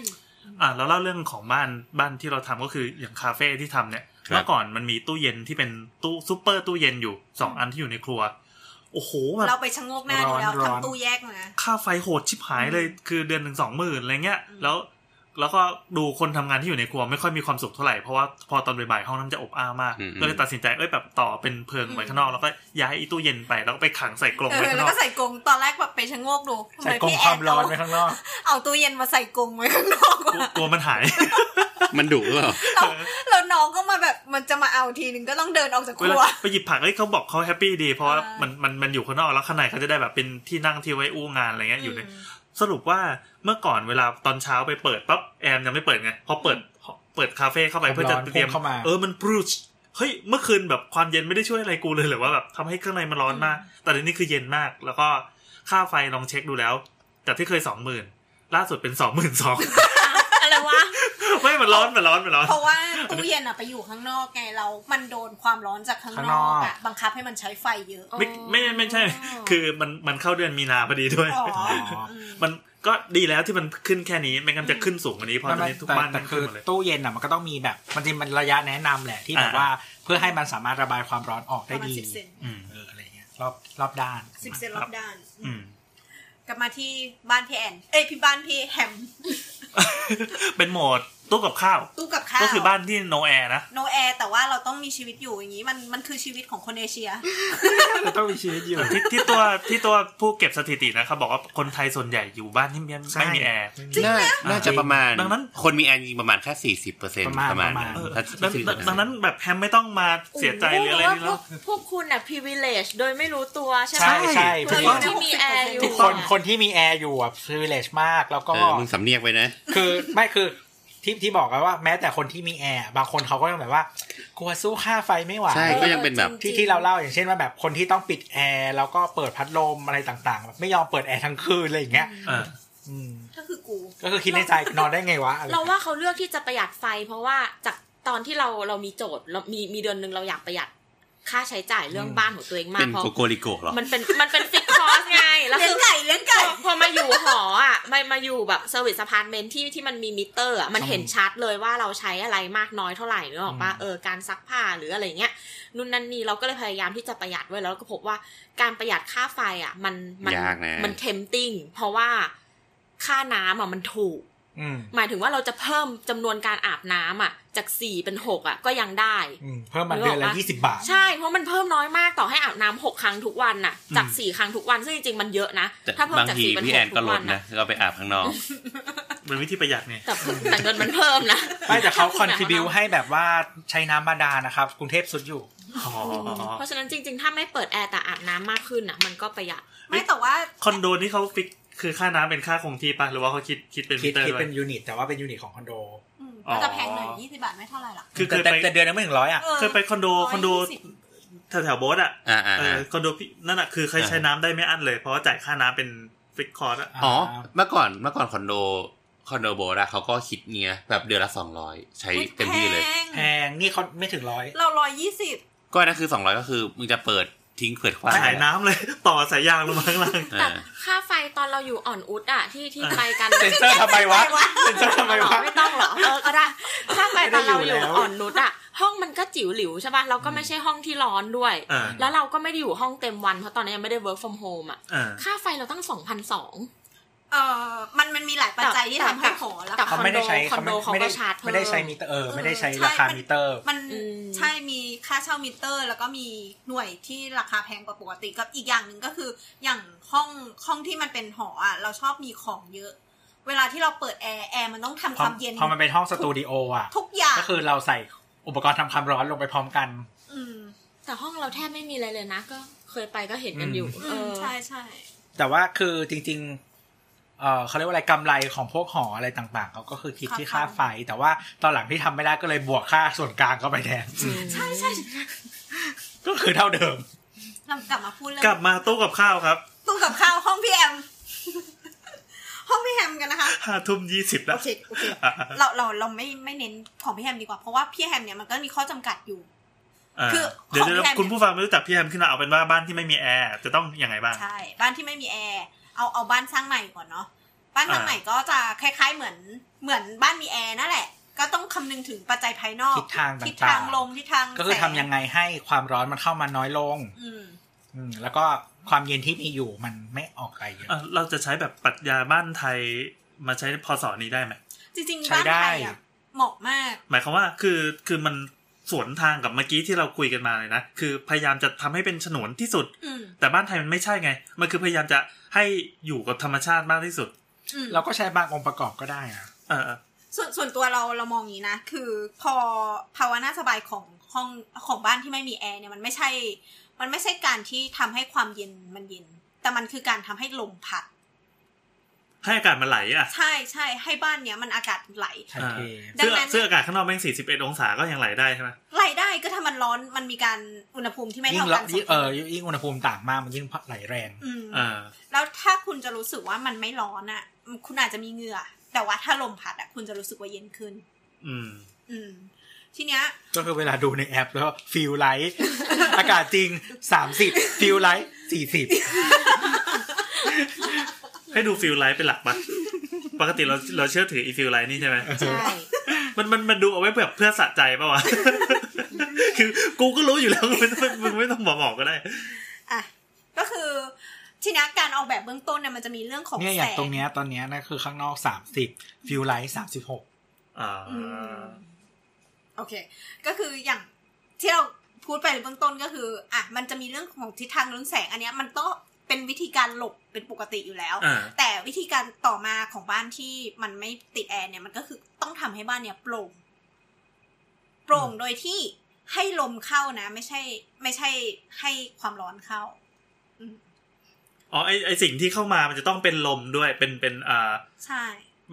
Speaker 3: อ่ะเราเล่าเรื่องของบ้านบ้านที่เราทำก็คืออย่างคาเฟ่ที่ทำเนี่ย
Speaker 2: ครับ
Speaker 3: เมื่อก่อนมันมีตู้เย็นที่เป็นตู้ซูเปอร์ตู้เย็นอยู่สองอันที่อยู่ในครัว โอ้โหแบบ
Speaker 5: เราไปชะโงกหน้าดูแล้ว
Speaker 6: ร้อน
Speaker 5: ทำตู้แยกมา
Speaker 3: ค่าไฟโหดชิบหายเลยคือเดือนหนึ่งสองหมื่นอะไรเงี้ย
Speaker 5: อืม
Speaker 3: แล้ว แล้วก็ดูคนทำงานที่อยู่ในครัวไม่ค่อยมีความสุขเท่าไหร่ เพราะว่าพอตอนบ่ายๆห้องน้ำจะอบอ้าวมาก
Speaker 2: อืม
Speaker 3: ก็เลยตัดสินใจเอ้ยแบบต่อเป็นเพิงไว้ข้างนอก แล้วก็ย้ายไอีตู้เย็นไปแล้วก็ไปขังใส่กรง
Speaker 5: เอ
Speaker 3: ไว้
Speaker 5: อ
Speaker 3: ข้าง
Speaker 5: แล้ว
Speaker 3: นอก
Speaker 5: ก็ใส่กรงตอนแรกแบบไปชะโงกดูทำ
Speaker 6: ใส่
Speaker 5: ไม
Speaker 6: กรง
Speaker 5: พี่แอ
Speaker 6: ความ
Speaker 5: น
Speaker 6: ร้อ
Speaker 5: เอา
Speaker 6: นไว้ข้างนอก
Speaker 5: เอาตู้เย็นมาใส่กรงไว้ข้างนอก
Speaker 3: กลัว
Speaker 5: ว่ะ
Speaker 3: กลัวมันหาย
Speaker 2: มันดุหรือเปล่า
Speaker 5: แล้วน้องก็มาแบบมันจะมาเอาทีนึงก็ต้องเดินออกจากค
Speaker 3: เว
Speaker 5: รั
Speaker 3: ลาว ไปหยิบผักเอ้ยเขาบอกเขาแฮปปี้ดี เพราะว่า
Speaker 5: อ่ามั
Speaker 3: มันมันมันอยู่ข้างนอกแล้วข้างในเขาจะได้แบบเป็นที่นั่งที่ไว้อู้งานอะไรเงี้ยอยู่เลย
Speaker 5: ม
Speaker 3: สรุปว่าเมื่อก่อนเวลาตอนเช้าไปเปิดปั๊บแอมยังไม่เปิดไงพอเปิดเปิดคาเฟ่เข้าไป
Speaker 6: ความ
Speaker 3: เพื่อจะ
Speaker 6: ร้อน
Speaker 3: เตรียม
Speaker 6: พุ่งเข้ามา
Speaker 3: เออมันปรุชเฮ้ยเมื่อคืนแบบความเย็นไม่ได้ช่วยอะไรกูเลยหรือว่าแบบทำให้เครื่องในมันร้อนมาก แต่เดี๋ยวนี้คือเย็นมาก แล้วก็ค่าไฟลองเช็คดูแล้วจากที่เคยสองหมื่นล่าสุดเป็นสองหมื่นสอง
Speaker 4: อะไร
Speaker 5: ราะว่า
Speaker 3: ไม่มันร้อนมันร้อนมันร้อน
Speaker 5: เพราะว่าตู้เย็นอะไปอยู่ข้างนอกไงเรา มันโดนความร้อนจากข้าง
Speaker 6: ข้าง
Speaker 5: น
Speaker 6: น
Speaker 5: อ
Speaker 6: อกก
Speaker 5: อะบังคับให้มันใช้ไฟเยอะ
Speaker 3: ไม่ไม่ไม่ไม่ใช่ คือมันมันเข้าเดือนมีนาพอดีด้วย
Speaker 5: อ๋อ
Speaker 3: มันก็ดีแล้วที่มันขึ้นแค่นี้ไม่งั้นจะขึ้นสูงกว่านี้เพราะตอน
Speaker 6: ไม่
Speaker 3: นี้ทุก
Speaker 6: แต่
Speaker 3: บ้าน
Speaker 6: แต่
Speaker 3: มัน
Speaker 6: คื
Speaker 3: ขึ้นห
Speaker 6: อ
Speaker 3: มดเลย
Speaker 6: ตู้เย็นอ่ะมันก็ต้องมีแบบมันจริงมันระยะแนะนำแหละที่แบบ
Speaker 3: อ่า
Speaker 6: ว่าเพื่อให้มันสามารถระบายความร้อนออก
Speaker 5: ป
Speaker 6: ได้
Speaker 5: ระมาณ
Speaker 6: ดี
Speaker 5: สิบเซน
Speaker 3: อืม
Speaker 6: เอออะไรเงี้ยรอบรอบด้าน
Speaker 5: สิบเซนรอบด้าน
Speaker 3: อืม
Speaker 5: กลับมาที่บ้านพี่แอน เอ้ยพี่บ้านพี่แฮม
Speaker 3: เป็นโหมดตู้กับข้าว
Speaker 5: ตู้กับข้าว
Speaker 3: ก็คือบ้านที่โนแอร์นะ
Speaker 5: โนแอร์แต่ว่าเราต้องมีชีวิตอยู่อย่างนี้มันมันคือชีวิตของคนเอเชีย
Speaker 6: ต้องมีชีวิตอยู่
Speaker 3: ที่ที่ตัวที่ตัวผู้เก็บสถิตินะครับบอกว่าคนไทยส่วนใหญ่อยู่บ้านที่ไม่
Speaker 6: ใช่
Speaker 3: ไม่มีแอร์
Speaker 2: น่าน่าจะประมาณ
Speaker 3: ดังนั้น
Speaker 2: คนมีแอนจริงประมาณแค่สี่สิบเปอร์เซ็นต์
Speaker 6: ประมาณ
Speaker 2: นั้น
Speaker 6: ประมาณ
Speaker 2: ถ้า
Speaker 3: ดัง
Speaker 2: สี่สิบ
Speaker 3: ดังดังนั้นแบบแฮมไม่ต้องมาเสียใจหรืออะไรนี่
Speaker 4: พ
Speaker 3: แล้ว ว
Speaker 4: กพวกคุณอ่ะ privilege โดยไม่รู้ตัวใช่ไหม
Speaker 6: ใช่ใช่
Speaker 4: ตัว
Speaker 6: ถูก
Speaker 4: อ
Speaker 6: ต้อยู่ ง
Speaker 4: ที่มีแอร์อยู่
Speaker 6: ทุกคนคนที่มีแอร์อยู่อ่ะ privilege มากแล้วก็
Speaker 2: เออมึงสำเนียกไว้นะ
Speaker 6: คือไม่คือที่ที่บอกกันว่าแม้แต่คนที่มีแอร์บางคนเขาก็ยังแบบว่า กลัวสู้ค่าไฟไม่ไหว
Speaker 2: ใช่ ก็ยังเป็นแบบ
Speaker 4: จ
Speaker 6: ที่
Speaker 4: งๆ
Speaker 6: ที่เราเล่าอย่างเช่นว่าแบบคนที่ต้องปิดแอร์แล้วก็เปิดพัดลมอะไรต่างๆแบบไม่ยอมเปิดแอร์ทั้งคืนอะไรอย่างเงี้ย
Speaker 3: เออ
Speaker 6: อืม
Speaker 5: ก็คือกู
Speaker 6: ก็คือคิดในใจนอนได้ไงวะอะไร
Speaker 4: เราว่าเขาเลือกที่จะประหยัดไฟ เพราะว่าจากตอนที่เราเรามีโจทย์เรามีมีเดือนหนึ่งเราอยากประหยัดค่าใช้จ่ายเรื่องบ้านของตัวเองมาก
Speaker 2: เป็น
Speaker 4: เพราะ
Speaker 2: โกโกริโกะเหรอ
Speaker 4: มันเป็นมันเป็นฟิกคอสไงแล้ว
Speaker 5: เลี้
Speaker 4: คื
Speaker 5: ย
Speaker 4: อ
Speaker 5: งไก่เลี้ยง
Speaker 4: พ
Speaker 5: ไก่
Speaker 4: อพอมาอยู่หออ่ะมามาอยู่แบบเซอร์วิส a พาร์ตเมนที่ที่มันมีมิเตอร์อ่ะมันเห็นชัดเลยว่าเราใช้อะไรมากน้อยเท่าไหร่นึกออกปะเออการซักผ้าหรืออะไรเงี้ยนู่นนั่นนี่เราก็เลยพยายามที่จะประหยัดไว้แล้วเราก็พบว่าการประหยัดค่าไฟอ่ะ มันมั
Speaker 2: ยากนะ
Speaker 4: มันเทมติ้งเพราะว่าค่าน้ำอ่ะมันถูก
Speaker 6: อืม
Speaker 4: หมายถึงว่าเราจะเพิ่มจำนวนการอาบน้ำอ่ะ จากสี่เป็นหกอ่ะก็ยังได้
Speaker 6: อืมเพิ่มมาเดือนละยี่สิบบาท
Speaker 4: ใช่เพราะมันเพิ่มน้อยมากต่อให้อาบน้ำหกครั้งทุกวันน่ะ จากสี่ครั้งทุกวันซึ่งจริงๆมันเยอะนะ
Speaker 2: แต่
Speaker 4: ถ้าเพิ่ม
Speaker 2: บาง
Speaker 4: จาก
Speaker 2: ที
Speaker 4: สี่เป็น
Speaker 2: พี่
Speaker 4: ห
Speaker 2: แอก น
Speaker 4: ทุ
Speaker 2: ก็
Speaker 4: ก
Speaker 2: ล
Speaker 4: วั
Speaker 2: ด
Speaker 4: นน่ะ
Speaker 2: นะเราไปอาบข้างนอก
Speaker 3: เป็นวิธีประหยัดไง
Speaker 4: แต่แต่เงินมันเพิ่มนะ
Speaker 6: ไม่แต่เขา
Speaker 4: ถ้า
Speaker 6: ค
Speaker 4: คุ
Speaker 6: อ
Speaker 4: ณ
Speaker 6: น
Speaker 4: แบบ
Speaker 6: ทิบิวให้แบบว่าใช้น้ำบาดาลนะครับกรุงเทพสุดอยู่
Speaker 3: อ๋อ
Speaker 4: เพราะฉะนั้นจริง ๆ ถ้าไม่เปิดแอร์แต่อาบน้ำมากขึ้นอ่ะ มันก็ประหยัด
Speaker 5: ไม่แต่ว่า
Speaker 3: คอนโดนี่เขาฟิกคือค่าน้ำเป็นค่าคงที่ปะหรือว่าเขาคิดคิดเป็น
Speaker 6: คิ
Speaker 3: มิ
Speaker 6: ด
Speaker 3: เตอร์
Speaker 6: คิด
Speaker 3: ด้ว
Speaker 6: เป็
Speaker 3: ย
Speaker 6: นยูนิต แต่ว่าเป็นยูนิตของคอนโด
Speaker 5: อืม
Speaker 3: อ๋อ
Speaker 5: ก็จะแพงหน่อยยี่สิบาทไม่เท่าไหร่หรอก
Speaker 3: คือเค
Speaker 6: แต่
Speaker 3: ยไป
Speaker 6: แต่แต่เดือนนึงไม่ถึงร้อยอ่ะ
Speaker 3: เคยไปคอนโดคอนโด
Speaker 5: 120
Speaker 3: แถวแถวๆโบสถ์อ่ะ
Speaker 2: อ่าอ่า
Speaker 3: เออคอนโดพี่นั่นอ่ะคือเคยใช้น้ำได้ไม่อั้นเลย เพราะว่าจ่ายค่าน้ำเป็นฟิกคอร์สอ่ะ
Speaker 2: อ๋อ เมื่อก่อนเมื่อก่อนคอนโดคอนโดโบราเขาก็คิดเนี้ยแบบเดือนละสองร้อยใช้เต็มที่เลย
Speaker 6: แพงนี่เขาไม่ถึงร้อย
Speaker 5: เราร้อยยี่สิบ
Speaker 2: ก็นั่นคือสองร้อยก็คือมึงจะเปิดทิ้งเปิดคว้าง
Speaker 3: จ่ายน้ำเลย ต่อสายยางลงมาข้างล่าง
Speaker 4: แต่
Speaker 2: อ่า
Speaker 4: ค่าไฟตอนเราอยู่อ่อนอุดอ่ะที่ที่
Speaker 3: อ่ะ
Speaker 4: ไปกัน
Speaker 6: เซนเซอร์ทำไมวะเซนเซอร์ทำไม
Speaker 4: เอาเหรอ
Speaker 6: วะ
Speaker 4: ไม่ต้องเหรอเออก็ได้ค่าไฟตอนเรา
Speaker 6: ไม่
Speaker 4: อ
Speaker 6: ได้อยู่
Speaker 4: ยู่
Speaker 6: แล้ว
Speaker 4: อ่อนนุชอ่ะ ห้องมันก็จิ๋วหลิวใช่ป่ะเราก็ไม่ใช่ห้องที่ร้อนด้วย
Speaker 3: เออ
Speaker 4: แล้วเราก็ไม่ได้อยู่ห้องเต็มวันเพราะตอนนั้นยังไม่ได้ work from home อ่ะ
Speaker 3: เออ
Speaker 4: ค่าไฟเราตั้งสองพันสอง
Speaker 5: เอ่อมันมันมีหลายปัจจัยที่ทำให้ขอแล้ว
Speaker 4: แต่
Speaker 6: เขาไม่ได้ใช้
Speaker 4: คอนโด
Speaker 6: ไม่ได้
Speaker 4: เขาก็ชาร์จเพิ่ม
Speaker 6: ไม่ได้ใช้มิเตอร์เออไม่ได้ใช้
Speaker 5: ใช่
Speaker 6: ราคา
Speaker 5: มัน
Speaker 6: มิเตอร์
Speaker 5: มัน
Speaker 4: อืม
Speaker 5: ใช่มีค่าเช่ามิเตอร์ แล้วก็มีหน่วยที่ราคาแพงกว่าปกติกับอีกอย่างหนึ่งก็คือ อย่างห้องห้องที่มันเป็นหออ่ะเราชอบมีของเยอะ เวลาที่เราเปิดแอร์แอร์มันต้องทำ
Speaker 6: พ
Speaker 5: ค
Speaker 6: อ
Speaker 5: วามเย็น
Speaker 6: พอมันเป็นห้องสตูดิโออ่ะ
Speaker 5: ทุกอย่าง
Speaker 6: ก็คือเราใส่อุปกรณ์ทำความร้อนลงไปพร้อมกัน
Speaker 5: ม
Speaker 4: แต่ห้องเราแทบไม่มีอะไรเลยนะ ก็เคยไปก็เห็นกันอยู่
Speaker 5: อื
Speaker 4: เอ
Speaker 5: ม
Speaker 4: อ
Speaker 5: ใช่ใช่
Speaker 6: แต่ว่าคือจริงๆเออเขาเรียกว่าอะไรกำไรของพวกหออะไรต่างๆเขาก็คือคิดที่ค่าไฟ แต่ว่าตอนหลังที่ทำไม่ได้ก็เลยบวกค่าส่วนกลางเข้าไปแทน
Speaker 5: ใช่ใช่
Speaker 6: ก็คือเท่าเดิม
Speaker 5: เรากลับมาพูดเรื่อง
Speaker 3: กลับมาตู้กับข้าวครับ
Speaker 5: ตู้กับข้าวห้องพี่แอม ห้องพี่แอมกันนะคะ
Speaker 3: ห้าทุ่มยี่สิบแล้ว
Speaker 5: โอเคโอเคเราเราเราไม่ไม่เน้นของพี่แฮมดีกว่า เพราะว่าพี่แฮมเนี่ยมันก็มีข้อจำกัดอยู่
Speaker 3: อ่า
Speaker 5: คือ
Speaker 3: เดี๋ย
Speaker 5: ข
Speaker 3: ว
Speaker 5: อง
Speaker 3: เดี๋ยว
Speaker 5: แฮม
Speaker 3: คุณผู้ฟังไม่รู้จักพี่แฮมขึ้นมาเอาเป็นว่าบ้านที่ไม่มีแอร์จะต้องยังไงบ้าง
Speaker 5: ใช่ บ้านที่ไม่มีแอร์เอาเอาบ้านสร้างใหม่ก่อนเนาะบ้านสร้าง
Speaker 3: อ่า
Speaker 5: ใหม่ก็จะคล้าย ๆเหมือนเหมือนบ้านมีแอร์นั่นแหละ ก็ต้องคำนึงถึงปัจจัยภายนอก
Speaker 6: ทิศทางต่างๆ
Speaker 5: ทิศทางลมทิศทาง
Speaker 6: ก็คือ
Speaker 5: แส
Speaker 6: ทำยังไงให้ความร้อนมันเข้ามาน้อยลง
Speaker 5: อืม
Speaker 6: อืมแล้วก็ความเย็นที่มีอยู่มันไม่ออกไปเยอะ
Speaker 3: อ่ะเราจะใช้แบบปรัชญาบ้านไทยมาใช้พอสอนี้ได้ไหม
Speaker 5: จริงๆ
Speaker 6: ใช้
Speaker 5: บ้าน
Speaker 6: ได้
Speaker 5: ไทยอะเหมาะมาก
Speaker 3: หมายความว่าคือคือมันสวนทางกับเมื่อกี้ที่เราคุยกันมาเลยนะคือพยายามจะทำให้เป็นฉนวนที่สุด
Speaker 5: อืม
Speaker 3: แต่บ้านไทยมันไม่ใช่ไง มันคือพยายามจะให้อยู่กับธรรมชาติมากที่สุด
Speaker 5: อืม
Speaker 6: เราก็ใช้บางองค์ประกอบก็ได้นะ
Speaker 3: เออเออ
Speaker 5: ส่วนส่วนตัวเราเรามองอย่างนี้นะ คือพอภาวะน่าสบายของห้องของบ้านที่ไม่มีแอร์เนี่ยมันไม่ใช่ มันไม่ใช่การที่ทำให้ความเย็นมันเย็น แต่มันคือการทำให้ลมพัด
Speaker 3: ให้อากาศมันไหลอ่ะ
Speaker 5: ใช่ใช่ให้บ้านเนี้ยมันอากาศไหล
Speaker 6: ใช่เท
Speaker 5: ดัง
Speaker 3: เสื้อ
Speaker 5: นั้น
Speaker 3: เสื้ออากาศข้างนอกแม่ง41 องศาก็ยังไหลได้ใช่ไหม
Speaker 5: ไหลได้ก็ถ้ามันร้อนมันมีการอุณหภูมิที่ไม่
Speaker 6: ยิ่
Speaker 5: เท่าง กั
Speaker 6: เรา
Speaker 5: น
Speaker 6: ยิ่งเออยิ่งอุณหภูมิต่างมากมันยิ่งไหลแรง
Speaker 5: อืม
Speaker 3: เออ
Speaker 5: แล้วถ้าคุณจะรู้สึกว่ามันไม่ร้อนอะ่ะ คุณอาจจะมีเหงื่อ แต่ว่าถ้าลมพัดอะคุณจะรู้สึกว่าเย็นขึ้น
Speaker 6: อืม
Speaker 5: อืม ทีเนี้ย
Speaker 6: ก็คือเวลาดูในแอปแล้วฟิลไลท์อากาศจริง 30ฟิลไลท์40
Speaker 3: ให้ดูฟิลไลท์เป็นหลัก ปะปกติเราเราเชื่อถืออีฟิลไลท์นี่ใช่ไหม
Speaker 4: ใช่
Speaker 3: มันมันมันดูเอาไว้แบบเพื่อสะใจปะวะ คือกูก็รู้อยู่แล้ว มึงไม่ต้องมึงไม่ต้องบอกบอกก็ได้
Speaker 5: อ่ะ ก็คือ ทีเนี้ยการออกแบบเบื้องต้นเนี่ยมันจะมีเรื่องของ
Speaker 6: เนี่ยอ
Speaker 5: แส
Speaker 6: ย่าง
Speaker 5: ง
Speaker 6: ตรงเนี้ยตอนเนี้ยนะคือข้างนอก 30ฟิลไลท์36
Speaker 3: อ่า
Speaker 5: อืม โอเค ก็คืออย่างที่เราพูดไปในเบื้องต้นก็คือ อ่ะ มันจะมีเรื่องของทิศทางเรื่องแสง อันเนี้ยมันก็เป็นวิธีการหลบเป็นปกติอยู่แล้ว
Speaker 3: อ่า
Speaker 5: แต่วิธีการต่อมาของบ้านที่มันไม่ติดแอร์เนี่ยมันก็คือต้องทำให้บ้านเนี่ยโปร่ง โปร่งโดยที่ให้ลมเข้านะ ไม่ใช่ ไม่ใช่ให้ความร้อนเข้า
Speaker 3: อ๋อไอไอสิ่งที่เข้ามามันจะต้องเป็นลมด้วยเป็นเป็นอ่า
Speaker 5: ใช่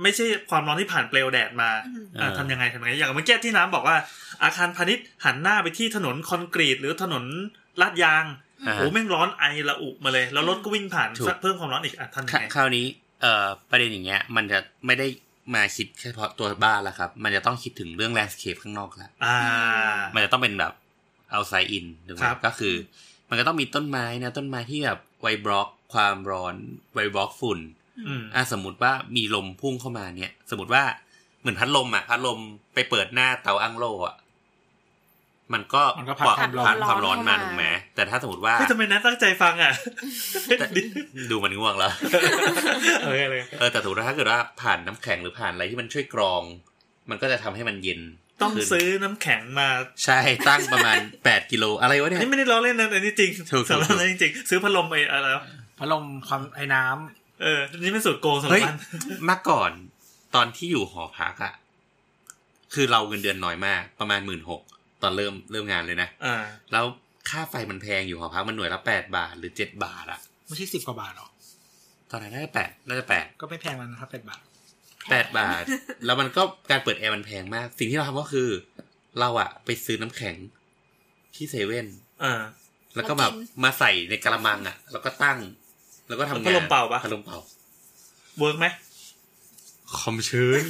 Speaker 3: ไม่ใช่ความร้อนที่ผ่านเปลวแดดมา
Speaker 5: อืม
Speaker 3: อ่ะ
Speaker 2: เออ
Speaker 3: ทำยังไงทำยังไง อย่างเมื่อกี้ที่น้ำบอกว่า อาคารพาณิชย์หันหน้าไปที่ถนนคอนกรีต หรือถนนลาดยาง
Speaker 2: อ่า
Speaker 3: โอ้แม่งร้อนไอระอุมาเลย แล้วรถก็วิ่งผ่าน
Speaker 2: ถูก
Speaker 3: เพิ่มความร้อนอีกอ่ะทำ
Speaker 2: ค
Speaker 3: ยั
Speaker 2: รง
Speaker 3: ไง
Speaker 2: คราวนี้เอ่อประเด็นอย่างเงี้ย มันจะไม่ได้มาคิดเฉพาะตัวบ้านละครับ มันจะต้องคิดถึงเรื่องแลนด์สเคปข้างนอกละ
Speaker 3: อ่า
Speaker 2: มันจะต้องเป็นแบบเอาไซอินถูกไหม
Speaker 3: ครับ
Speaker 2: ก็คือ มันก็ต้องมีต้นไม้นะ ต้นไม้ที่แบบไวบล็อกความร้อนไวบล็อกฝุ่น
Speaker 3: อืม
Speaker 2: อ่ะสมมติว่ามีลมพุ่งเข้ามาเนี่ย สมมติว่าเหมือนพัดลมอ่ะพัดลมไปเปิดหน้าเตาอั้งโล่อ่ะมันก็
Speaker 6: มันก็พั
Speaker 2: ป
Speaker 6: ด
Speaker 2: ลอ
Speaker 6: ความร้อน
Speaker 2: พัดความร้อนมาถูกไหมแต่ถ้าสมมติว่า
Speaker 3: เฮ้ยทำไมนัทตั้งใจฟังอ่ะ
Speaker 2: แต่ดูมันง่วงแล้ว
Speaker 3: โอเคเลย
Speaker 2: เออแต่ถูกถ้าเกิดว่าผ่านน้ำแข็งหรือผ่านอะไรที่มันช่วยกรอง มันก็จะทำให้มันเย็น
Speaker 3: ต้อง
Speaker 2: ขึ้น
Speaker 3: ซื้อน้ำแข็งมา
Speaker 2: ใช่ตั้ง ประมาณ 8 กิโลอะไรวะเนี่ย
Speaker 3: นี่ไม่ได้ล้อเล่นนะอันนี้จริง
Speaker 2: ถูกๆ
Speaker 3: สำหรับนั้นจริงๆซื้อพัดลมไปอะไรวะ
Speaker 6: พัดลมความไอ้น้
Speaker 3: เออนี่เป็นสูตรโกงสำหรั
Speaker 2: เฮ้
Speaker 3: บ
Speaker 2: ย
Speaker 3: มัน
Speaker 2: เมาก่อนตอนที่อยู่หอพักอะคือเราเงินเดือนน้อยมาก ประมาณหมื่นหกตอนเริ่มเริ่มงานเลยนะ
Speaker 3: อ่า
Speaker 2: แล้วค่าไฟมันแพงอยู่หอพักมันหน่วยละแปดบาทหรือเจ็ดบาทอะ
Speaker 6: ำไม่ใช่ 10 กว่าบาทหรอก
Speaker 2: ตอนนั้นน่าจะแปดน่าจะแปด
Speaker 6: ก็ไม่แพงแล้วนะครับ8บาท
Speaker 2: แปดบาท แล้วมันก็การเปิดแอร์มันแพงมาก สิ่งที่เราทำก็คือ เราอะไปซื้อน้ำแข็งที่เซเว่น
Speaker 3: อ่า
Speaker 2: แล้วก็แบบมาใส่ในกระมังอะแล้วก็ตั้ง แล้วก็ทำงาน
Speaker 3: พัดลมเป่าปะ
Speaker 2: พัดลมเป่า
Speaker 3: เวิร์กไหม
Speaker 2: คอมชื้น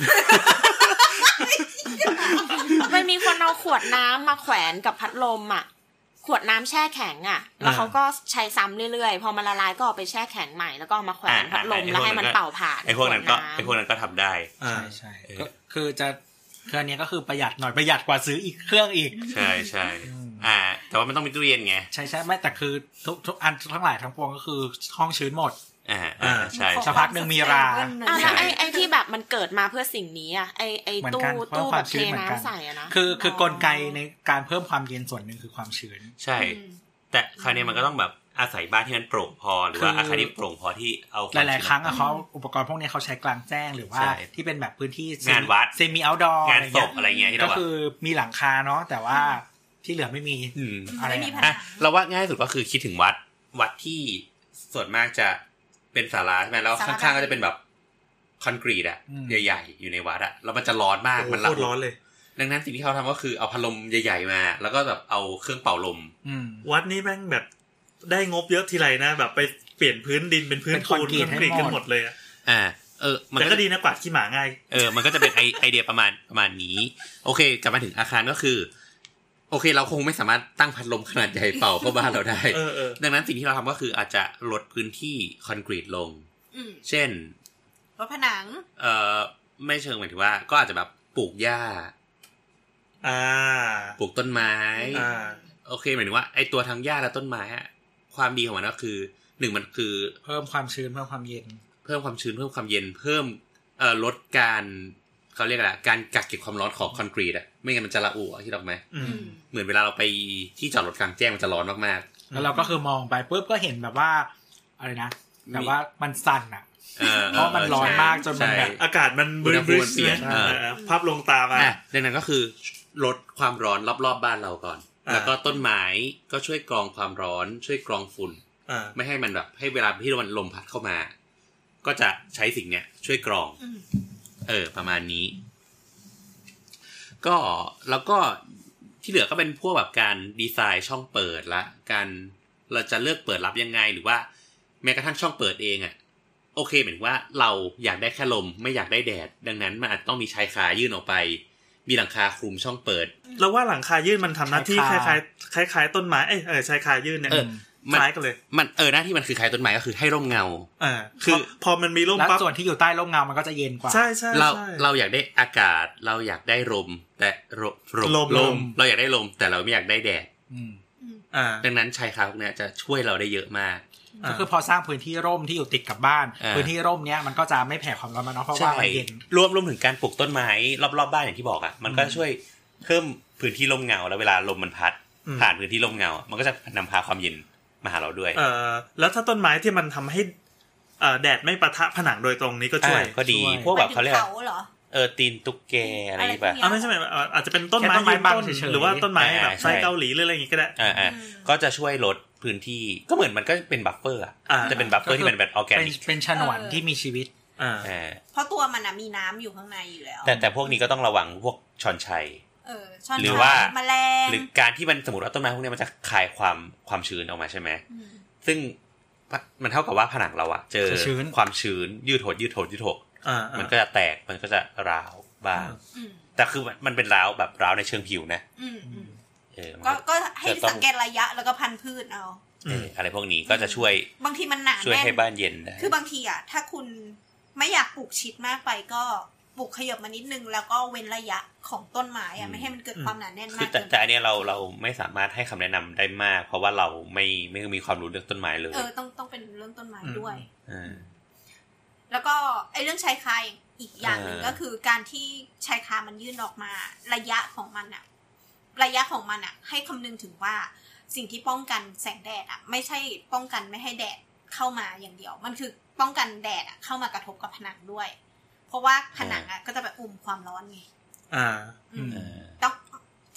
Speaker 4: มันมีคนเอาขวดน้ำมาแขวนกับพัดลมอ่ะ ขวดน้ำแช่แข็งอ่ะ แล้วเขาก็ใช้ซ้ำเรื่อยๆ พอมันละลายก็เอาไปแช่แข็งใหม่แล้วก็เอามาแขวน
Speaker 2: อ่า
Speaker 4: พัดลม
Speaker 2: ไอ้พวก
Speaker 4: แล้วให้มัน
Speaker 2: นั้นก็
Speaker 4: เป่าผ่าน
Speaker 2: ไอ้พวกนั้นก็
Speaker 4: ำ
Speaker 2: ไอ้พวกนั้นก็ทำได้
Speaker 3: อ่า
Speaker 6: ใช่ใช่
Speaker 2: เออ
Speaker 6: ก็คือจะคืออันเนี้ยก็คือประหยัดหน่อยประหยัดกว่าซื้ออีกเครื่องอีก
Speaker 2: ใช่ใช่
Speaker 6: อืม
Speaker 2: อ่า แต่ว่ามันต้องมีตู้เย็นไง
Speaker 6: ใช่ใช่ไม่แต่คือทุกทุกอันทั้งหลายทั้งปวงก็คือห้องชื้นหมด
Speaker 2: อ่าอ่าใช่
Speaker 5: ขอ
Speaker 2: ใช่
Speaker 6: สักพักหนึ่งมีรา
Speaker 4: อ่ะ
Speaker 2: ใช่
Speaker 4: แล้วไอ้ไอ้ที่แบบมันเกิดมาเพื่อสิ่งนี้อ่ะไอ้ไอ้
Speaker 6: เหมือน
Speaker 4: ตู้
Speaker 6: กันเพราะ
Speaker 4: ตู้
Speaker 6: ค
Speaker 4: แบ
Speaker 6: วาม
Speaker 4: บเท
Speaker 6: ชื้นเหมือนกัน
Speaker 4: น้ำใส่อะนะ
Speaker 6: คือคือกลไกในการเพิ่มความเย็นส่วนหนึ่งคือความชื้น
Speaker 2: ใช่ แต่คราวเนี้ยมันก็ต้องแบบอาศัยบ้านที่มันโปร่งพอหรือว่า
Speaker 6: คืออ
Speaker 2: อาคารที่โปร่งพอที่เอาวาม
Speaker 6: หลาย
Speaker 2: ชื้น
Speaker 6: ๆ ครั้งอะเขาอุปกรณ์พวกเนี้ยเขาใช้กลางแจ้งหรือว่า
Speaker 2: ใช่
Speaker 6: ที่เป็นแบบพื้นที่
Speaker 2: งานวัด
Speaker 6: เซมิเอาดอร์
Speaker 2: งานศพอะไรเงี้ยที่
Speaker 6: ก็
Speaker 2: เราแบบ
Speaker 6: คือมีหลังคาเนาะแต่ว่าที่เหลือไม่มี
Speaker 2: ม
Speaker 6: อะไร
Speaker 5: ไม่มี
Speaker 6: อะ
Speaker 5: ผนั
Speaker 2: อ่ะ
Speaker 5: ง
Speaker 2: เราว่าง่ายสุดก็คือคิดถึงวัดวัดที่ส่วนมากจะเป็นศาลาใช่ไหมแล้วข้างๆก็จะเป็นแบบคอนกรีตอะ
Speaker 6: อืม
Speaker 2: ใหญ่ ๆ อยู่ในวัดอะแล้วมันจะร้อนมากมัน
Speaker 3: โคตรร้อนเลย
Speaker 2: ดังนั้นสิ่งที่เขาทำก็คือเอาพัดลมใหญ่ ๆ มา แล้วก็แบบเอาเครื่องเป่าลม
Speaker 6: อืม
Speaker 3: วัดนี้แม่งแบบได้งบเยอะทีไรนะ แบบไปเปลี่ยนพื้นดินเป็นพื้น
Speaker 6: เป็นคอ
Speaker 3: ปู
Speaker 6: น
Speaker 3: น
Speaker 6: กรี
Speaker 3: ค
Speaker 6: ต
Speaker 3: อนกรีต
Speaker 6: ให้หมด
Speaker 3: กันหมดเลยอะ
Speaker 2: อ่า เออ มัน
Speaker 3: แต่
Speaker 2: ก็
Speaker 3: ก็ดีนะกวาดขี้หมาง่าย
Speaker 2: เออมันก็จะเป็นไอ ไอเดียประมาณประมาณนี้ โอเค กลับมาถึงอาคารก็คือ โอเค เราคงไม่สามารถตั้งพัดลมขนาดใหญ่เป่าเข้าบ้านเราได้
Speaker 3: เออเออ
Speaker 2: ดังนั้นสิ่งที่เราทำก็คืออาจจะลดพื้นที่คอนกรีตลง
Speaker 5: อืม
Speaker 2: เช่น
Speaker 5: รถผนัง
Speaker 2: เอ่อ ไม่เชิงหมายถึงว่า ก็อาจจะแบบปลูกหญ้า
Speaker 3: อ่า
Speaker 2: ปลูกต้นไม้
Speaker 3: อ่า
Speaker 2: โอเค หมายถึงว่าไอตัวทั้งหญ้าและต้นไม้อะความดีของมันก็คือหนึ่งมันคือ
Speaker 6: เพิ่มความชื้นเพิ่มความเย็น
Speaker 2: เพิ่มความชื้นเพิ่มความเย็นเพิ่มเอ่อลดการเขาเรียกอะไรอะการกักเก็บความร้อนของคอนกรีตอะไม่งั้นมันจะระอุอะคิดออกไหม
Speaker 3: อืม
Speaker 2: เหมือนเวลาเราไปที่จอดรถกลางแจ้งมันจะร้อนมาก
Speaker 6: แล้วเราก็คือมองไปปุ๊บก็เห็นแบบว่าอะไรนะแบบว่ามันสั่นอะ
Speaker 2: ๆออ
Speaker 6: เพราะมันร้อนมากจนมัน
Speaker 2: ใช่
Speaker 6: แบบ
Speaker 3: อากาศมันบริ
Speaker 2: อุณหภู
Speaker 3: บริ
Speaker 2: มิ
Speaker 3: ส
Speaker 2: เปลี่ยน
Speaker 3: เออ
Speaker 2: เออ
Speaker 3: ภาพลวงตามา
Speaker 2: อ่ะดังนั้นก็คือลดความร้อนรอบๆบ้านเราก่อน
Speaker 3: อ่า
Speaker 2: แล้วก็ต้นไม้ก็ช่วยกรองความร้อน ช่วยกรองฝุ่น
Speaker 3: อ่า
Speaker 2: ไม่ให้มันแบบให้เวลาที่มันลมพัดเข้ามา ก็จะใช้สิ่งเนี้ยช่วยกรอง
Speaker 5: อืม
Speaker 2: เออ ประมาณนี้ ก็แล้วก็ที่เหลือก็เป็นพวกแบบการดีไซน์ช่องเปิดละ การเราจะเลือกเปิดรับยังไงหรือว่า แม้กระทั่งช่องเปิดเองอะ่ะ โอเคเหมือนว่าเราอยากได้แค่ลมไม่อยากได้แดด ดังนั้นมันอาจต้องมีชายคายื่นออกไป มีหลังคาคลุมช่องเปิด
Speaker 3: เราว่าหลังคายื่นมันทำหน้าที่ค
Speaker 6: ค
Speaker 3: ล้า
Speaker 6: ล้าย ย
Speaker 3: ๆคล้ายๆต้นไม้เอยเออชายคายื่นเนี่ย
Speaker 2: เออ
Speaker 3: คล้ายกันเลย
Speaker 2: มันเออหน้าที่มันคือคลายต้นไม้ก็คือให้ร่มเงา
Speaker 3: เออ
Speaker 2: คื
Speaker 3: คือ อพอมันมีร่ม
Speaker 6: แล้ว
Speaker 3: ปั๊บ
Speaker 6: ส่วนที่อยู่ใต้ร่มเงามันก็จะเย็นกว่า
Speaker 3: ใช่ใช่
Speaker 2: เรา
Speaker 3: ใช่
Speaker 2: เราอยากได้อากาศเราอยากได้ลมแต่ลม
Speaker 3: ลม
Speaker 2: ล
Speaker 6: ล
Speaker 2: ม
Speaker 6: ม
Speaker 2: เราอยากได้ลมแต่เราไม่อยากได้แดด
Speaker 6: อืม
Speaker 3: อ่า
Speaker 2: ดังนั้นชายคาพวกเนี้ยจะช่วยเราได้เยอะมาก
Speaker 3: า
Speaker 6: ก็คือพอสร้างพื้นที่ร่มที่อยู่ติดกับบ้าน
Speaker 2: อ่า
Speaker 6: พื้นที่ร่มเนี้ยมันก็จะไม่แผ่ความร้อนมาเนาะเพราะว่ามันเย็น
Speaker 2: รวมรวมถึงการปลูกต้นไม้รอบ ๆ บ้านอย่างที่บอกอ่ะมันก็ช่วยเพิ่มพื้นที่ร่มเงาแล้วเวลาลมมันพัด
Speaker 3: อืม
Speaker 2: ผ่านพื้นที่ร่มเงาอะมันก็จะนำพาความเย็นมาหาเราด้วย
Speaker 3: เอ่อแล้วถ้าต้นไม้ที่มันทำให้เอ่อแดดไม่ปะทะผนังโดยตรงนี้ก็ช่วย
Speaker 2: อ่าก็ดี
Speaker 6: ช่วย
Speaker 2: พวกแบบเขาเรียก
Speaker 5: หม
Speaker 2: ว่า
Speaker 5: ถึงเหรอ
Speaker 2: เออตีนตุ๊กแกอะไรอย่างงี้ป่ะ
Speaker 5: อะไรพวกเนี้ย
Speaker 3: อ่าไม่ใช่ไหมเอ่ออาจจะเป็นต้นไม้
Speaker 6: แค่ต้นไม้
Speaker 3: ยืน
Speaker 6: บัง
Speaker 3: ต้น
Speaker 6: เฉยๆ
Speaker 3: หรือว่าต้นไม้
Speaker 2: อ่า
Speaker 3: แบบไส้
Speaker 2: ใช่
Speaker 3: เกาหลีหรืออะไรอย่างงี้ก็ได้
Speaker 2: อ่าอ่า
Speaker 5: อืม
Speaker 2: ก็จะช่วยลดพื้นที่ก็เหมือนมันก็เป็นบัฟเฟอร์อะ
Speaker 3: อ่า
Speaker 2: จะเป็นบัฟเฟอร์ที่เป็นแบบออร์แก
Speaker 6: เป็น
Speaker 2: นิก
Speaker 6: เป็นฉนวน
Speaker 5: เออ
Speaker 6: ที่มีชีวิต
Speaker 3: อ่า
Speaker 2: อ่า
Speaker 5: เพราะตัวมันอะมีน้ำอยู่ข้างในอยู่แล้ว
Speaker 2: แต่แต่พวกนี้ก็ต้องระวังพวกชอนชัย
Speaker 5: เออช่อน
Speaker 2: หรือ
Speaker 5: ชัย
Speaker 2: ว่า
Speaker 5: แมลง
Speaker 2: หรือการที่มันสมมติว่าต้นไม้พวกเนี้ยมันจะคายความความชื้นออกมาใช่ไหม
Speaker 5: ม
Speaker 2: ซึ่งมันเท่ากับว่าผนังเราอะเจอ
Speaker 6: จะชื้น
Speaker 2: ความชื้นยืดหดยืดหดยืดหด
Speaker 3: อ่า
Speaker 2: มั
Speaker 3: อ่าน
Speaker 2: ก็จะแตกมันก็จะร้าวบ้าง
Speaker 5: อืม
Speaker 2: แต่คือมันมันเป็นร้าวแบบร้าวในเชิงผิวนะ
Speaker 5: อืมอืม
Speaker 2: เออมัน
Speaker 5: ก็
Speaker 2: ก็
Speaker 5: ก็ให้
Speaker 2: จะต้อง
Speaker 5: สังเกตระยะแล้วก็พันธุ์พืชเอา
Speaker 2: เอออะไรพวกนี้ก็จะช่วย
Speaker 5: บางทีมันหนา
Speaker 2: ช่วย
Speaker 5: แน่น
Speaker 2: ให้บ้านเย็นได้
Speaker 5: คือบางทีอ่ะ ถ้าคุณไม่อยากปลูกชิดมากไปก็ปลูกขยบมานิดนึง แล้วก็เว้นระยะของต้นไม้อ่ะไม่ให้มันเกิดความหนาแน่น
Speaker 2: คื
Speaker 5: มา
Speaker 2: อก แต่
Speaker 5: เกิน
Speaker 2: แต่อันเนี้ยเราเราไม่สามารถให้คำแนะนำได้มาก เพราะว่าเราไม่ไม่มีความรู้เรื่องต้นไม้เลย
Speaker 5: เออต้องต้องเป็นเรื่องต้นไม้ด้วย
Speaker 2: เออ
Speaker 5: แล้วก็ไอ้เรื่องชายคาอย่างอีกอย่างหนึ่ง
Speaker 2: เออ
Speaker 5: ก็คือการที่ชายคามันยื่นออกมา ระยะของมันอ่ะ ระยะของมันอ่ะ ให้คำนึงถึงว่าสิ่งที่ป้องกันแสงแดดอ่ะ ไม่ใช่ป้องกันไม่ให้แดดเข้ามาอย่างเดียว มันคือป้องกันแดดอ่ะเข้ามากระทบกับผนังด้วย เพราะว่าผนังอ่ะก็จะแบบอุ่มความร้อนไง
Speaker 3: อ่า
Speaker 5: อืม
Speaker 2: เออ
Speaker 5: ต้อง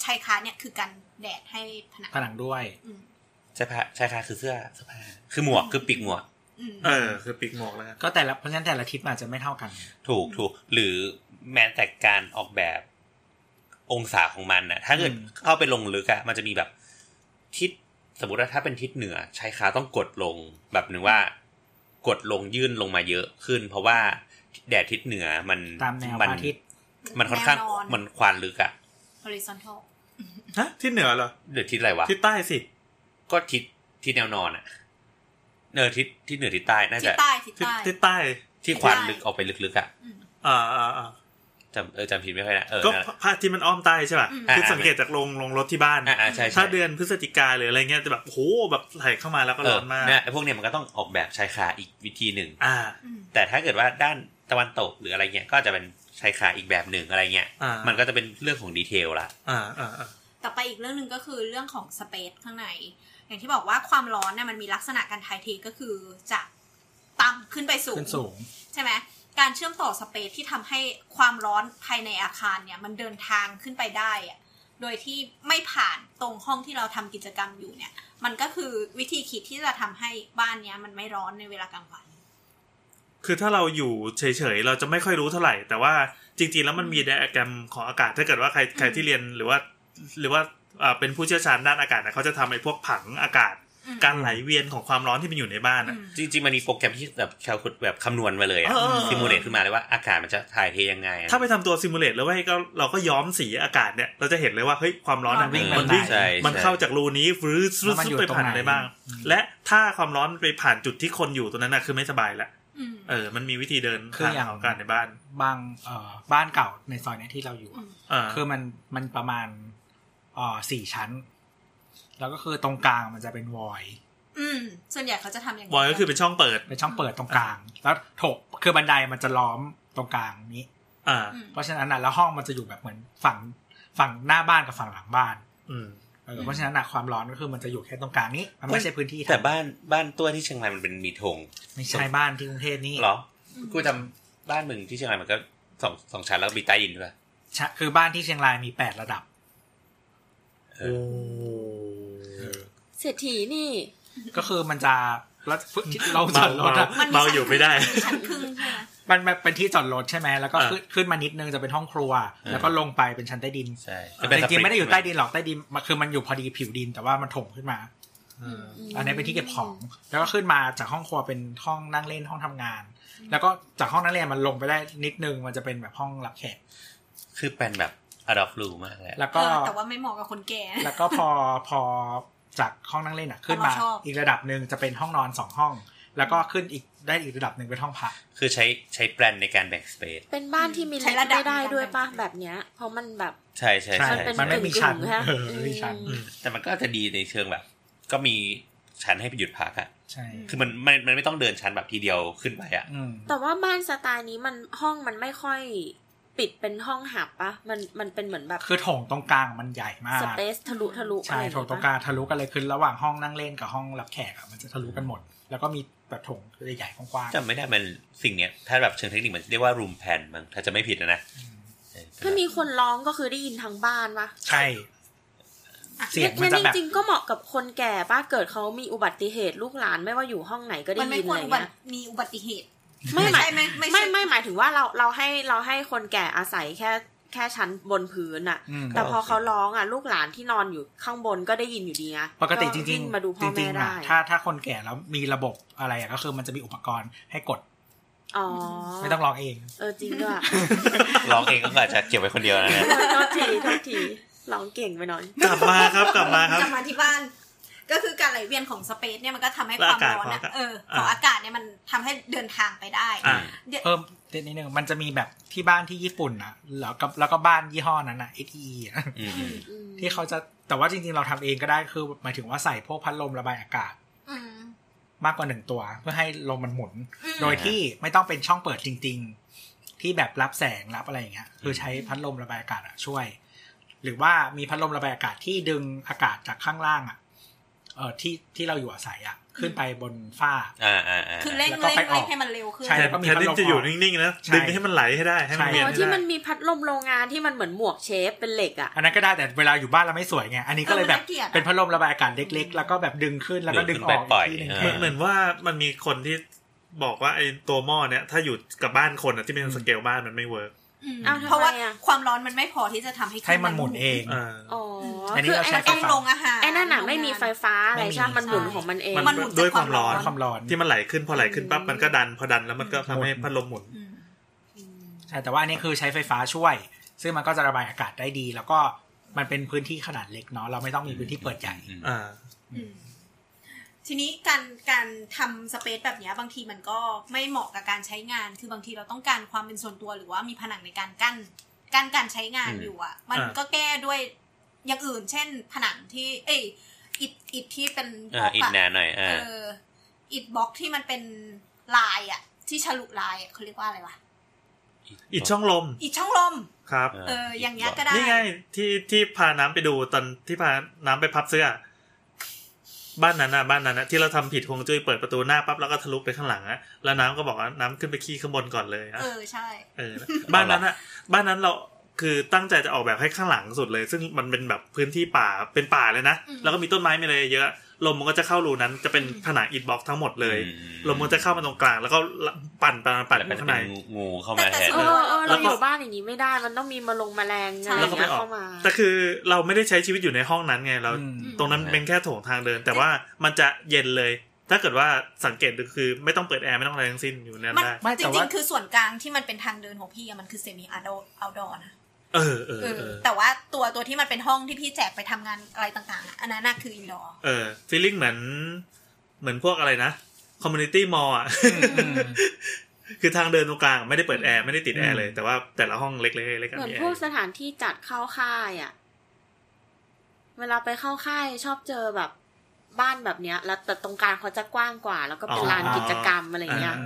Speaker 5: ชายคาเนี่ยคือการแดดให้ผนัง
Speaker 6: ผนังด้วย
Speaker 5: อืม
Speaker 2: ใช่ผ้าใช่ค่ะคือเสื้อเสื้อผ้าคือหมวกคือปีกหมวก
Speaker 5: อืม
Speaker 3: เออ คือปีกหมอกแล้วกัน
Speaker 6: ก็แต่ละเพราะฉะนั้นแต่ละทิศมันอาจจะไม่เท่ากัน
Speaker 2: ถูกถูกหรือแม้แต่การออกแบบองศาของมันนะถ้าเกิด
Speaker 6: อืม
Speaker 2: เข้าไปลงลึกอะมันจะมีแบบทิศสมมติว่าถ้าเป็นทิศเหนือชายคาต้องกดลงแบบหนึ่งว่า กดลงยื่นลงมาเยอะขึ้น เพราะว่าแดดทิศเหนือมัน
Speaker 6: ตามแนวพ
Speaker 2: มัน
Speaker 6: ระอาทิตย์
Speaker 2: มันค่อนข้าง
Speaker 5: แว
Speaker 2: มันควานลึกอะ
Speaker 5: horizontal
Speaker 3: ฮะที่เหนือเหรอ
Speaker 2: หรือทิศอะไรวะ
Speaker 3: ที่ใต้สิ
Speaker 2: ก็ทิศทิศแนวนอนอะเนอทิศทิศเหนือทิศใต้น่า
Speaker 5: ทิศ
Speaker 2: จะ
Speaker 5: ใต้ทิศ
Speaker 3: ที่
Speaker 5: ใต้
Speaker 3: ที่ใต้
Speaker 2: ที่ควาน
Speaker 5: ใต้
Speaker 2: ลึกออกไปลึกๆอะ
Speaker 5: อืม
Speaker 3: อ่าอ่าอ่า
Speaker 2: จำเออจำผิดไม่ค่อยนะเออ
Speaker 3: ก็
Speaker 2: นั่นแหละ
Speaker 3: พระอาที่มันอ้อมใต้ใช่ป่ะ
Speaker 5: อืม
Speaker 3: คืออา สังเกตจากลงลงรถที่บ้าน
Speaker 2: อ่าอ่าใช่ใช่
Speaker 3: ถ้าเดือนพฤศจิกาหรืออะไรเงี้ยจะแบบโหแบบไหลเข้ามาแล้วก็ร้อนมาก
Speaker 2: เเนี่ยไอ้พวกเนี้ยมันก็ต้องออกแบบชายคาอีกวิธีหนึ่ง
Speaker 3: อ่า
Speaker 5: อืม
Speaker 2: แต่ถ้าเกิดว่าด้านตะวันตกหรืออะไรเงี้ยก็จะเป็นชายคาอีกแบบหนึ่งอะไรเงี้ย
Speaker 3: อ่ามั
Speaker 2: มันก็จะเป็นเรื่องของดีเทลละ
Speaker 3: อ่าอ่าอ่า
Speaker 5: ต่อไปอีกเรื่องหนึ่งก็คือเรื่องของสเปซข้างใน อย่างที่บอกว่าความร้อนเนี่ยมันมีลักษณะการถ่ายเทก็คือจากต่ำขึ้นไปสูง
Speaker 6: ขึ้นสูง
Speaker 5: ใช่ไหมการเชื่อมต่อสเปซที่ทำให้ความร้อนภายในอาคารเนี่ย มันเดินทางขึ้นไปได้อะโดยที่ไม่ผ่านตรงห้องที่เราทำกิจกรรมอยู่เนี่ย มันก็คือวิธีคิดที่จะทำให้บ้านเนี้ยมันไม่ร้อนในเวลากลางวัน
Speaker 3: คือถ้าเราอยู่เฉยๆ เราจะไม่ค่อยรู้เท่าไหร่ แต่ว่าจริงๆ แล้วมันมีไดอะแกรมของอากาศ ถ้าเกิดว่าใครใครที่เรียนหรือว่า หรือว่าอ่าเป็นผู้เชี่ยวชาญด้านอากาศนะเขาจะทำไอ้พวกผังอากาศ
Speaker 5: อืม
Speaker 3: การไหลเวียนของความร้อนที่มันอยู่ในบ้าน
Speaker 5: อื
Speaker 3: อะ
Speaker 5: ม
Speaker 2: จริงๆมันมีโปรแกรมที่แบบแคลคูลแบบคำนวณมาเลยอะ
Speaker 3: เออเออ
Speaker 2: ซิมูเลตขึ้นมาเลยว่าอากาศมันจะถ่ายเทยังไงอะ
Speaker 3: ถ้าไปทำตัวซิมูเลตแล้วไว้ก็เราก็ย้อมสีอากาศเนี่ย เราจะเห็นเลยว่าเฮ้ยความร้อนอะ
Speaker 6: มันวิ่ง
Speaker 3: มันวิ่ง
Speaker 6: ไปไหน
Speaker 3: มันเข้าจากรูนี้ฟื้น
Speaker 6: แล้วมันอยู่
Speaker 3: ไปผ่าน
Speaker 6: ตรงไหน
Speaker 3: อะไรบ้าง และถ้าความร้อนไปผ่านจุดที่คนอยู่ตรงนั้นน่ะคือไม่สบายละ
Speaker 5: อืม
Speaker 3: เออ มันมีวิธีเดิน
Speaker 6: คือ
Speaker 3: ทาง
Speaker 6: อย่าง
Speaker 3: ของการในบ้าน
Speaker 6: บางเอ่อบ้านเก่าในซอยเนี้ยที่เราอยู่อะ
Speaker 3: อ่า
Speaker 6: คือมันมันประมาณเอ่อสี่ชั้น แล้วก็คือตรงกลางมันจะเป็นวอย
Speaker 5: อืม ส่วนใหญ่เขาจะทำอย่าง
Speaker 3: บอยก็คือเป็นช่องเปิด
Speaker 6: เป็นช่องเปิดตรงกลาง แล้วถกคือบันไดมันจะล้อมตรงกลางนี้
Speaker 3: อ่า
Speaker 5: อืม
Speaker 6: เพราะฉะนั้นอ่ะแล้วห้องมันจะอยู่แบบเหมือนฝั่งฝั่งหน้าบ้านกับฝั่งหลังบ้าน
Speaker 3: อืม
Speaker 6: เออเพราะฉะนั้นอ่ะความร้อนก็คือมันจะอยู่แค่ตรงกลางนี้ มันไม่ใช่พื้นที่
Speaker 2: แต่บ้านบ้านตัวที่เชียงรายมันเป็นมีธง
Speaker 6: ไม่ใช่บ้านที่กรุงเทพนี่
Speaker 2: เหรอ กูจำบ้านมึงที่เชียงรายมันก็สองสองชั้นแล้วก็มีใต้ดินด้วย
Speaker 6: ใช่คือบ้านที่เชียงรายมีแปดระดับ
Speaker 2: เออ
Speaker 4: เศรษฐีนี่
Speaker 6: ก็คือมันจะแล้วเราจอดรถอะ
Speaker 5: มัน
Speaker 3: เบาอยู่ไม่ได้
Speaker 5: ชั้นครึ่งใช่ไหม
Speaker 6: มันมันเป็นที่จอดรถใช่ไหมแล้วก็
Speaker 3: อ่า
Speaker 6: ขึ้นขึ้นมานิดนึงจะเป็นห้องครัว
Speaker 2: อ่า
Speaker 6: แล้วก็ลงไปเป็นชั้นใต้ดิน
Speaker 2: ใช่
Speaker 6: แต่จริงๆไม่ได้อยู่ใต้ดินหรอกใต้ดินมันคือมันอยู่พอดีผิวดินแต่ว่ามันถมขึ้นมา
Speaker 3: เออ
Speaker 6: อันนี้เป็นที่เก็บของ แล้วก็ขึ้นมาจากห้องครัวเป็นห้องนั่งเล่นห้องทำงาน แล้วก็จากห้องนั่งเล่นมันลงไปได้นิดนึงมันจะเป็นแบบห้องรับแขก
Speaker 1: คือเป็นแบบอดอปลูมากแหละ
Speaker 6: แล้ว
Speaker 5: เอ
Speaker 6: ก็
Speaker 5: อแต่ว่าไม่เหมาะกับคนแก่
Speaker 6: แล้วก็พอพอจากห้องนั่งเล่นอ่ะ ขึ้นมา
Speaker 5: เราชอบ
Speaker 6: อีกระดับหนึ่งจะเป็นห้องนอนสองห้อง แล้วก็ขึ้นอีกได้อีกระดับหนึ่งเป็นห้องพัก
Speaker 1: คือใช้ใช้แปลนในการแบ่งสเปซ
Speaker 4: เป็นบ้านที่มี
Speaker 5: ใช้
Speaker 4: ลิฟ
Speaker 5: ระ
Speaker 4: ต์
Speaker 5: ดับ
Speaker 4: ไม่ได้ด้วยป่ะแบบเนี้ย เพราะมันแบบ
Speaker 1: ใช่ใช่
Speaker 6: ใช่
Speaker 1: ใช่
Speaker 4: มันเป็น
Speaker 6: มันไม่มีชั้น
Speaker 4: กึ่งๆฮะ
Speaker 6: เออไม่มีชั้น
Speaker 4: อืม
Speaker 1: แต่มันก็จะดีในเชิงแบบ ก็มีชั้นให้ไปหยุดพักอะ
Speaker 6: ใช่
Speaker 1: คือมันมันมันไม่ต้องเดินชั้นแบบทีเดียวขึ้นไปอะ
Speaker 6: อืม
Speaker 4: แต่ว่าบ้านสไตล์นี้มันห้องมันไม่ค่อยปิดเป็นห้องหับปะมันมันเป็นเหมือนแบบ
Speaker 6: คือโถงตรงกลางมันใหญ่มา
Speaker 4: ส
Speaker 6: ก
Speaker 4: เปซทะลุทะลุอะ
Speaker 6: ใช่
Speaker 4: ไรอย่า
Speaker 6: โถ
Speaker 4: เย
Speaker 6: งตรงก
Speaker 4: ปะ
Speaker 6: ลางทะลุกันเลยคือระหว่างห้องนั่งเล่นกับห้องรับแขกอะมันจะทะลุกันหมด แล้วก็มีแบบโถงใหญ่ๆกว้าง
Speaker 1: จำไม่ได้มันสิ่งเนี้ย ถ้าแบบเชิงเทคนิคมันเรียกว่ารูมแพนมั้งถ้าจะไม่ผิดนะนะ
Speaker 6: ๆอืม
Speaker 1: เออ
Speaker 4: ถ้ามีคนร้องก็คือได้ยินทั้งบ้านปะ
Speaker 6: ใช่เสียงมันจะ
Speaker 4: งั้
Speaker 6: แบบ
Speaker 4: จริงๆก็เหมาะกับคนแก่ปะเกิดเขามีอุบัติเหตุลูกหลานไม่ว่าอยู่ห้องไหนก็ได้
Speaker 5: มันไม่
Speaker 4: ยิน
Speaker 5: ค
Speaker 4: อะ
Speaker 5: วรอุ
Speaker 4: ไร
Speaker 5: บัติ
Speaker 4: เงี้ย
Speaker 5: มีอุบัติเหตุ
Speaker 4: ไม่หมาย
Speaker 5: ไม่ไม่
Speaker 4: ไม่
Speaker 5: ใช่
Speaker 4: ไม่หมายถึงว่าเราเราให้เราให้คนแก่อาศัยแค่แค่ชั้นบนพื้นอะ
Speaker 6: อืม
Speaker 4: แต่พอเขาร้องอะลูกหลานที่นอนอยู่ข้างบนก็ได้ยินอยู่ดีนะ
Speaker 6: ปกติจริ
Speaker 4: วิ่
Speaker 6: ง
Speaker 4: มาดู
Speaker 6: ๆ
Speaker 4: พ่อ
Speaker 6: จริ
Speaker 4: แม่
Speaker 6: งๆ
Speaker 4: ได้
Speaker 6: อะถ้าถ้าคนแก่แล้วมีระบบอะไรอะก็คือมันจะมีอุปกรณ์ให้กด
Speaker 4: อ๋อ
Speaker 6: ไม่ต้องร้องเอง
Speaker 4: เออจริง ด้วย
Speaker 1: ร้องเองก็อาจจะเก็บไว้คนเดียวนะเนี่ย
Speaker 4: โทษทีโทษทีร้องเก่งไปหน่อย
Speaker 3: กลับมาครับกลับมาครับ
Speaker 5: กลับมาที่บ้าน ก็คือการไหลเวียนของสเปซเนี่ยมันก็ทำให้ค
Speaker 3: และ
Speaker 5: วาม
Speaker 3: อากาศ
Speaker 5: ร้อนอะ
Speaker 3: ของอากาศ
Speaker 5: เออของ
Speaker 3: อ่า
Speaker 5: อากาศเนี่ยมันทำให้เดินทางไปได้
Speaker 3: อ่า
Speaker 5: เดี๋ยว
Speaker 6: เพิ่มเด็ดนิดนึงมันจะมีแบบที่บ้านที่ญี่ปุ่นนะแล้วก็แล้วก็บ้านยี่ห้อนั้นอ่ะ SE อะ
Speaker 1: อืม
Speaker 4: อืม
Speaker 6: ที่เขาจะแต่ว่าจริงๆ เราทำเองก็ได้คือหมายถึงว่าใส่พวกพัดลมระบายอากาศ
Speaker 5: อืม
Speaker 6: มากกว่าหนึ่งตัว เพื่อให้ลมมันหมุน
Speaker 5: อืม
Speaker 6: โดยที่ไม่ต้องเป็นช่องเปิดจริง ๆ ที่แบบรับแสงรับอะไรอย่างเงี้ยคือใช้พัดลมระบายอากาศอะช่วย หรือว่ามีพัดลมระบายอากาศที่ดึงอากาศจากข้างล่างอ่ะเออที่ที่เราอยู่อาศัยอ่ะขึ้นไปบนฝ้า
Speaker 1: อ่าอ่าอ่า
Speaker 5: คือเร่ง
Speaker 6: แล้วก็
Speaker 5: เร่ง
Speaker 6: ไป
Speaker 5: เร่
Speaker 6: ออก
Speaker 5: งให้มันเร็วขึ้น
Speaker 6: ใช่
Speaker 3: แทน
Speaker 6: แล้วก็มี
Speaker 3: แทนที่
Speaker 6: พัดลม
Speaker 3: จะอยู่
Speaker 6: ออก
Speaker 3: นิ่งๆนะ
Speaker 6: ใช่
Speaker 3: ดึงให้มันไหลให้ได้ให้มัน
Speaker 6: ใช่
Speaker 3: เวียน
Speaker 4: อ๋อ
Speaker 3: ให้
Speaker 4: ที่
Speaker 3: ได้
Speaker 4: มันมีพัดลมโรงงานที่มันเหมือนหมวกเชฟเป็นเหล็กอะ
Speaker 6: อันนั้นก็ได้แต่เวลาอยู่บ้านเราไม่สวยไงอันนี้ก็เลยแบบ
Speaker 5: ออมัาดอะ
Speaker 6: เป็นพัดลมระบายอากาศเล็กๆ แล้วก็แบบดึงขึ้นแล้วก็ดึงออกอีกทีหนึง
Speaker 3: เหมือนเหมือนว่ามันมีคนที่บอกว่าไอ้ตัวหม้อเนี่ยถ้าอยู่กับบ้านคนอะที่เป็นสเกลบ้านมันไม่เวิร์ก
Speaker 5: อืม
Speaker 4: อ้าวทำ
Speaker 5: เพราะ
Speaker 4: ไม
Speaker 5: ว่า
Speaker 4: อะ
Speaker 5: ความร้อนมันไม่พอที่จะทำให้
Speaker 6: ให้มันหมุนเอง
Speaker 3: เออ
Speaker 4: อ๋อ
Speaker 6: อันนี้
Speaker 4: คือ
Speaker 6: เรา
Speaker 4: ไอ้
Speaker 6: ใช้
Speaker 5: ต้อง
Speaker 6: ไฟฟ้า
Speaker 5: ลงอาหาร
Speaker 4: ไอ้นั่นอะไม่มีไฟฟ้าอะไรใช่ไหมมันหมุนของมันเอง
Speaker 3: มัน
Speaker 5: มันหมุน
Speaker 3: ด้วยความร้อน
Speaker 5: จก
Speaker 6: ความร้อน
Speaker 3: ที่มันไหลขึ้นพอไหลขึ้นปั๊บมันก็ดันพอดันแล้วมันก็ทำให้
Speaker 6: หมุน
Speaker 3: พัดลมหมุน
Speaker 5: อืม
Speaker 6: ใช่แต่ว่าอันนี้คือใช้ไฟฟ้าช่วย ซึ่งมันก็จะระบายอากาศได้ดี แล้วก็มันเป็นพื้นที่ขนาดเล็กเนาะเราไม่ต้องมีพื้นที่เปิดใหญ่
Speaker 1: อืม
Speaker 3: อ่า
Speaker 5: อืมทีนี้การการทำสเปซแบบเนี้ยบางทีมันก็ไม่เหมาะกับการใช้งาน คือบางทีเราต้องการความเป็นส่วนตัวหรือว่ามีผนังในการกั้นกั้นการใช้งาน
Speaker 1: อืม
Speaker 5: อยู่อ่ะ มัน
Speaker 3: อ่า
Speaker 5: ก็แก้ด้วยอย่างอื่น เช่น ผนังที่ เอยอิฐอิฐที่เป็นบล็
Speaker 1: อ่า
Speaker 5: อก
Speaker 1: อีก
Speaker 5: อะ
Speaker 1: หนาหน่อยอ่า
Speaker 5: เอออิฐบล็อกที่มันเป็นลายอ่ะ ที่ฉลุลายอะเขาเรียกว่าอะไรวะ
Speaker 3: อีกช่องลม
Speaker 5: อิฐช่องลม
Speaker 3: ครับ
Speaker 5: เออ อย่างเงี้ยก็ได้
Speaker 3: นี่ไงที่ที่พาน้ำไปดูตอนที่พาน้ำไปพับเสื้อ บ้านนั้นนะบ้านนั้นนะที่เราทำผิดฮวงจุ้ยเปิดประตูหน้าปั๊บแล้วก็ทะลุไปข้างหลังอะแล้วน้ำก็บอกว่าน้ำขึ้นไปขี้ข้างบนก่อนเลยอะ
Speaker 5: เออใช่
Speaker 3: เออบ้านนั้นอะบ้านนั้นเราคือตั้งใจจะออกแบบให้ข้างหลังสุดเลย ซึ่งมันเป็นแบบพื้นที่ป่าเป็นป่าเลยนะ
Speaker 5: อืม
Speaker 3: แล้วก็มีต้นไม้มีอะไรเยอะลมมันก็จะเข้ารูนั้นจะเป็นผนังอิฐบล็อกทั้งหมดเลย
Speaker 1: อืม
Speaker 3: ลมมันจะเข้ามาตรงกลาง แล้วก็ปั่นปั่นปั่น
Speaker 1: แต่มันจะ
Speaker 3: ข้าง
Speaker 1: เป็
Speaker 3: ใน
Speaker 1: นงูงูเข้ามาแทน
Speaker 4: เออเออเราอยู่บ้านอย่างนี้ไม่ได้มันต้องมีมาลงแมลงอะไร
Speaker 3: แล้วก็ไม่อ
Speaker 4: เงี้ย
Speaker 3: อก
Speaker 4: เข้ามา
Speaker 3: แต่คือเราไม่ได้ใช้ชีวิตอยู่ในห้องนั้นไงเรา
Speaker 6: อืม
Speaker 3: ตรงนั้น
Speaker 1: อืม
Speaker 3: เป็นแค่โถงทางเดิน แต่ว่ามันจะเย็นเลย ถ้าเกิดว่าสังเกตดูคือไม่ต้องเปิดแอร์ไม่ต้องอะไรทั้งสิ้นอยู่นั่น
Speaker 5: มัน
Speaker 3: ได้
Speaker 6: ไม่
Speaker 5: จ
Speaker 6: แต่
Speaker 5: ริ
Speaker 6: ว่าง
Speaker 5: ๆ คือส่วนกลางที่มันเป็นทางเดินของพี่อะมันคือเซมิอาโดอาดอนะ
Speaker 3: เออเออ
Speaker 5: เออ
Speaker 3: เออ
Speaker 5: แต่ว่าตัวตัวที่มันเป็นห้องที่พี่แจกไปทำงานอะไรต่างๆอะอันนั้นน่ะคืออินดอร์
Speaker 3: เออฟีลลิ่งเหมือน เหมือนพวกอะไรนะคอมมูนิตี้มอลอ่ะ
Speaker 6: อืม
Speaker 3: คือทางเดินตรงกลางไม่ได้เปิดแอร์ไม่ได้ติดแอร์เลย
Speaker 6: อืม
Speaker 3: แต่ว่าแต่ละห้องเล็กๆเล็กๆ
Speaker 4: เหมือน
Speaker 3: มีแอ
Speaker 4: พวก
Speaker 3: ร์
Speaker 4: สถานที่จัดเข้าค่ายอะเวลาไปเข้าค่ายชอบเจอแบบบ้านแบบเนี้ย แล้วแต่ตรงกลางเขาจะกว้างกว่า แล้วก็เป็นลานกิจกรรมอะไรเงี้ย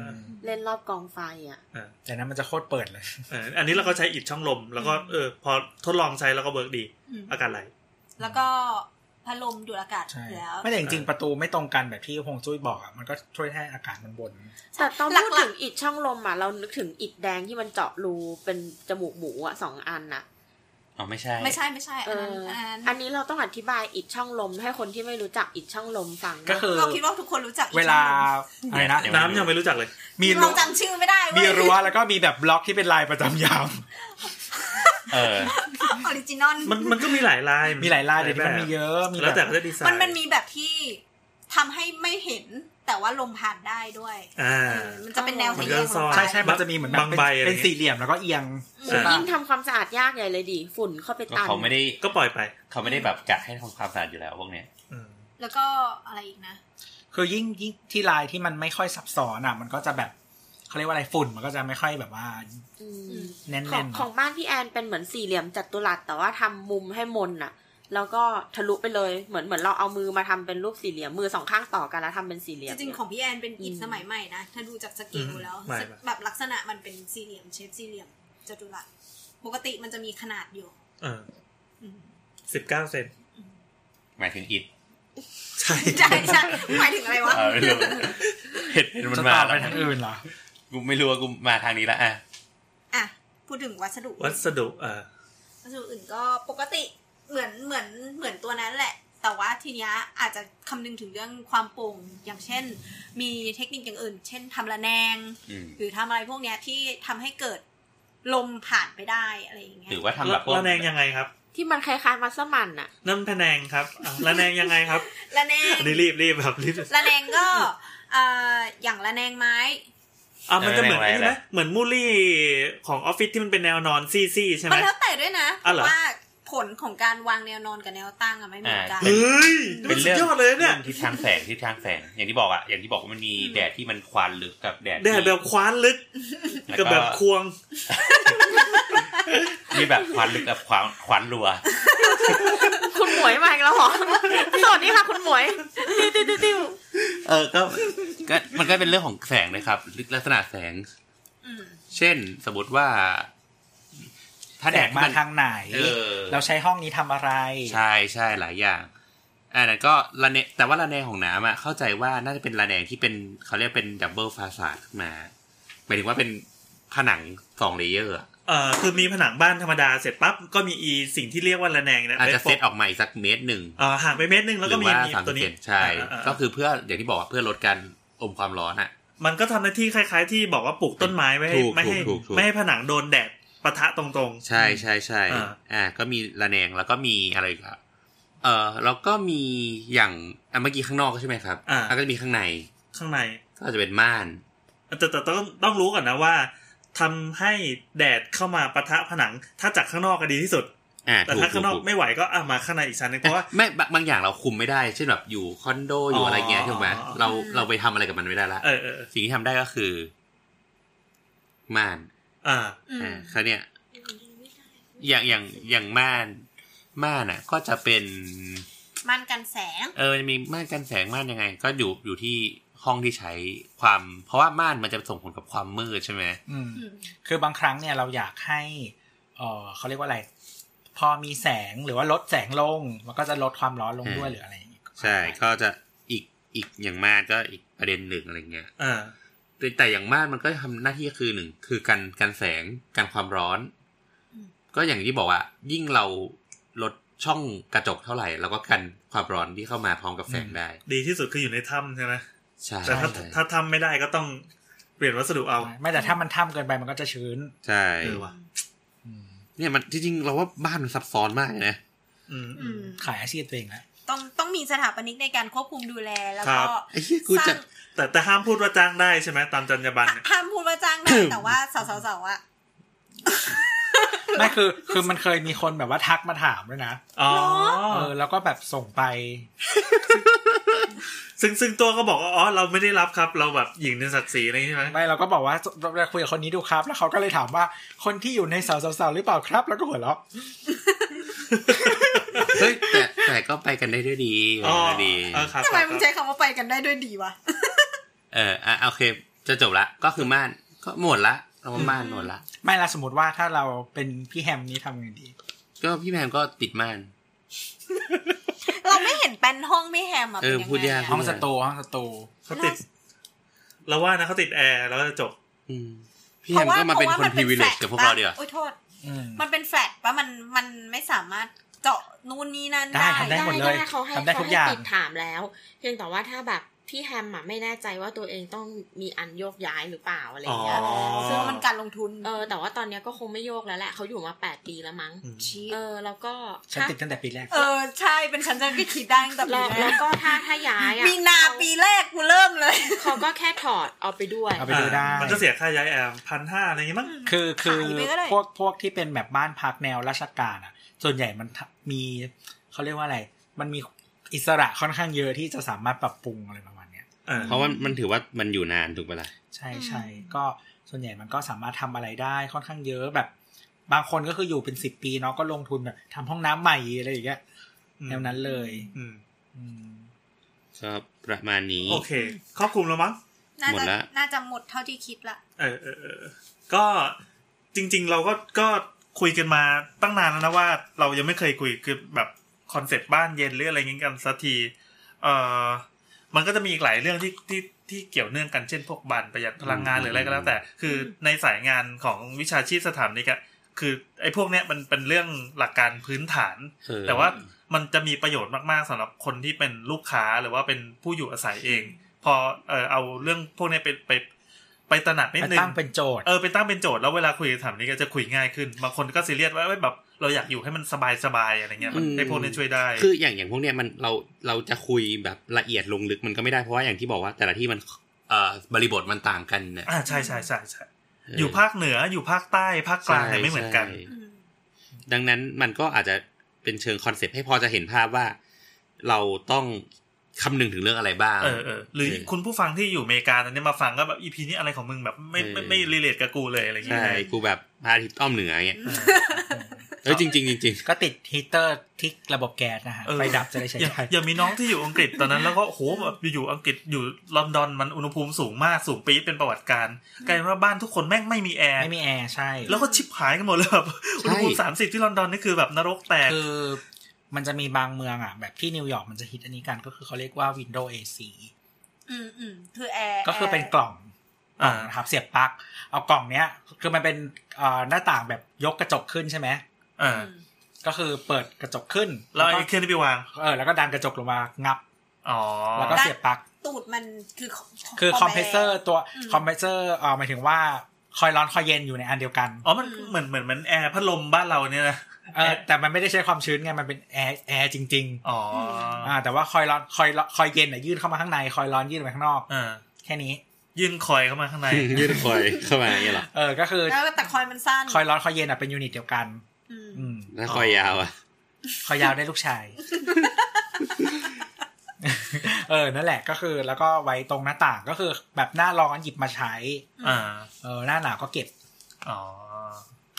Speaker 4: เล่นรอบกองไฟอะ
Speaker 6: แต่นั้นมันจะโคตรเปิดเลย
Speaker 3: เอออันนี้เราก็ใช้อิฐช่องลม แล้วก็เออ พอทดลองใช้แล้วก็เวิร์กดี อากาศไหล
Speaker 5: แล้วก็พัดลมดูดอากาศ
Speaker 6: ใช่
Speaker 5: แล้ว
Speaker 6: ไม่แต่จริงๆประตูไม่ตรงกันแบบที่พงจุ้ยบอกอ่ะมันก็ช่วยให้อากาศมันบน
Speaker 4: แต่ต้อง
Speaker 5: หลักๆ
Speaker 4: พูดถึงอิดช่องลมอะเรานึกถึงอิดแดงที่มันเจาะรูเป็นจมูกหมูอะสองอันน่ะ
Speaker 1: อ๋อไม่ใช่
Speaker 5: ไม่ใช่ไม่ใช่
Speaker 4: เอ
Speaker 5: อันนั้นอัน
Speaker 4: อ
Speaker 5: นั้น
Speaker 4: อันนี้เราต้องอธิบายอิดช่องลม ให้คนที่ไม่รู้จักอิดช่องลมฟัง
Speaker 6: ก็คือ
Speaker 5: เราคิดว่าทุกคนรู้จักอีก
Speaker 6: เวลา
Speaker 5: ช่อง
Speaker 6: อะไรนะ
Speaker 3: น้ำยังไม่รู้จักเลย
Speaker 6: มี
Speaker 5: เรา
Speaker 6: รั้ว
Speaker 5: จำชื่อไม่ได้เว้
Speaker 6: มี
Speaker 5: ย
Speaker 6: รั้วแล้วก็มีแบบบล็อกที่เป็นลายประจำยาม
Speaker 1: เออ
Speaker 5: ออริจินอล
Speaker 3: มันมันก็มีหลายลาย
Speaker 6: มีหลายลายเดี๋ยวนี้มันมีเยอะมี
Speaker 3: แล้วแต่
Speaker 6: บบ
Speaker 3: เขาจะดีไซน์
Speaker 5: มันมันมีแบบที่ ทำให้ไม่เห็นแต่ว่าลมผ่านได้ด้วย
Speaker 3: อ่า
Speaker 5: เออมันจะเป็นแนว
Speaker 3: มัน
Speaker 5: ทะ
Speaker 3: ก็
Speaker 5: แยง
Speaker 3: ซ่
Speaker 5: ล
Speaker 3: อง
Speaker 5: ไป
Speaker 3: น
Speaker 6: ใช่ใช่มันจะมีเหมือนแบบ
Speaker 3: บาง
Speaker 6: เป็น
Speaker 3: ใบอะไรเงี้ย
Speaker 6: เป็นสี่เหลี่ยมแล้วก็เอียง
Speaker 5: อื
Speaker 3: ใช่
Speaker 5: ม
Speaker 4: ยิ่งทำความสะอาดยากใหญ่เลยดิฝุ่นเข้าไป
Speaker 2: ก็
Speaker 4: ตาม
Speaker 2: เขาไม่ได้
Speaker 3: ก็ปล่อยไป
Speaker 2: เขาไม่ได้แบบกะให้ทำความสะอาดอยู่แล้วพวกเนี้ย
Speaker 3: อืม
Speaker 5: แล้วก็อะไรอีกนะ
Speaker 6: คือยิ่งยิ่งที่ลายที่มันไม่ค่อยซับซ้อนอ่ะ มันก็จะแบบเขาเรียกว่าอะไรฝุ่นมันก็จะไม่ค่อยแบบว่า
Speaker 4: อืม
Speaker 6: แน่น
Speaker 4: ของ
Speaker 6: ๆ
Speaker 4: ของบ้านพี่แอนเป็นเหมือนสี่เหลี่ยมจัตุรัสแต่ว่าทำมุมให้มนอะแล้วก็ทะลุไปเลยเหมือนเหมือนเราเอามือมาทำเป็นรูปสี่เหลี่ยมมือสองข้างต่อกันแล้วทำเป็นสี่เหลี่ย
Speaker 5: จ
Speaker 4: ม
Speaker 5: ริงๆของพี่แอนเป็นอิฐ
Speaker 4: อืม
Speaker 5: สมัยใหม่นะ ถ้าดูจากสเกิลแล้ว แบบลักษณะมันเป็นสี่เหลี่ยมเชฟสี่เหลี่ยมจัตุรัสปกติมันจะมีขนาดอยู่
Speaker 3: เออ
Speaker 5: อืม
Speaker 3: สิบเก้าเซน
Speaker 2: หมายถึงอิด
Speaker 3: ใช่
Speaker 5: ใช่ใช่หมายถึงอะไรวะ
Speaker 2: เออไม่รู้เห็นเห็นมัน
Speaker 6: จะ
Speaker 2: มา
Speaker 6: ต่อ
Speaker 2: แล้ว
Speaker 6: ไปทางอื่นเหรอ
Speaker 2: กูไม่รู้ว่ากูมาทางนี้ละอ่ะ
Speaker 5: อ่ะ พูดถึงวัสดุ
Speaker 3: วัสดุเออ
Speaker 5: วัสดุอื่นก็ปกติเหมือนเหมือนเหมือนตัวนั้นแหละ แต่ว่าทีเนี้ยอาจจะคำนึงถึงเรื่องความโปร่งอย่างเช่น มีเทคนิคอย่างอื่น เช่นทำระแนง
Speaker 2: อืม
Speaker 5: หรือทำอะไรพวกเนี้ยที่ทำให้เกิดลมผ่านไปได้อะไรอย่างเงี้ย
Speaker 2: หรือว่าทำแบบพวก
Speaker 3: ระแนงยังไงครับ
Speaker 4: ที่มันคล้ายๆมัสมั่นอะ
Speaker 3: น้ำพะแนงครับอ่ะระแนงยังไงครับ
Speaker 5: ระแนง
Speaker 3: อันนี้รีบรีบครับรีบ
Speaker 5: ระแนงก็เอ่ออย่างระแนงไม้
Speaker 3: อ่ะมันจะเหมือนนี่ไหมเหมือนมูลลี่ของออฟฟิศที่มันเป็นแนวนอนซี่ๆใช่ไห
Speaker 5: มั
Speaker 3: ม
Speaker 5: นแล้วแต่ด้วยนะเพ
Speaker 3: อ่ะเหรอ
Speaker 5: ราะว่าผลของการวางแนวนอนกับแนวตั้งอะไม่เหมือนกัน
Speaker 3: เฮ้ยนี่มั
Speaker 2: เป็น
Speaker 3: นสุ
Speaker 2: เรื่อง
Speaker 3: ดยอดเลยเนี่ย
Speaker 2: รื่องทิศทางแสงทิศทางแสง อย่างที่บอกอ่ะอย่างที่บอกว่ามันมี
Speaker 5: อืม
Speaker 2: แดดที่มันควานลึกกับแดด
Speaker 3: แดดแบบคว้านลึก
Speaker 2: ล้ว
Speaker 3: กับแบบควง
Speaker 2: มีแบบควานลึกแบบควานควานรัว
Speaker 4: คุณหมวยมาอีกแล้วเหรอ สวัสดีค่ะคุณหมวยติ้วติ้วติ้วติ้ว
Speaker 2: เออก็ก็มันก็เป็นเรื่องของแสงนะครับลักษณะแสง
Speaker 5: อืม
Speaker 2: เช่น สมมติว่า ถ้า
Speaker 6: แด
Speaker 2: แดด
Speaker 6: ดมา
Speaker 2: มัน
Speaker 6: ทางไหน
Speaker 2: เออ
Speaker 6: เราใช้ห้องนี้ทำอะไร
Speaker 2: ใช่ใช่หลายอย่างอันนั้นก็ระเนแต่ว่าระแนงของน้ำอะเข้าใจว่าน่าจะเป็นระแนงที่เป็นเขาเรียกเป็นดับเบิลฟา a d ดขึ้นมาหมายถึงว่าเป็นผนังสองเลเยอร์อะ
Speaker 3: เอ่อคือมีผนังบ้านธรรมดาเสร็จปั๊บก็มีอีสิ่งที่เรียกว่าระแนงเนี่ย
Speaker 2: อาจจะ
Speaker 3: ไป
Speaker 2: เซ
Speaker 3: ป
Speaker 2: ตออกมาอีกสักเมตรหนึ่ง
Speaker 3: เอ่อห่างไปเมตรหนึงแล้ว
Speaker 2: ห
Speaker 3: ก็
Speaker 2: รือ
Speaker 3: มี
Speaker 2: ว่า
Speaker 3: มี
Speaker 2: สาม
Speaker 3: ตัว
Speaker 2: เซ
Speaker 3: นี้
Speaker 2: นใช่
Speaker 3: อ่าๆ
Speaker 2: ก็คือเพื่ออย่างที่บอกว่าเพื่อลดการอมความร้อนอะ
Speaker 3: มันก็ทำหน้าที่คล้าย ๆ ที่บอกว่าปลูกต้นไม้ไว้ให้
Speaker 2: ถูก
Speaker 3: ไม่ให้
Speaker 2: ถูกถูก
Speaker 3: ไม่ให้ผนังโดนแดดปะทะตรงๆ
Speaker 2: ใช่ใช่ใช่
Speaker 3: อ่า
Speaker 2: อ่า ก็มีระแนงแล้วก็มีอะไรอีกับเออแล้วก็มีอย่างอ่ะเมื่อกี้ข้างนอกใช่ไหมครับ
Speaker 3: อ่า
Speaker 2: แล้วก็จะมีข้างใน
Speaker 3: ข้างใน
Speaker 2: ก็อาจจะเป็นม่าน
Speaker 3: แต่แต่ต้องต้องรู้ก่อนนะว่าทำให้แดดเข้ามาปะทะผนัง ถ้าจากข้างนอกก็ดีที่สุด
Speaker 2: อ่า
Speaker 3: แต่
Speaker 2: ถูก
Speaker 3: ถ้าข้างนอก
Speaker 2: ถูก
Speaker 3: ไม่ไหวก็อ่ะมาข้างในอีกชั้นหนึงเพราะ ว่า
Speaker 2: ไม่บางบางอย่างเราคุมไม่ได้ เช่นแบบอยู่คอนโดอยู่อะไรเงี้ยถูกไหม
Speaker 3: อ๋อ
Speaker 2: เราเราไปทำอะไรกับมันไม่ได้ละ
Speaker 3: เออเออ
Speaker 2: สิ่งที่ทำได้ก็คือม่าน
Speaker 3: อ่า
Speaker 5: อืม
Speaker 2: อ่าคราวเนี้ยอย่างอย่างอย่างม่านม่านอ่ะ ก็จะเป็น
Speaker 5: มันกันแสง
Speaker 2: เออมันมีม่านกันแสงม่านยังไง ก็อยู่อยู่ที่ห้องที่ใช้ความ เพราะว่าม่านมันจะส่งผลกับความมืดใช่ไหม
Speaker 6: อืม
Speaker 5: อืม
Speaker 6: คือบางครั้งเนี่ยเราอยากให้ เออเขาเรียกว่าอะไร พอมีแสงหรือว่าลดแสงลง มันก็จะลดความร้อนลงด้วยหรืออะไรอย่างเงี้ย
Speaker 2: ใช่ ก็จะอีกอีกอย่างม่านก็อีกประเด็นหนึ่งอะไรเงี้ย
Speaker 3: อ่า
Speaker 2: แต่แต่อย่างม่านมันก็ทำหน้าที่คือหนึ่งคือกันกันแสงกันความร้อน
Speaker 5: อืม
Speaker 2: ก็อย่างที่บอกว่า ยิ่งเราลดช่องกระจกเท่าไหร่เราก็กันความร้อนที่เข้ามาพร้อมกับแสงได้
Speaker 3: ดีที่สุดคืออยู่ในถ้ำใช่ไหม
Speaker 2: ใช่
Speaker 3: แต่ถ้า
Speaker 2: ใช่
Speaker 3: ถ้าถ้ำไม่ได้ก็ต้องเปลี่ยนวัสดุเอา
Speaker 6: ไม่แต่ถ้ามันท่ำเกินไปมันก็จะชื้น
Speaker 2: ใช่
Speaker 3: เออว่ะ
Speaker 6: อืม
Speaker 2: เนี่ยมันจริงๆเราว่าบ้านมันซับซ้อนมากเลยนะ
Speaker 3: อืม
Speaker 5: อืม
Speaker 3: อืม
Speaker 6: ขายอาชีพตัวเองแล้ว
Speaker 5: ต้องต้องมีสถาปนิกในการควบคุมดูแลแล้ว
Speaker 3: ครั
Speaker 5: ก็
Speaker 3: บ
Speaker 2: ไอ้เหี้ยกู
Speaker 5: สร้า
Speaker 2: จะ
Speaker 5: ง
Speaker 3: แต่แต่ห้ามพูดว่าจ้างได้ใช่ไหมตามจรรยาบรรณเนี่ย
Speaker 5: ห้ามพูดว่าจ้าง ได้ แต่ว่าสาวๆๆอ่ะ
Speaker 6: ไม่คือคือมันเคยมีคนแบบว่าทักมาถามด้วยนะ
Speaker 3: อ๋อ
Speaker 6: เออ แล้วก็แบบส่งไป
Speaker 3: ซึ่งซึ่งตัวก็บอกว่าอ๋อเราไม่ได้รับครับ เราแบบหญิงในศักดิ์ศรีอะไรอย่างงี้ใช่ไหม
Speaker 6: ไม่เราก็บอกว่าเราคุยกับคนนี้ดูครับ แล้วเขาก็เลยถามว่าคนที่อยู่ในสาวสาวๆหรือเปล่าครับ แล้วก็หัวเราะ
Speaker 2: เฮ้ยแต่แต่ก็ไปกันได้ด้วยดีไป
Speaker 3: อ๋อ
Speaker 2: กันได้ดี
Speaker 3: เออครับ
Speaker 5: ทำไม
Speaker 3: ครับ
Speaker 5: มึงใช้คำว่าไปกันได้ด้วยดีวะ
Speaker 2: เอออ่ะโอเค จะจบละก็คือม่านก็หมดละเราว่าม่านหมดละ
Speaker 6: ไม่ละสมมติว่าถ้าเราเป็นพี่แฮมนี้ทำไงดี
Speaker 2: ก็พี่แพมก็ติดม่าน
Speaker 5: เราไม่เห็นแป้นห้องไม่แฮมอ่ะ
Speaker 2: เออ
Speaker 5: เป็นยัง
Speaker 2: พูดยา
Speaker 5: ไง
Speaker 2: ก
Speaker 5: อะ
Speaker 6: ห้องสตูห้องสตู
Speaker 3: เขาติดเราว่านะเขาติดแอร์แล้วก็จะจบ
Speaker 2: อืมพี่แฮมก็มาเป็นคนพรีเวลเลจกับพวกเราดีกว่า
Speaker 5: โอ้ยโทษ
Speaker 6: อืม
Speaker 5: มันเป็นแฟลตปะมันมันไม่สามารถเจาะนู่นนี่นั่น
Speaker 6: ได้
Speaker 5: ได้
Speaker 6: ทำได้ หมดเลย
Speaker 4: เขาให้
Speaker 6: ทำได้ทุกอย่าง
Speaker 4: เขให้ติดถามแล้ว เพียงแต่ว่าถ้าแบบ พี่แฮมอะไม่แน่ใจว่าตัวเองต้องมีอันโยกย้ายหรือเปล่าอะไรอย่างเงี้ย
Speaker 2: อ๋อ
Speaker 5: ซึ่งมันการลงทุน
Speaker 4: เออแต่ว่าตอนเนี้ยก็คงไม่โยกแล้วแหละเขาอยู่มาแปดปีแล้วมั้ง
Speaker 5: ชี
Speaker 4: เออแล้วก็
Speaker 6: ฉันติดตั้งแต่ปีแรก
Speaker 5: เออใช่เป็นฉันจะไปคิดได้ตั้งแต่ปี
Speaker 4: แล้ว
Speaker 5: แร
Speaker 4: แล้ว
Speaker 5: ก
Speaker 4: ก็ถ้าถ้าย้ายอ่ะ
Speaker 5: มีนาปีแรกกูเริ่มเลย
Speaker 4: เขาก็แค่ถอดเอาไปด้วย
Speaker 6: เอาไปดูได้
Speaker 3: มันก็เสียค่าย้ายแอมพันห้าอะไรอย่างงี้มั้ง
Speaker 6: คือคือ
Speaker 5: ขายไปก็ได้
Speaker 6: พวกพวกที่เป็นแบบบ้านพักแนวราชการอ่ะ ส่วนใหญ่มันทะมีเขาเรียกว่าอะไร มันมีอิสระค่อนข้างเยอะที่จะสามารถปรับปรุงอะไรประมาณเนี้ย
Speaker 3: เออ
Speaker 2: เพราะว่ามันถือว่ามันอยู่นานถูกปะล่ะ
Speaker 6: ใช่ใช่ก็ส่วนใหญ่มันก็สามารถทำอะไรได้ค่อนข้างเยอะแบบ บางคนก็คืออยู่เป็นสิบปีเนาะก็ลงทุนแบบทำห้องน้ำใหม่อะไรอย่างเงี้ยแนวนั้นเลย
Speaker 3: อืม
Speaker 6: อืม
Speaker 2: ก็ประมาณนี้
Speaker 3: โอเคครอบคลุมแล้วมั้ง
Speaker 5: น่า
Speaker 2: หม
Speaker 5: จะ
Speaker 2: ดละ
Speaker 5: น่าจะหมดเท่าที่คิดละ
Speaker 3: เออเออเออก็จริง ๆ เราก็ก็คุยกันมาตั้งนานแล้วนะว่า เรายังไม่เคยคุยคือแบบคอนเซ็ปต์บ้านเย็นหรืออะไรเงี้ยกันสักทีเออมันก็จะมีอีกหลายเรื่องที่ที่ที่เกี่ยวเนื่องกันเช่นพวกบันประหยัดพลังงาน
Speaker 2: อืม
Speaker 3: หรืออะไรก็แล้วแต่ คือในสายงานของวิชาชีพสถาปนิกอะคือไอ้พวกเนี้ยมันเป็นเรื่องหลักการพื้นฐาน
Speaker 2: เออ
Speaker 3: แต่ว่ามันจะมีประโยชน์มากๆสำหรับคนที่เป็นลูกค้าหรือว่าเป็นผู้อยู่อาศัยเอง พอเออเอาเรื่องพวกเนี้ยไปไปไปตระหนักนิด
Speaker 6: มัน
Speaker 3: นึง
Speaker 6: ตั้งเป็นโจทย์
Speaker 3: เออเป็นตั้งเป็นโจทย์แล้วเวลาคุยกับถามนี้ก็จะคุยง่ายขึ้นบางคนก็ซีเรียสว่าเอ้ยแบบเราอยากอยู่ให้มันสบายสบายๆอะไรเงี้ยมันไอ้พวกนี้ช่วยได้
Speaker 2: คืออย่างอย่างพวกเนี้ยมันเราเราจะคุยแบบละเอียดลงลึกมันก็ไม่ได้เพราะว่าอย่างที่บอกว่าแต่ละที่มันเอ่อบริบทมันต่างกันเนี่ย
Speaker 3: อ่าใช่ใช่ใช่ใช่อยู่ภาคเหนืออยู่ภาคใต้ภาคกลางเนี่ยไม่เหมือนกัน
Speaker 2: ใช่ ดังนั้นมันก็อาจจะเป็นเชิงคอนเซปต์ให้พอจะเห็นภาพว่า เราต้องคำนึงถึงเรื่องอะไรบ้าง
Speaker 3: เออเออหรือ
Speaker 2: เออ
Speaker 3: คุณผู้ฟังที่อยู่อเมริกาตอนนี้มาฟังก็แบบอีพีนี้อะไรของมึงแบบไม่ไม่
Speaker 2: เออ
Speaker 3: ไม่รีเลทกับกูเลยอะไรเงี้ย
Speaker 2: ใช่กูแบบพาทิพย์อ้อมเหนือเงี้ย
Speaker 3: เออ
Speaker 2: เออจริงจริงๆจริง
Speaker 6: ก็ติดฮีเตอร์ที่ระบบแก๊สนะฮะ
Speaker 3: เออ
Speaker 6: ไฟดับจะได้ใช้
Speaker 3: อย่าง
Speaker 6: ได้
Speaker 3: อย่างมีน้องที่อยู่อังกฤษตอนนั้นแล้วก็โหแบบอยู่อังกฤษอยู่ลอนดอนมันอุณหภูมิสูงมากสูงปี๊ดเป็นประวัติการณ์กลายเป็นว่าบ้านทุกคนแม่งไม่มีแอร์
Speaker 6: ไม่มีแอร์ใช่
Speaker 3: แล้วก็ชิบหายกันหมดเลยแบบอุณหภูมิสามสิบที่ลอนดอนนี่คือแบบนรกแตก
Speaker 6: คือมันจะมีบางเมืองอ่ะ แบบที่นิวยอร์กมันจะฮิตอันนี้กันก็คือเขาเรียกว่า Windows AC
Speaker 5: อืมอืมคือแอร์
Speaker 6: ก็คือเป็นกล่อง
Speaker 3: อ่า
Speaker 6: นะครับเสียบปลั๊กเอากล่องเนี้ย คือมันเป็นเอ่อหน้าต่างแบบยกกระจกขึ้นใช่ไหม
Speaker 3: อ่า
Speaker 5: อืม
Speaker 6: ก็คือเปิดกระจกขึ้น
Speaker 3: แล้ว
Speaker 6: ก็
Speaker 3: ไอ้เครื่องที่ไปวาง
Speaker 6: เออแล้วก็ดันกระจกลงมางับ
Speaker 3: อ๋อ
Speaker 6: แล้วก็เสียบปลั๊ก
Speaker 5: ตูดมันคือ
Speaker 6: คือคอมเพรสเซอ
Speaker 5: แ
Speaker 6: ร์ตัว
Speaker 5: อืม
Speaker 6: คอมเพรสเซอร์เอ่อหมายถึงว่าคอยร้อนคอยเย็นอยู่ในอันเดียวกัน
Speaker 3: อ๋อ มันเหมือนเหมือนเหมันแอร์พัดลมบ้านเราเนี่ยนะ
Speaker 6: เออแต่มันไม่ได้ใช้ความชื้นไงมันเป็นแอร์แอร์จริง
Speaker 3: อ๋อ
Speaker 6: ๆ
Speaker 3: อ่า
Speaker 6: อ่าแต่ว่าคอยร้อนคอยร้อนคอยเย็นอ่ะยื่นเข้ามาข้างในคอยร้อนยื่นออกไปข้างนอก
Speaker 3: อ่า
Speaker 6: แค่นี้
Speaker 3: ยื่นคอยเข้ามาข้างใน
Speaker 2: ๆยืดคอยเข้ามาอย่างเงี้ยเหรอ
Speaker 6: เออ ก็คือ
Speaker 5: แล้วแต่คอยมันสั้น
Speaker 6: คอยร้อนคอยเย็นอ่ะเป็นยูนิตเดียวกัน
Speaker 5: อืม
Speaker 6: อืม
Speaker 2: ถ้าคอยยาวอ่ะ
Speaker 6: คอยยาวได้ลูกชาย เออ นั่นแหละก็คือ แล้วก็ไว้ตรงหน้าต่างก็คือ แบบหน้าร้อนหยิบมาใช้
Speaker 3: อ่า
Speaker 6: เออ หน้าหนาวก็เก็บ
Speaker 3: อ๋อ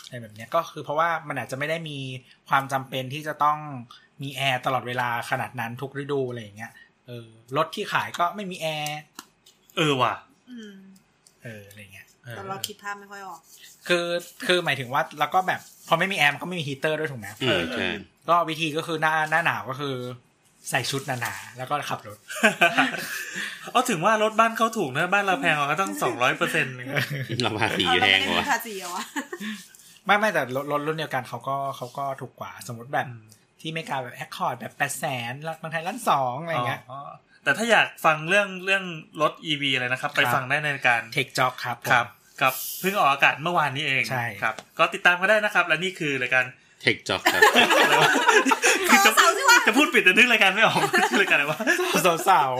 Speaker 6: อะไรแบบเนี้ยก็คือเพราะว่ามันอาจจะไม่ได้มีความจำเป็นที่จะต้องมีแอร์ตลอดเวลาขนาดนั้นทุกฤดูอะไรอย่างเงี้ย เออ รถที่ขายก็ไม่มีแอร์
Speaker 3: เออ ว่ะ
Speaker 5: อืม
Speaker 6: เออ อะไรเงี้ย
Speaker 3: เออ
Speaker 5: แต่เราคิดภาพไม่ค่อยออก
Speaker 6: คือ คือหมายถึงว่า แล้วก็แบบพอไม่มีแอร์มันก็ไม่มีฮีเตอร์ด้วยถูกไหม
Speaker 2: อืมใช่
Speaker 6: ก็วิธีก็คือหน้าหน้าหนาวก็คือ ใส่ชุดหนาๆแล้วก็ขับรถ
Speaker 3: เอาถึงว่ารถบ้านเขาถูกนะ บ้านเราแพงกว่าก็ต้องสองร้อยเปอร์เซ็นต์
Speaker 2: เราภาษี
Speaker 5: เอา
Speaker 2: แพ
Speaker 5: เรา
Speaker 2: ง
Speaker 5: ไม่ได้
Speaker 2: ก
Speaker 5: มี
Speaker 2: ว่า
Speaker 5: ภาษีเหรอวะ
Speaker 6: ไม่ไม่แต่รถรถรุ่นเดียวกันเขาก็เขาก็ถูกกว่าสมมติแบบที่อเมริกาแบบแอคคอร์ดแบบแปดแสนบางไทยล้านสองอะไรเงี้ย
Speaker 3: แต่ถ้าอยากฟังเรื่องเรื่องรถ E ีวีอะไรนะครับ ไป
Speaker 6: ครับ
Speaker 3: ฟังได้ในรายการ
Speaker 6: เทคจ็อกครับผม
Speaker 3: ครับกับเพิ่งออกอากาศเมื่อวานนี้เอง
Speaker 6: ใช่
Speaker 3: ครับ ก็ติดตามกันได้นะครับ และนี่คือรายการ
Speaker 2: เทคจ็อกครับ
Speaker 3: คือจะ
Speaker 5: เสาที่ว่า
Speaker 3: จะพูดปิดแต่นึกรายการไม่ออก รายการอะไรวะ
Speaker 6: สาวสาว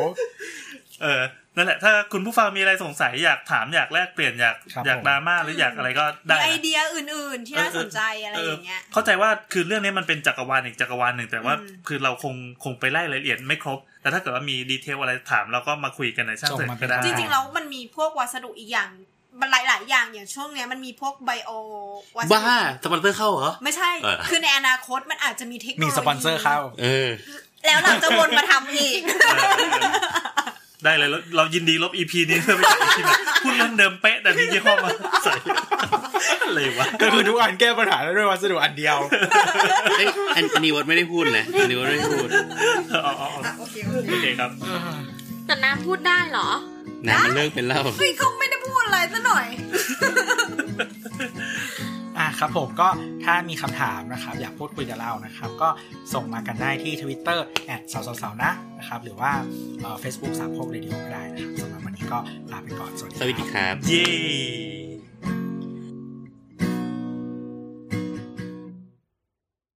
Speaker 3: เออนั่นแหละ ถ้าคุณผู้ฟังมีอะไรสงสัยอยากถามอยากแลกเปลี่ยนอยาก
Speaker 6: ครับ
Speaker 3: อยาก
Speaker 6: ผม
Speaker 3: ดราม่าหรืออยากอะไรก็
Speaker 5: มี
Speaker 3: ได้
Speaker 5: ไอ
Speaker 3: นะ
Speaker 5: เดียอื่น ๆ ที่น่า
Speaker 3: เออเอ
Speaker 5: ส
Speaker 3: อ
Speaker 5: นใจอะไรอย่างเงี้ย
Speaker 3: เข้าใจว่าคือเรื่องนี้มันเป็นจักรวาลอีกจักรวาลหนึ่งแต่ว่า
Speaker 5: อืม
Speaker 3: คือเราคงคงไปไล่รายละเอียดไม่ครบ แต่ถ้าเกิดว่ามีดีเทลอะไรถามเราก็มาคุยกันในช่างเถิดก็ได้
Speaker 5: จริงๆแล้วมันมีพวกวัสดุอีกอย่างหลายๆ อย่างอย่างช่วงเนี้ยมันมีพวกไบโอวัสดุ
Speaker 2: บ้าสปอนเซอร์เข้าเหรอ
Speaker 5: ไม่ใช่
Speaker 2: เออ
Speaker 5: คือในอนาคตมันอาจจะมีเทคโนโลยี
Speaker 6: มีสปอนเซอร์เข้า
Speaker 2: เออ
Speaker 5: แล้วเราจะวนมาทำอีก
Speaker 3: เออเออได้เลยเราเรายินดีลบอีพีนี้เพื่อไปอีพีแบบพูดเรื่องเดิมเป๊ะแต่มียี่ห้อมาใส่อะไรวะ
Speaker 6: ก็คือทุกอันแก้ปัญหาได้ด้วยวัสดุอันเดียว
Speaker 2: เอ้ยอันอันนี้วดไม่ได้พูดนะอันนี้วดไม่ได้พูด
Speaker 3: อ๋ออ๋ออ๋อ
Speaker 5: อ่ะโอเคโอเค
Speaker 3: โอเคครับ
Speaker 4: แต่น้ำพูดได้เหรอ
Speaker 2: นะมันเลิกเป็นเล่า
Speaker 5: พี่ก็ไม่ได้พูดอะไรซะหน่อย
Speaker 6: อ่ะ ครับผมก็ถ้ามีคำถามนะครับ อยากพูดคุยกับเรานะครับ ก็ส่งมากันได้ที่ Twitter แอดสาวสาวนะนะครับ หรือว่าเฟซบุ๊กสามโคกเรดิโอ Facebook 3โคก Radio ก็ได้นะครับสำหรับวันนี้ก็ลาไปก่อนสวัสดีค
Speaker 1: ส
Speaker 6: รับ
Speaker 1: วัสดีครับ
Speaker 3: เย้